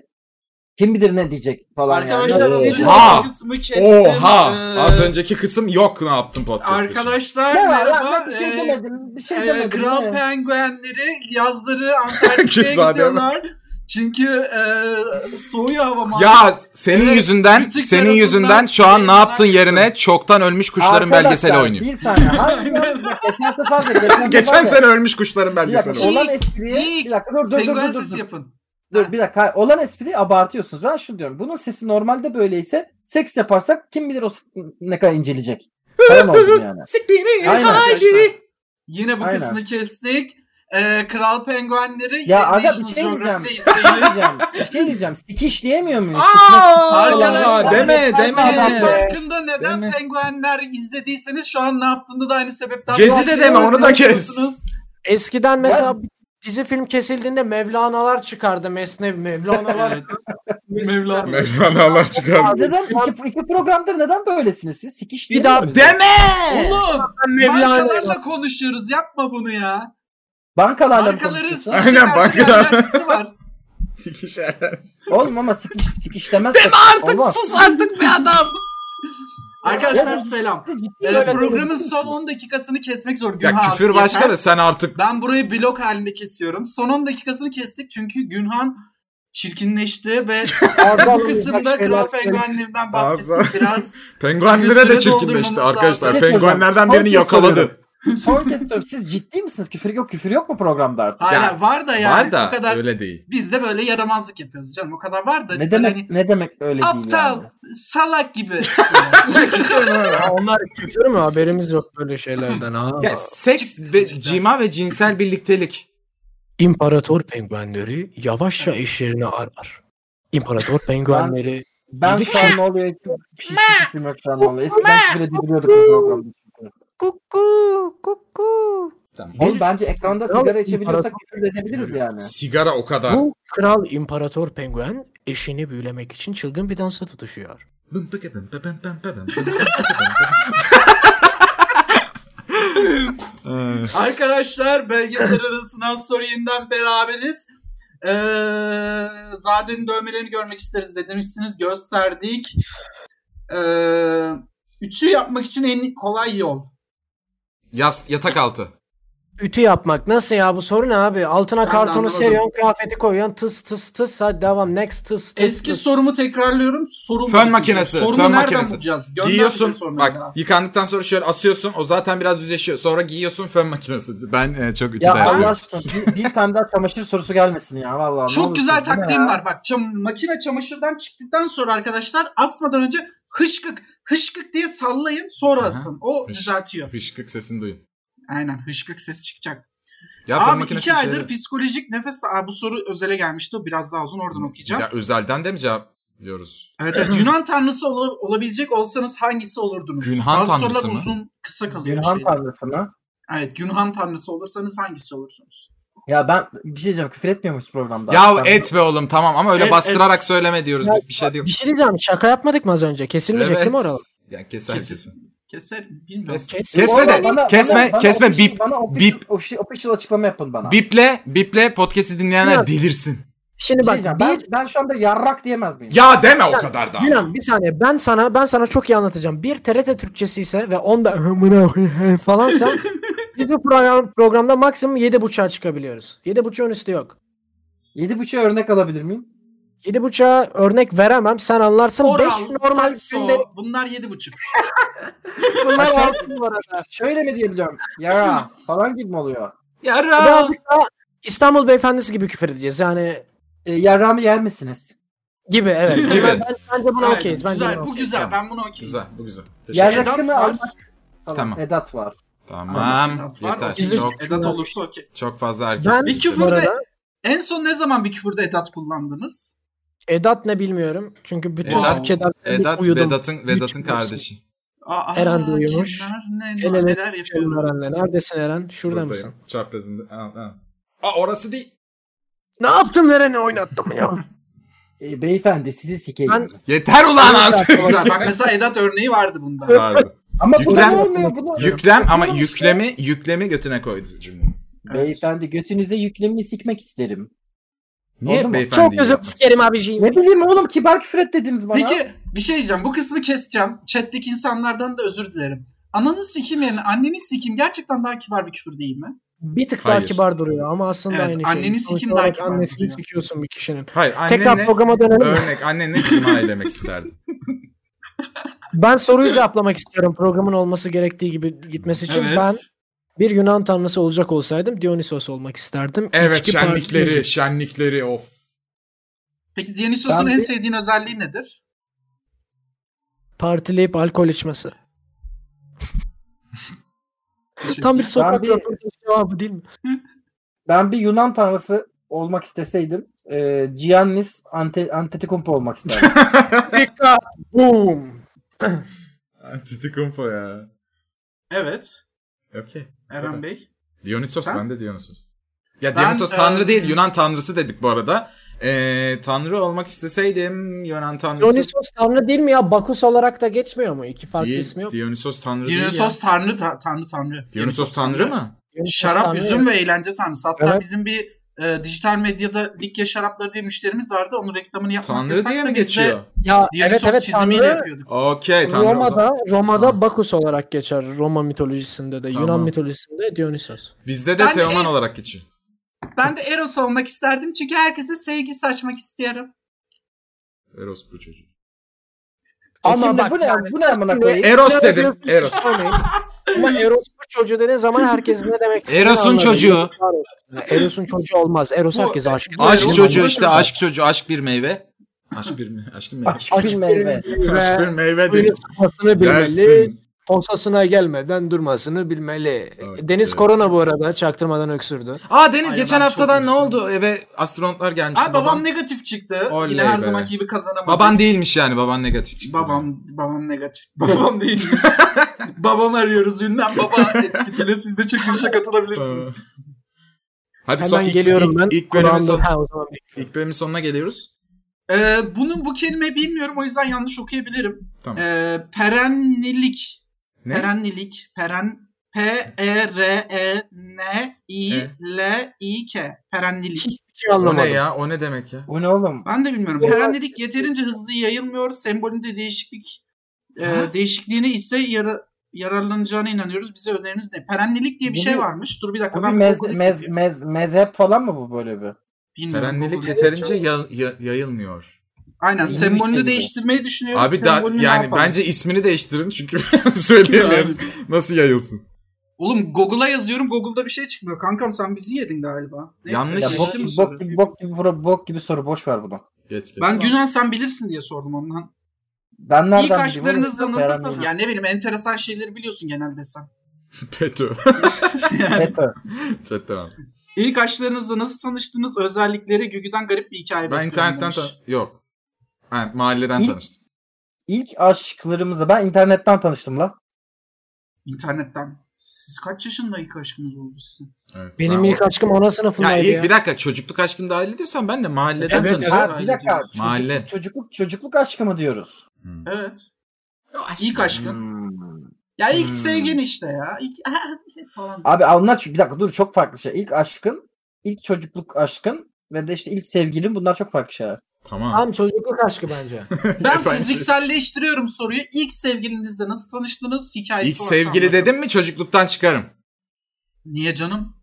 [SPEAKER 2] kim bilir ne diyecek falan
[SPEAKER 4] Arkadaşlar
[SPEAKER 2] yani.
[SPEAKER 4] az
[SPEAKER 3] Oha!
[SPEAKER 4] önce
[SPEAKER 2] Öyle-
[SPEAKER 4] bir kısmı kestim.
[SPEAKER 3] Oha!
[SPEAKER 4] Ee,
[SPEAKER 3] Az önceki kısım yok ne yaptın podcast
[SPEAKER 4] Arkadaşlar
[SPEAKER 2] Ne var lan
[SPEAKER 4] merhaba.
[SPEAKER 2] ben bir şey
[SPEAKER 4] Ee,
[SPEAKER 2] demedim. Bir şey
[SPEAKER 4] e,
[SPEAKER 2] demedim.
[SPEAKER 4] kral
[SPEAKER 2] ne?
[SPEAKER 4] penguenleri yazları Antarktika'ya
[SPEAKER 3] Kütüphane
[SPEAKER 4] gidiyorlar. Çünkü e, soğuyor hava
[SPEAKER 3] Ya senin
[SPEAKER 4] Evet,
[SPEAKER 3] yüzünden,
[SPEAKER 4] küçük
[SPEAKER 3] senin
[SPEAKER 4] yarasından
[SPEAKER 3] yüzünden şu an ne
[SPEAKER 4] yayınlar
[SPEAKER 3] yaptın yerine çoktan ölmüş kuşların
[SPEAKER 2] Arkadaşlar,
[SPEAKER 3] belgeseli oynuyor.
[SPEAKER 2] Bir saniye. Hayır, geçen sefer de. Geçen,
[SPEAKER 3] Geçen
[SPEAKER 2] sefer de-
[SPEAKER 3] sene ölmüş kuşların
[SPEAKER 2] Bir dakika, şey-
[SPEAKER 3] belgeseli oynuyor.
[SPEAKER 2] olan espriyi...
[SPEAKER 4] cik.
[SPEAKER 2] Bir dakika dur dur dur
[SPEAKER 4] Penguen
[SPEAKER 2] dur. dur,
[SPEAKER 4] sesi
[SPEAKER 2] dur.
[SPEAKER 4] yapın.
[SPEAKER 2] Dur bir dakika. Hayır, Olan espriyi abartıyorsunuz. Ben şunu diyorum. Bunun sesi normalde böyleyse seks yaparsak kim bilir o s- ne kadar inceleyecek. Falan oldum yani. Aynen.
[SPEAKER 4] Arkadaşlar, Yine bu
[SPEAKER 2] Aynen.
[SPEAKER 4] kısmı kestik. E, kral penguenleri
[SPEAKER 2] Ya aga bir
[SPEAKER 4] National
[SPEAKER 2] şey diyeceğim.
[SPEAKER 4] Geographic'te
[SPEAKER 2] Bir şey
[SPEAKER 4] izleyin.
[SPEAKER 2] diyeceğim. Bir şey diyeceğim. Sikiş diyemiyor muyuz?
[SPEAKER 3] Aa,
[SPEAKER 4] Arkadaşlar,
[SPEAKER 3] deme
[SPEAKER 4] Ee,
[SPEAKER 2] Adam
[SPEAKER 3] deme.
[SPEAKER 2] be.
[SPEAKER 4] farkında neden
[SPEAKER 3] Deme.
[SPEAKER 4] penguenler izlediyseniz şu an ne yaptığını da aynı sebepten
[SPEAKER 3] Gezi de
[SPEAKER 4] farkında
[SPEAKER 3] deme, onu da kes.
[SPEAKER 4] olmuyorsunuz.
[SPEAKER 5] Eskiden mesela bir dizi film kesildiğinde Mevlana'lar çıkardı Mesnevi Mevlana'lar.
[SPEAKER 4] Evet. Mevlam.
[SPEAKER 3] Mevlana'lar çıkardı.
[SPEAKER 2] Neden iki, iki programdır neden böylesiniz siz? Sikiş
[SPEAKER 5] Bir
[SPEAKER 2] diyemiyor
[SPEAKER 5] daha-
[SPEAKER 2] muyuz?
[SPEAKER 3] Deme!
[SPEAKER 4] Oğlum
[SPEAKER 5] Mevlana'lar.
[SPEAKER 4] bankalarla konuşuyoruz yapma bunu ya.
[SPEAKER 2] Bankalarla mı
[SPEAKER 4] Bankaların
[SPEAKER 2] konuşuyorsun?
[SPEAKER 4] sıçrayan
[SPEAKER 3] Aynen, bankalar.
[SPEAKER 4] enerjisi var.
[SPEAKER 3] Sikişer.
[SPEAKER 2] Oğlum ama sikiş, sikiş demez.
[SPEAKER 3] Deme artık sus artık be adam.
[SPEAKER 4] Arkadaşlar
[SPEAKER 2] Ya-
[SPEAKER 4] selam.
[SPEAKER 2] Siz ciddi
[SPEAKER 4] Ee,
[SPEAKER 2] böyle-
[SPEAKER 4] programın son 10 dakikasını kesmek zor.
[SPEAKER 3] Ya
[SPEAKER 4] Günhan
[SPEAKER 3] küfür
[SPEAKER 4] yeter.
[SPEAKER 3] başka da sen artık
[SPEAKER 4] Ben burayı blok halinde kesiyorum. Son 10 dakikasını kestik çünkü Günhan çirkinleşti ve
[SPEAKER 5] Ağza
[SPEAKER 4] bu kısımda kral
[SPEAKER 5] alınmayacak şeyler söylüyor.
[SPEAKER 4] penguenlerinden bahsettik
[SPEAKER 3] Ağza-
[SPEAKER 4] biraz.
[SPEAKER 3] penguenlere de
[SPEAKER 4] Çünkü süre
[SPEAKER 3] çirkinleşti
[SPEAKER 4] doldurmamız
[SPEAKER 3] arkadaşlar.
[SPEAKER 2] lazım.
[SPEAKER 3] Penguenlerden
[SPEAKER 2] Son
[SPEAKER 3] birini
[SPEAKER 2] kez soruyorum.
[SPEAKER 3] yakaladı.
[SPEAKER 2] Son kez soruyorum. Siz ciddi misiniz? Küfür yok küfür yok mu programda artık?
[SPEAKER 4] Hayır
[SPEAKER 3] Ya,
[SPEAKER 4] var da yani
[SPEAKER 3] Var
[SPEAKER 4] bu
[SPEAKER 3] da
[SPEAKER 4] kadar
[SPEAKER 3] öyle değil.
[SPEAKER 4] biz de böyle yaramazlık yapıyoruz canım. O kadar var da.
[SPEAKER 2] Ne
[SPEAKER 4] hani
[SPEAKER 2] demek ne demek öyle değil
[SPEAKER 4] aptal,
[SPEAKER 2] yani.
[SPEAKER 4] salak gibi.
[SPEAKER 5] Ya Onlar küfür mü? Haberimiz yok böyle şeylerden. Ha.
[SPEAKER 3] Ya seks ve cima ve cinsel birliktelik.
[SPEAKER 5] İmparator penguenleri yavaşça işlerini arar. İmparator penguenleri
[SPEAKER 2] Ben
[SPEAKER 5] Yedik
[SPEAKER 2] şu an ne oluyor? Hiç hiç fikrim yok şu an ne oluyor. Eskiden küfür edebiliyorduk bu programda.
[SPEAKER 5] kuku kuku.
[SPEAKER 2] Oğlum bence ekranda
[SPEAKER 5] Ya,
[SPEAKER 2] sigara içebiliyorsak
[SPEAKER 5] imparator-
[SPEAKER 2] küfür de edebiliriz yani.
[SPEAKER 3] Sigara o kadar.
[SPEAKER 5] Bu kral imparator penguen eşini büyülemek için çılgın bir dansa tutuşuyor.
[SPEAKER 4] Uh, Arkadaşlar belgesel arasından sonra yeniden beraberiz. Ee, Zade'nin dövmelerini görmek isteriz de demişsiniz. Gösterdik. Ee, ütü yapmak için en kolay yol.
[SPEAKER 3] Yas, yatak altı.
[SPEAKER 5] Ütü yapmak nasıl ya bu soru ne abi? Altına
[SPEAKER 4] Ben de
[SPEAKER 5] kartonu
[SPEAKER 4] anlamadım.
[SPEAKER 5] seriyorsun, kıyafeti koyuyorsun, tıs tıs tıs hadi devam next tıs tıs.
[SPEAKER 4] Eski
[SPEAKER 5] tıs.
[SPEAKER 4] sorumu tekrarlıyorum. Soru
[SPEAKER 3] Fön makinesi,
[SPEAKER 4] Sorunu
[SPEAKER 3] fön
[SPEAKER 4] nereden
[SPEAKER 3] makinesi.
[SPEAKER 4] bulacağız? Gönder bize
[SPEAKER 3] Giyiyorsun
[SPEAKER 4] soruları
[SPEAKER 3] bak
[SPEAKER 4] daha.
[SPEAKER 3] yıkandıktan sonra şöyle asıyorsun o zaten biraz düzleşiyor. Sonra giyiyorsun fön makinesi. Ben e, çok ütüde
[SPEAKER 2] Ya Allah
[SPEAKER 3] yapıyorum.
[SPEAKER 2] aşkına bir, bir tane daha çamaşır sorusu gelmesin ya vallahi. ne
[SPEAKER 4] Çok
[SPEAKER 2] olursun,
[SPEAKER 4] güzel
[SPEAKER 2] bu ne
[SPEAKER 4] taktiğim
[SPEAKER 2] ya?
[SPEAKER 4] var. Bak çam, makine çamaşırdan çıktıktan sonra arkadaşlar asmadan önce hışkık hışkık diye sallayın sonra
[SPEAKER 3] Aha.
[SPEAKER 4] asın. O
[SPEAKER 3] Hış-
[SPEAKER 4] düzeltiyor.
[SPEAKER 3] Hışkık sesini duyun.
[SPEAKER 4] Aynen hışkık sesi çıkacak.
[SPEAKER 3] Ya fön
[SPEAKER 4] Abi
[SPEAKER 3] makinesi şey-
[SPEAKER 4] iki aydır
[SPEAKER 3] şeyleri-
[SPEAKER 4] psikolojik nefes... Aa, bu soru özele gelmişti. O biraz daha uzun oradan okuyacağım.
[SPEAKER 3] Ya özelden de mi cevap diyoruz?
[SPEAKER 4] Evet, evet. Yunan tanrısı ol- olabilecek olsanız hangisi olurdunuz?
[SPEAKER 3] Günhan
[SPEAKER 4] Bazı
[SPEAKER 3] tanrısı
[SPEAKER 4] sorular
[SPEAKER 3] mı?
[SPEAKER 4] uzun kısa kalıyor.
[SPEAKER 2] Günhan
[SPEAKER 4] şeyde.
[SPEAKER 2] tanrısını.
[SPEAKER 4] Evet Günhan tanrısı olursanız hangisi olursunuz?
[SPEAKER 2] Ya ben bir şey diyeceğim küfür etmiyor muyuz programda?
[SPEAKER 3] Ya
[SPEAKER 2] Ben-
[SPEAKER 3] et be oğlum tamam ama öyle
[SPEAKER 4] Et,
[SPEAKER 3] bastırarak
[SPEAKER 4] et.
[SPEAKER 3] söyleme diyoruz.
[SPEAKER 5] Ya,
[SPEAKER 3] bir- bir şey diyor.
[SPEAKER 5] Bir şey diyeceğim şaka yapmadık mı az önce? Kesilmeyecek değil mi oralar?
[SPEAKER 3] Ya keser
[SPEAKER 4] Kesin.
[SPEAKER 3] kesin.
[SPEAKER 4] Keser mi? Bilmiyorum.
[SPEAKER 3] Kes-
[SPEAKER 5] Kes-
[SPEAKER 3] Kesme
[SPEAKER 2] Vallahi
[SPEAKER 3] de. kesme kesme
[SPEAKER 2] official-
[SPEAKER 3] bip.
[SPEAKER 2] Bana official,
[SPEAKER 3] bip.
[SPEAKER 2] official, official açıklama yapın bana.
[SPEAKER 3] Biple, biple podcast'i dinleyenler
[SPEAKER 5] Biraz-
[SPEAKER 3] delirsin.
[SPEAKER 5] Şimdi
[SPEAKER 2] Bir şey
[SPEAKER 5] bak
[SPEAKER 2] diyeceğim,
[SPEAKER 5] bir
[SPEAKER 2] ben, ben şu anda yarrak diyemez miyim?
[SPEAKER 3] Ya deme o kadar da.
[SPEAKER 5] Dilan bir saniye ben sana ben sana çok iyi anlatacağım. Bir TRT Türkçesi ise ve 10 da "Hımına hıhe" falansa biz bu program, programda maksimum 7.5'a çıkabiliyoruz. 7.5'un üstü yok.
[SPEAKER 2] Yedi buçuğa örnek alabilir miyim?
[SPEAKER 5] 7.5'a örnek veremem sen anlarsın. 5
[SPEAKER 4] Oral,
[SPEAKER 5] normal
[SPEAKER 4] Sakso,
[SPEAKER 5] günde
[SPEAKER 4] bunlar yedi buçuk.
[SPEAKER 5] bunlar
[SPEAKER 2] Aşağı-
[SPEAKER 5] altı numaralar.
[SPEAKER 2] Şöyle mi diyebiliyorum? Yara falan gibi mi oluyor?
[SPEAKER 3] Yara.
[SPEAKER 5] Birazcık daha İstanbul beyefendisi gibi küfür edeceğiz yani
[SPEAKER 2] E, yarrağımı yer misiniz?
[SPEAKER 5] gibi evet.
[SPEAKER 3] Gibi.
[SPEAKER 5] Ben- ben- bence buna
[SPEAKER 4] Aynen,
[SPEAKER 5] okeyiz. Bence
[SPEAKER 4] Güzel,
[SPEAKER 5] buna
[SPEAKER 4] bu
[SPEAKER 5] okeyiz.
[SPEAKER 4] güzel.
[SPEAKER 3] Tamam.
[SPEAKER 4] Ben bunu okeyim.
[SPEAKER 3] Güzel bu güzel. Teşekkür
[SPEAKER 2] Yer
[SPEAKER 4] Edat
[SPEAKER 2] hakkını
[SPEAKER 4] var.
[SPEAKER 2] almak. Tamam.
[SPEAKER 3] Tamam.
[SPEAKER 2] Edat var.
[SPEAKER 3] Tamam.
[SPEAKER 4] Edat var mı?
[SPEAKER 3] Yeter.
[SPEAKER 5] Bizi-
[SPEAKER 3] Çok,
[SPEAKER 4] Edat olursa okey.
[SPEAKER 3] çok fazla erkek.
[SPEAKER 5] Ben
[SPEAKER 4] Bir
[SPEAKER 5] bu
[SPEAKER 4] küfür de
[SPEAKER 5] arada
[SPEAKER 4] en son ne zaman bir küfürde Edat kullandınız?
[SPEAKER 5] Edat ne bilmiyorum. Çünkü bütün
[SPEAKER 3] Edat-
[SPEAKER 5] Türkiye'den
[SPEAKER 3] Edat
[SPEAKER 5] uyudum.
[SPEAKER 3] Vedat'ın Vedat'ın
[SPEAKER 5] Hiç
[SPEAKER 3] kardeşi.
[SPEAKER 4] Aa,
[SPEAKER 5] Eren
[SPEAKER 4] aa,
[SPEAKER 5] de uyumuş.
[SPEAKER 4] kimler, ne,
[SPEAKER 5] El ele
[SPEAKER 4] neler
[SPEAKER 5] Eren, Eren,
[SPEAKER 4] yapıyoruz?
[SPEAKER 5] neredesin Eren? Şurada
[SPEAKER 3] Buradayım.
[SPEAKER 5] mısın?
[SPEAKER 3] Çaprazında. Ha, ha. Aa orası değil.
[SPEAKER 5] Ne yaptım Eren'i oynattım ya.
[SPEAKER 2] E, beyefendi sizi sikeyim.
[SPEAKER 5] Ben-
[SPEAKER 3] Yeter ulan artık.
[SPEAKER 4] Güzel, Bak mesela Edat örneği vardı bunda.
[SPEAKER 3] Vardı.
[SPEAKER 2] Ama bu
[SPEAKER 3] Yüklem-
[SPEAKER 2] da olmuyor. Bu da-
[SPEAKER 3] yüklem ama yüklemi yüklemi götüne koydu cümleyi.
[SPEAKER 2] Beyefendi götünüze yüklemini sikmek isterim. Oldu
[SPEAKER 3] Niye
[SPEAKER 2] mu?
[SPEAKER 3] beyefendi?
[SPEAKER 5] Çok özür sikerim abiciğim.
[SPEAKER 2] Ne bileyim oğlum kibar küfür et dediniz bana.
[SPEAKER 4] Peki bir şey diyeceğim. Bu kısmı keseceğim. Chat'teki insanlardan da özür dilerim. Ananı sikim yerine anneni sikim gerçekten daha kibar bir küfür değil mi?
[SPEAKER 5] Bir tık daha
[SPEAKER 3] Hayır.
[SPEAKER 5] kibar duruyor ama aslında
[SPEAKER 4] Evet,
[SPEAKER 5] aynı şey.
[SPEAKER 4] anneni
[SPEAKER 5] Sonuç
[SPEAKER 4] sikin
[SPEAKER 5] olarak
[SPEAKER 4] daha kibar
[SPEAKER 5] Annesini
[SPEAKER 4] duruyor.
[SPEAKER 5] sikiyorsun bir kişinin.
[SPEAKER 3] Hayır annenle
[SPEAKER 5] Tekrar programa dönelim. mi?
[SPEAKER 3] örnek annenle kima eylemek isterdi.
[SPEAKER 5] Ben soruyu cevaplamak istiyorum programın olması gerektiği gibi gitmesi için. Ben bir Yunan tanrısı olacak olsaydım Dionysos olmak isterdim.
[SPEAKER 3] Evet
[SPEAKER 5] İçki
[SPEAKER 3] şenlikleri
[SPEAKER 5] partisi-
[SPEAKER 3] şenlikleri of.
[SPEAKER 4] Peki Dionysos'un
[SPEAKER 2] Ben
[SPEAKER 4] en
[SPEAKER 2] bir-
[SPEAKER 4] sevdiğin özelliği nedir?
[SPEAKER 5] Partileyip alkol içmesi.
[SPEAKER 4] Teşekkür
[SPEAKER 5] Tam bir sokak
[SPEAKER 2] bir-
[SPEAKER 5] röportajı cevabı değil mi?
[SPEAKER 2] Ben bir Yunan tanrısı olmak isteseydim e, Giannis Ante, Antetokounmpo olmak isterdim.
[SPEAKER 5] Dikkat! Boom!
[SPEAKER 3] Antetokounmpo ya.
[SPEAKER 4] Evet.
[SPEAKER 3] Okey.
[SPEAKER 4] Eren Bey.
[SPEAKER 3] Dionysos
[SPEAKER 4] Sen?
[SPEAKER 3] ben de Dionysos. Ya
[SPEAKER 4] Ben,
[SPEAKER 3] Dionysos
[SPEAKER 4] e,
[SPEAKER 3] tanrı değil Yunan tanrısı dedik bu arada. Ee, tanrı olmak isteseydim Yunan tanrısı
[SPEAKER 5] Dionysos tanrı değil mi ya? Bakus olarak da geçmiyor mu? İki farklı
[SPEAKER 3] değil.
[SPEAKER 5] ismi yok.
[SPEAKER 3] Dionysos tanrı değil ya.
[SPEAKER 4] Dionysos tanrı ta- tanrı tanrı.
[SPEAKER 3] Dionysos tanrı mı?
[SPEAKER 5] Dionysos
[SPEAKER 4] Şarap,
[SPEAKER 5] tanrı
[SPEAKER 4] üzüm
[SPEAKER 5] ya.
[SPEAKER 4] ve eğlence tanrısı. Hatta
[SPEAKER 5] Evet.
[SPEAKER 4] bizim bir e, dijital medyada Likya şarapları diye müşterimiz vardı. Onun reklamını yapmak
[SPEAKER 3] Tanrı
[SPEAKER 4] yasak
[SPEAKER 3] diye
[SPEAKER 4] da
[SPEAKER 3] mi
[SPEAKER 4] biz de
[SPEAKER 3] geçiyor?
[SPEAKER 5] Ya
[SPEAKER 4] Dionysos
[SPEAKER 5] evet evet
[SPEAKER 4] çizimiyle
[SPEAKER 5] tanrı
[SPEAKER 4] yapıyorduk.
[SPEAKER 3] Okey tanrı o zaman.
[SPEAKER 5] Roma'da Roma'da
[SPEAKER 3] Tamam.
[SPEAKER 5] Bakus olarak geçer. Roma mitolojisinde de, Yunan
[SPEAKER 3] Tamam.
[SPEAKER 5] mitolojisinde Dionysos.
[SPEAKER 3] Bizde de
[SPEAKER 4] Ben de-
[SPEAKER 3] Teoman olarak geçiyor.
[SPEAKER 4] Ben de Eros olmak isterdim çünkü herkese sevgi saçmak istiyorum.
[SPEAKER 3] Eros bu çocuk.
[SPEAKER 2] E şimdi bu ne bu ne amına koyayım?
[SPEAKER 3] Eros dedim. Eros.
[SPEAKER 5] Örneğin. Ama Eros bu çocuğu dediği zaman herkes ne demek istediğini
[SPEAKER 3] Eros'un
[SPEAKER 5] anladı.
[SPEAKER 3] çocuğu.
[SPEAKER 5] Yani Eros'un çocuğu olmaz. Eros herkese aşık.
[SPEAKER 3] Aşk
[SPEAKER 5] Eros-
[SPEAKER 3] çocuğu işte aşk çocuğu aşk bir meyve. Aşk bir meyve. Aşk bir meyve.
[SPEAKER 4] şey.
[SPEAKER 2] Aşk bir meyve.
[SPEAKER 3] Aşk bir meyve
[SPEAKER 5] Suyunu
[SPEAKER 3] değil.
[SPEAKER 5] sıkmasını bilmeli.
[SPEAKER 3] Dersin.
[SPEAKER 5] Posasına gelmeden durmasını bilmeli.
[SPEAKER 3] Evet,
[SPEAKER 5] Deniz
[SPEAKER 3] evet.
[SPEAKER 5] Korona bu arada çaktırmadan öksürdü.
[SPEAKER 3] Aa Deniz
[SPEAKER 4] Ay,
[SPEAKER 3] geçen
[SPEAKER 4] ben
[SPEAKER 3] haftadan
[SPEAKER 4] çok
[SPEAKER 3] ne oldu? Eve astronotlar gelmiş.
[SPEAKER 4] Ay babam negatif çıktı.
[SPEAKER 3] Oley
[SPEAKER 4] Yine her
[SPEAKER 3] be.
[SPEAKER 4] zamanki gibi kazanamadı.
[SPEAKER 3] Baban değilmiş yani baban negatif çıktı.
[SPEAKER 4] Babam, babam negatif. Babam değil. babam arıyoruz. Ünlem baba etiketiyle siz de çekilişe katılabilirsiniz.
[SPEAKER 3] Ee, Hadi
[SPEAKER 5] Hemen
[SPEAKER 3] son ilk-
[SPEAKER 5] geliyorum
[SPEAKER 3] ilk-
[SPEAKER 5] ben.
[SPEAKER 3] ilk bölümün
[SPEAKER 5] Kur'an'da-
[SPEAKER 3] son-
[SPEAKER 5] Ha, o zaman
[SPEAKER 3] ilk bölümün sonuna geliyoruz.
[SPEAKER 4] Ee, bunun bu kelimeyi bilmiyorum o yüzden yanlış okuyabilirim.
[SPEAKER 3] Tamam.
[SPEAKER 4] Ee, perennilik.
[SPEAKER 3] Ne?
[SPEAKER 4] Perennilik. Peren P E R E N I
[SPEAKER 3] E.
[SPEAKER 4] L I K. Perennilik.
[SPEAKER 5] Hiçbir şey
[SPEAKER 3] o ne
[SPEAKER 5] anlamadım.
[SPEAKER 3] ya? O ne demek ya?
[SPEAKER 2] Bu ne oğlum?
[SPEAKER 4] Ben de bilmiyorum.
[SPEAKER 5] Ya.
[SPEAKER 4] Perennilik yeterince hızlı yayılmıyor. Sembolünde değişiklik e,
[SPEAKER 3] Ha?
[SPEAKER 4] değişikliğine ise yara- yararlanacağına inanıyoruz. Bize öneriniz ne? Perennilik diye bir
[SPEAKER 2] Bu
[SPEAKER 4] şey
[SPEAKER 2] bir-
[SPEAKER 4] varmış. Dur bir dakika
[SPEAKER 2] Bu bir
[SPEAKER 4] ben
[SPEAKER 2] mez,
[SPEAKER 4] Google'ı
[SPEAKER 2] mez,
[SPEAKER 4] çekiyorum.
[SPEAKER 2] mez, mezhep falan mı bu böyle bir?
[SPEAKER 4] Bilmiyorum,
[SPEAKER 3] Perennilik
[SPEAKER 4] Google'ı
[SPEAKER 3] yeterince
[SPEAKER 4] çekiyorum.
[SPEAKER 3] ya- ya- yayılmıyor.
[SPEAKER 4] Aynen
[SPEAKER 2] Yeni
[SPEAKER 4] sembolünü
[SPEAKER 2] kelime.
[SPEAKER 4] değiştirmeyi düşünüyoruz.
[SPEAKER 3] Abi da,
[SPEAKER 4] Sembolünü ne
[SPEAKER 3] yani
[SPEAKER 4] yapalım?
[SPEAKER 3] bence ismini değiştirin çünkü söyleyemiyoruz. Nasıl yayılsın?
[SPEAKER 4] Oğlum Google'a yazıyorum Google'da bir şey çıkmıyor. Kankam sen bizi yedin galiba.
[SPEAKER 3] Yanlış.
[SPEAKER 2] Ya
[SPEAKER 3] Geçtim
[SPEAKER 2] bok,
[SPEAKER 4] geçtim
[SPEAKER 2] gibi-
[SPEAKER 4] soru.
[SPEAKER 2] bok, gibi, bok, gibi, pro- bok gibi soru boş ver bunu.
[SPEAKER 3] Geç geç.
[SPEAKER 4] Ben Günan sen bilirsin diye sordum ondan.
[SPEAKER 2] Ben nereden
[SPEAKER 4] İlk
[SPEAKER 2] bileyim
[SPEAKER 4] aşklarınızla
[SPEAKER 2] oğlum?
[SPEAKER 4] nasıl
[SPEAKER 2] Beren
[SPEAKER 4] tanı?
[SPEAKER 2] Bey.
[SPEAKER 4] Yani ne bileyim enteresan şeyleri biliyorsun genelde sen.
[SPEAKER 3] Petö.
[SPEAKER 2] FETÖ.
[SPEAKER 3] Chatten al.
[SPEAKER 4] İlk aşklarınızla nasıl tanıştınız? Özellikleri Gügü'den garip bir hikaye
[SPEAKER 3] Ben
[SPEAKER 4] bekliyorum
[SPEAKER 3] internetten
[SPEAKER 4] demiş.
[SPEAKER 3] tan- Yok. Ha, mahalleden
[SPEAKER 2] İlk-
[SPEAKER 3] tanıştım.
[SPEAKER 2] İlk aşklarımızı ben internetten tanıştım la.
[SPEAKER 4] İnternetten. Siz kaç yaşında ilk aşkınız oldu sizin?
[SPEAKER 3] Evet,
[SPEAKER 5] Benim
[SPEAKER 3] ben
[SPEAKER 5] ilk
[SPEAKER 3] o-
[SPEAKER 5] aşkım ona
[SPEAKER 3] ya,
[SPEAKER 5] sınıfındaydı
[SPEAKER 3] ilk-
[SPEAKER 5] ya.
[SPEAKER 3] bir dakika çocukluk aşkını dahil ediyorsan ben de mahalleden
[SPEAKER 5] Evet,
[SPEAKER 3] tanıştım.
[SPEAKER 2] Ha, bir dakika.
[SPEAKER 4] Aile
[SPEAKER 3] Mahalle.
[SPEAKER 2] Çocukluk, çocukluk, çocukluk aşkı mı diyoruz?
[SPEAKER 4] Evet. İlk aşkın.
[SPEAKER 2] Hmm.
[SPEAKER 4] Ya ilk
[SPEAKER 2] Hmm.
[SPEAKER 4] sevgin işte ya. İlk falan.
[SPEAKER 2] Abi anlat şu bir dakika dur çok farklı şey. İlk aşkın, ilk çocukluk aşkın ve de işte ilk sevgilin bunlar çok farklı şeyler.
[SPEAKER 3] Tamam.
[SPEAKER 5] Tam çocukluk aşkı bence.
[SPEAKER 4] Ben
[SPEAKER 3] Yapan şey.
[SPEAKER 4] fizikselleştiriyorum soruyu. İlk sevgilinizle nasıl tanıştınız? Hikayesi
[SPEAKER 3] İlk
[SPEAKER 4] varsa
[SPEAKER 3] sevgili
[SPEAKER 4] anlatın.
[SPEAKER 3] dedim mi çocukluktan çıkarım.
[SPEAKER 4] Niye canım?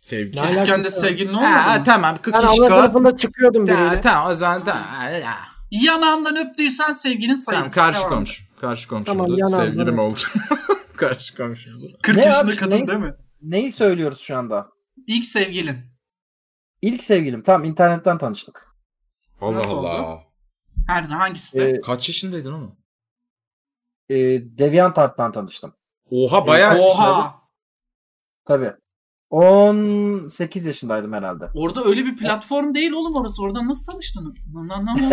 [SPEAKER 3] Sevgi.
[SPEAKER 5] Ne
[SPEAKER 3] Ha,
[SPEAKER 5] alakası
[SPEAKER 4] Çocukken de
[SPEAKER 5] var?
[SPEAKER 4] sevgilin olmadı
[SPEAKER 3] ha,
[SPEAKER 4] mı?
[SPEAKER 3] tamam
[SPEAKER 5] Ben
[SPEAKER 3] kıkışko.
[SPEAKER 5] ana
[SPEAKER 3] Ta,
[SPEAKER 5] tarafında çıkıyordum biriyle.
[SPEAKER 3] tamam o zaman ta, ya.
[SPEAKER 4] Yanağından öptüysen sevgilin sayılır.
[SPEAKER 3] Tamam karşı
[SPEAKER 4] Devam.
[SPEAKER 3] komşu. Karşı komşu
[SPEAKER 5] Tamam,
[SPEAKER 3] oldu.
[SPEAKER 5] yanar,
[SPEAKER 3] Sevgilim
[SPEAKER 5] evet.
[SPEAKER 3] oldu. karşı komşu oldu.
[SPEAKER 4] 40
[SPEAKER 2] Ne
[SPEAKER 4] yaşında
[SPEAKER 2] abi,
[SPEAKER 4] kadın
[SPEAKER 2] ne?
[SPEAKER 4] değil mi?
[SPEAKER 2] Neyi söylüyoruz şu anda?
[SPEAKER 4] İlk sevgilin.
[SPEAKER 2] İlk sevgilim tamam internetten tanıştık.
[SPEAKER 3] Allah
[SPEAKER 4] Nasıl oldu?
[SPEAKER 3] Allah.
[SPEAKER 4] Nerede? Hangisi de?
[SPEAKER 2] Ee,
[SPEAKER 3] Kaç yaşındaydın oğlum?
[SPEAKER 2] e, Deviantart'tan tanıştım.
[SPEAKER 3] Oha bayağı
[SPEAKER 4] Oha!
[SPEAKER 2] Tabii. 18 yaşındaydım herhalde.
[SPEAKER 4] Orada öyle bir platform değil oğlum orası. Oradan nasıl tanıştın? Lan lan lan lan.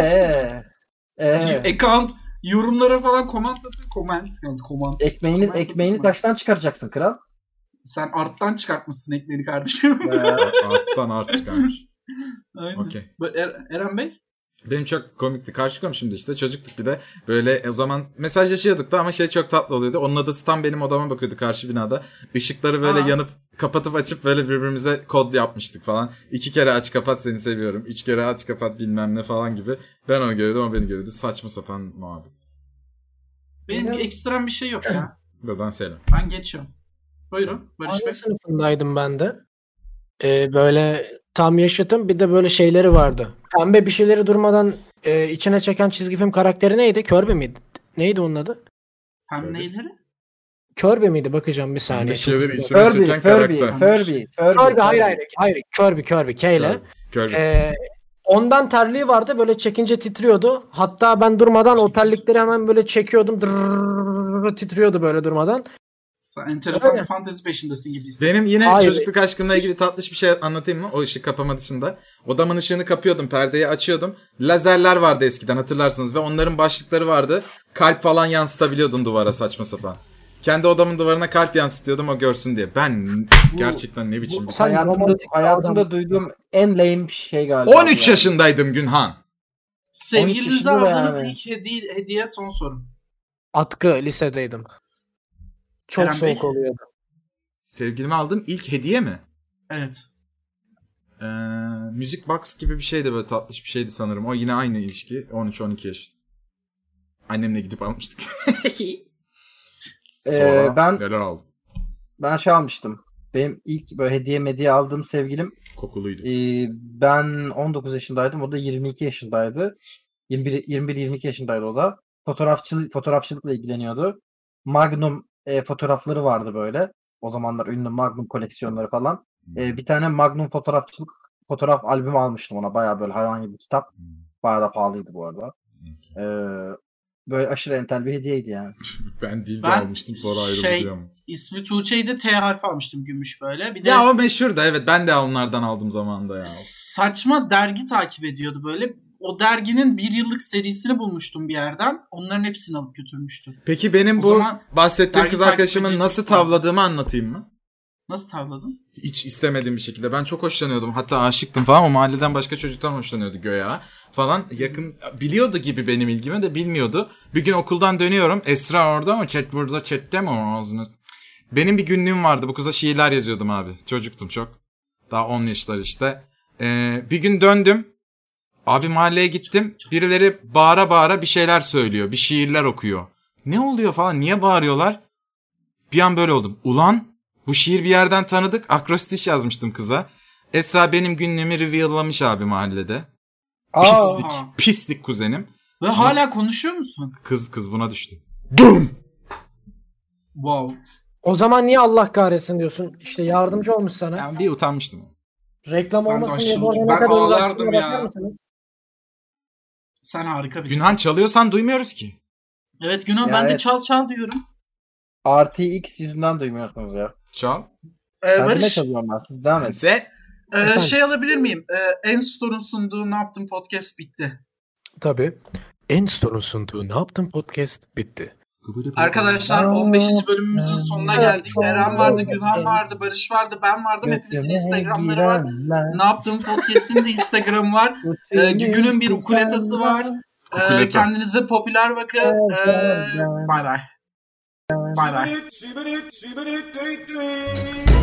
[SPEAKER 2] Ee, ee.
[SPEAKER 4] Account yorumlara falan comment atın. Comment yalnız comment.
[SPEAKER 2] Ekmeğini,
[SPEAKER 4] Comment
[SPEAKER 2] ekmeğini
[SPEAKER 4] atın.
[SPEAKER 2] taştan çıkaracaksın kral.
[SPEAKER 4] Sen arttan çıkartmışsın ekmeğini kardeşim.
[SPEAKER 2] Ee,
[SPEAKER 3] Arttan art çıkarmış.
[SPEAKER 4] Aynen.
[SPEAKER 3] Okey.
[SPEAKER 4] Bu Er- Eren Bey?
[SPEAKER 3] Benim çok komikti. Karşı komşumdu işte. Çocuktuk bir de. Böyle o zaman mesajlaşıyorduk da ama şey çok tatlı oluyordu. Onun adı Stan benim odama bakıyordu karşı binada. Işıkları böyle
[SPEAKER 4] Aa.
[SPEAKER 3] yanıp kapatıp açıp böyle birbirimize kod yapmıştık falan. İki kere aç kapat seni seviyorum. Üç kere aç kapat bilmem ne falan gibi. Ben onu görüyordum o beni görüyordu. Saçma sapan muhabbet.
[SPEAKER 4] Benim
[SPEAKER 5] Benim-
[SPEAKER 4] ekstrem bir şey yok ya.
[SPEAKER 3] Buradan selam.
[SPEAKER 4] Ben geçiyorum. Buyurun Barış Bey.
[SPEAKER 5] Aynı sınıfındaydım ben de. Ee, böyle tam yaşıtım bir de böyle şeyleri vardı. Pembe bir şeyleri durmadan e, içine çeken çizgi film karakteri neydi? Körbe miydi? Neydi onun adı?
[SPEAKER 4] Hem
[SPEAKER 3] Böyle.
[SPEAKER 4] neyleri?
[SPEAKER 5] Körbe miydi? Bakacağım bir saniye.
[SPEAKER 3] Bir şeyleri
[SPEAKER 5] Çok-
[SPEAKER 3] içine
[SPEAKER 2] Furby,
[SPEAKER 3] çeken
[SPEAKER 2] Furby,
[SPEAKER 3] karakter.
[SPEAKER 2] Furby, Furby.
[SPEAKER 5] Körbe hayır hayır. Hayır körbe körbe K ile.
[SPEAKER 3] Kör-
[SPEAKER 5] Ee, ondan terliği vardı böyle çekince titriyordu. Hatta ben durmadan o terlikleri hemen böyle çekiyordum. Dırrrr, titriyordu böyle durmadan.
[SPEAKER 4] Sen enteresan
[SPEAKER 5] Öyle.
[SPEAKER 4] bir fantezi peşindesin gibi hissediyorum.
[SPEAKER 3] Benim yine
[SPEAKER 5] Hayır.
[SPEAKER 3] çocukluk aşkımla ilgili tatlış bir şey anlatayım mı? O ışık kapama dışında. Odamın ışığını kapıyordum, perdeyi açıyordum. Lazerler vardı eskiden hatırlarsınız ve onların başlıkları vardı. Kalp falan yansıtabiliyordun duvara saçma sapan. Kendi odamın duvarına kalp yansıtıyordum o görsün diye. Ben gerçekten ne biçim bir...
[SPEAKER 5] Sen
[SPEAKER 2] Hayatımda,
[SPEAKER 5] romantik bir adam.
[SPEAKER 2] hayatımda duyduğum en lame şey galiba.
[SPEAKER 3] 13
[SPEAKER 2] Yani.
[SPEAKER 3] yaşındaydım Günhan.
[SPEAKER 4] Sevgilinize
[SPEAKER 2] yaşında
[SPEAKER 4] aldığınız
[SPEAKER 2] yani.
[SPEAKER 4] ilk hediye, hediye son sorum.
[SPEAKER 5] Atkı lisedeydim. Çok
[SPEAKER 4] Kerem Bey?
[SPEAKER 5] soğuk oluyordu.
[SPEAKER 3] Sevgilime aldığım ilk hediye mi?
[SPEAKER 4] Evet.
[SPEAKER 3] Ee, müzik box gibi bir şeydi böyle tatlış bir şeydi sanırım. O yine aynı ilişki. 13-12 yaş. Annemle gidip almıştık. Sonra
[SPEAKER 2] Ee, ben-
[SPEAKER 3] neler aldım?
[SPEAKER 2] Ben şey almıştım. Benim ilk böyle hediye medya aldığım sevgilim
[SPEAKER 3] Kokuluydu.
[SPEAKER 2] Ee, ben 19 yaşındaydım. O da 22 yaşındaydı. 21 21 22 yaşındaydı o da. Fotoğrafçılık fotoğrafçılıkla ilgileniyordu. Magnum e, fotoğrafları vardı böyle. O zamanlar ünlü Magnum koleksiyonları falan. E, bir tane Magnum fotoğrafçılık fotoğraf albümü almıştım ona. Bayağı böyle hayvan gibi bir kitap. Bayağı da pahalıydı bu arada. Ee, böyle aşırı entel bir hediyeydi yani.
[SPEAKER 3] Ben dil de
[SPEAKER 4] Ben
[SPEAKER 3] almıştım sonra ayrıldı
[SPEAKER 4] şey-
[SPEAKER 3] diyor ama.
[SPEAKER 4] İsmi Tuğçe'yi de T harfi almıştım gümüş böyle. Bir de
[SPEAKER 3] Ya o meşhur da evet ben de onlardan aldım zamanında ya.
[SPEAKER 4] saçma dergi takip ediyordu böyle. O derginin bir yıllık serisini bulmuştum bir yerden. Onların hepsini alıp götürmüştüm.
[SPEAKER 3] Peki benim
[SPEAKER 4] O
[SPEAKER 3] bu
[SPEAKER 4] zaman
[SPEAKER 3] bahsettiğim
[SPEAKER 4] dergi
[SPEAKER 3] kız arkadaşımın
[SPEAKER 4] takipçi-
[SPEAKER 3] nasıl tavladığımı anlatayım mı?
[SPEAKER 4] Nasıl tavladın?
[SPEAKER 3] Hiç istemediğim bir şekilde. Ben çok hoşlanıyordum. Hatta aşıktım falan. O mahalleden başka çocuktan hoşlanıyordu Göya falan. Yakın biliyordu gibi benim ilgimi de bilmiyordu. Bir gün okuldan dönüyorum. Esra orada mı? Chat burada chatte mi? o Ağzını. Benim bir günlüğüm vardı. Bu kıza şiirler yazıyordum abi. Çocuktum çok. Daha 10 yaşlar işte. Ee, bir gün döndüm. Abi mahalleye gittim. Birileri bağıra bağıra bir şeyler söylüyor. Bir şiirler okuyor. Ne oluyor falan? Niye bağırıyorlar? Bir an böyle oldum. Ulan bu şiir bir yerden tanıdık. Akrostiş yazmıştım kıza. Esra benim günlüğümü reveal'lamış abi mahallede. Pislik.
[SPEAKER 4] Aa.
[SPEAKER 3] Pislik kuzenim.
[SPEAKER 4] Ve hala konuşuyor musun?
[SPEAKER 3] Kız kız buna düştü.
[SPEAKER 4] Wow.
[SPEAKER 5] O zaman niye Allah kahretsin diyorsun? İşte yardımcı olmuş sana.
[SPEAKER 3] Ben bir utanmıştım.
[SPEAKER 5] Reklam
[SPEAKER 4] Ben de
[SPEAKER 5] olmasın diye
[SPEAKER 4] aşırı-
[SPEAKER 5] bu arada ne
[SPEAKER 4] ben
[SPEAKER 5] kadar uğraştığına
[SPEAKER 4] ağlardım
[SPEAKER 5] bakar
[SPEAKER 4] ya.
[SPEAKER 5] mısınız?
[SPEAKER 4] Sen harika bir.
[SPEAKER 3] Günhan çalıyorsan duymuyoruz ki.
[SPEAKER 4] Evet Günhan
[SPEAKER 2] Ya
[SPEAKER 4] ben de
[SPEAKER 2] evet.
[SPEAKER 4] çal çal diyorum.
[SPEAKER 2] RTX yüzünden duymuyorsunuz ya.
[SPEAKER 3] Çal.
[SPEAKER 4] Ee,
[SPEAKER 2] Ben de
[SPEAKER 4] Barış,
[SPEAKER 2] çalıyorum ben. Siz devam edin.
[SPEAKER 3] Sen
[SPEAKER 4] ee,
[SPEAKER 5] Efendim?
[SPEAKER 4] şey alabilir miyim? Ee, Enstore'un sunduğu Ne Yaptın Podcast bitti.
[SPEAKER 5] Tabii. Enstore'un sunduğu Ne Yaptın Podcast bitti.
[SPEAKER 4] Arkadaşlar 15. bölümümüzün sonuna geldik. Eren vardı, Günhan vardı, Barış vardı, ben vardım. Hepimizin Instagram'ları var. Ne yaptığım podcast'in de Instagram'ı var. Ee, Gügü'nün bir ukuletası var. Ee,
[SPEAKER 3] Kukuleta.
[SPEAKER 4] kendinize popüler bakın. Ee, Bay bay. Bay bay.
[SPEAKER 1] Shibbity, shibbity, dee, dee.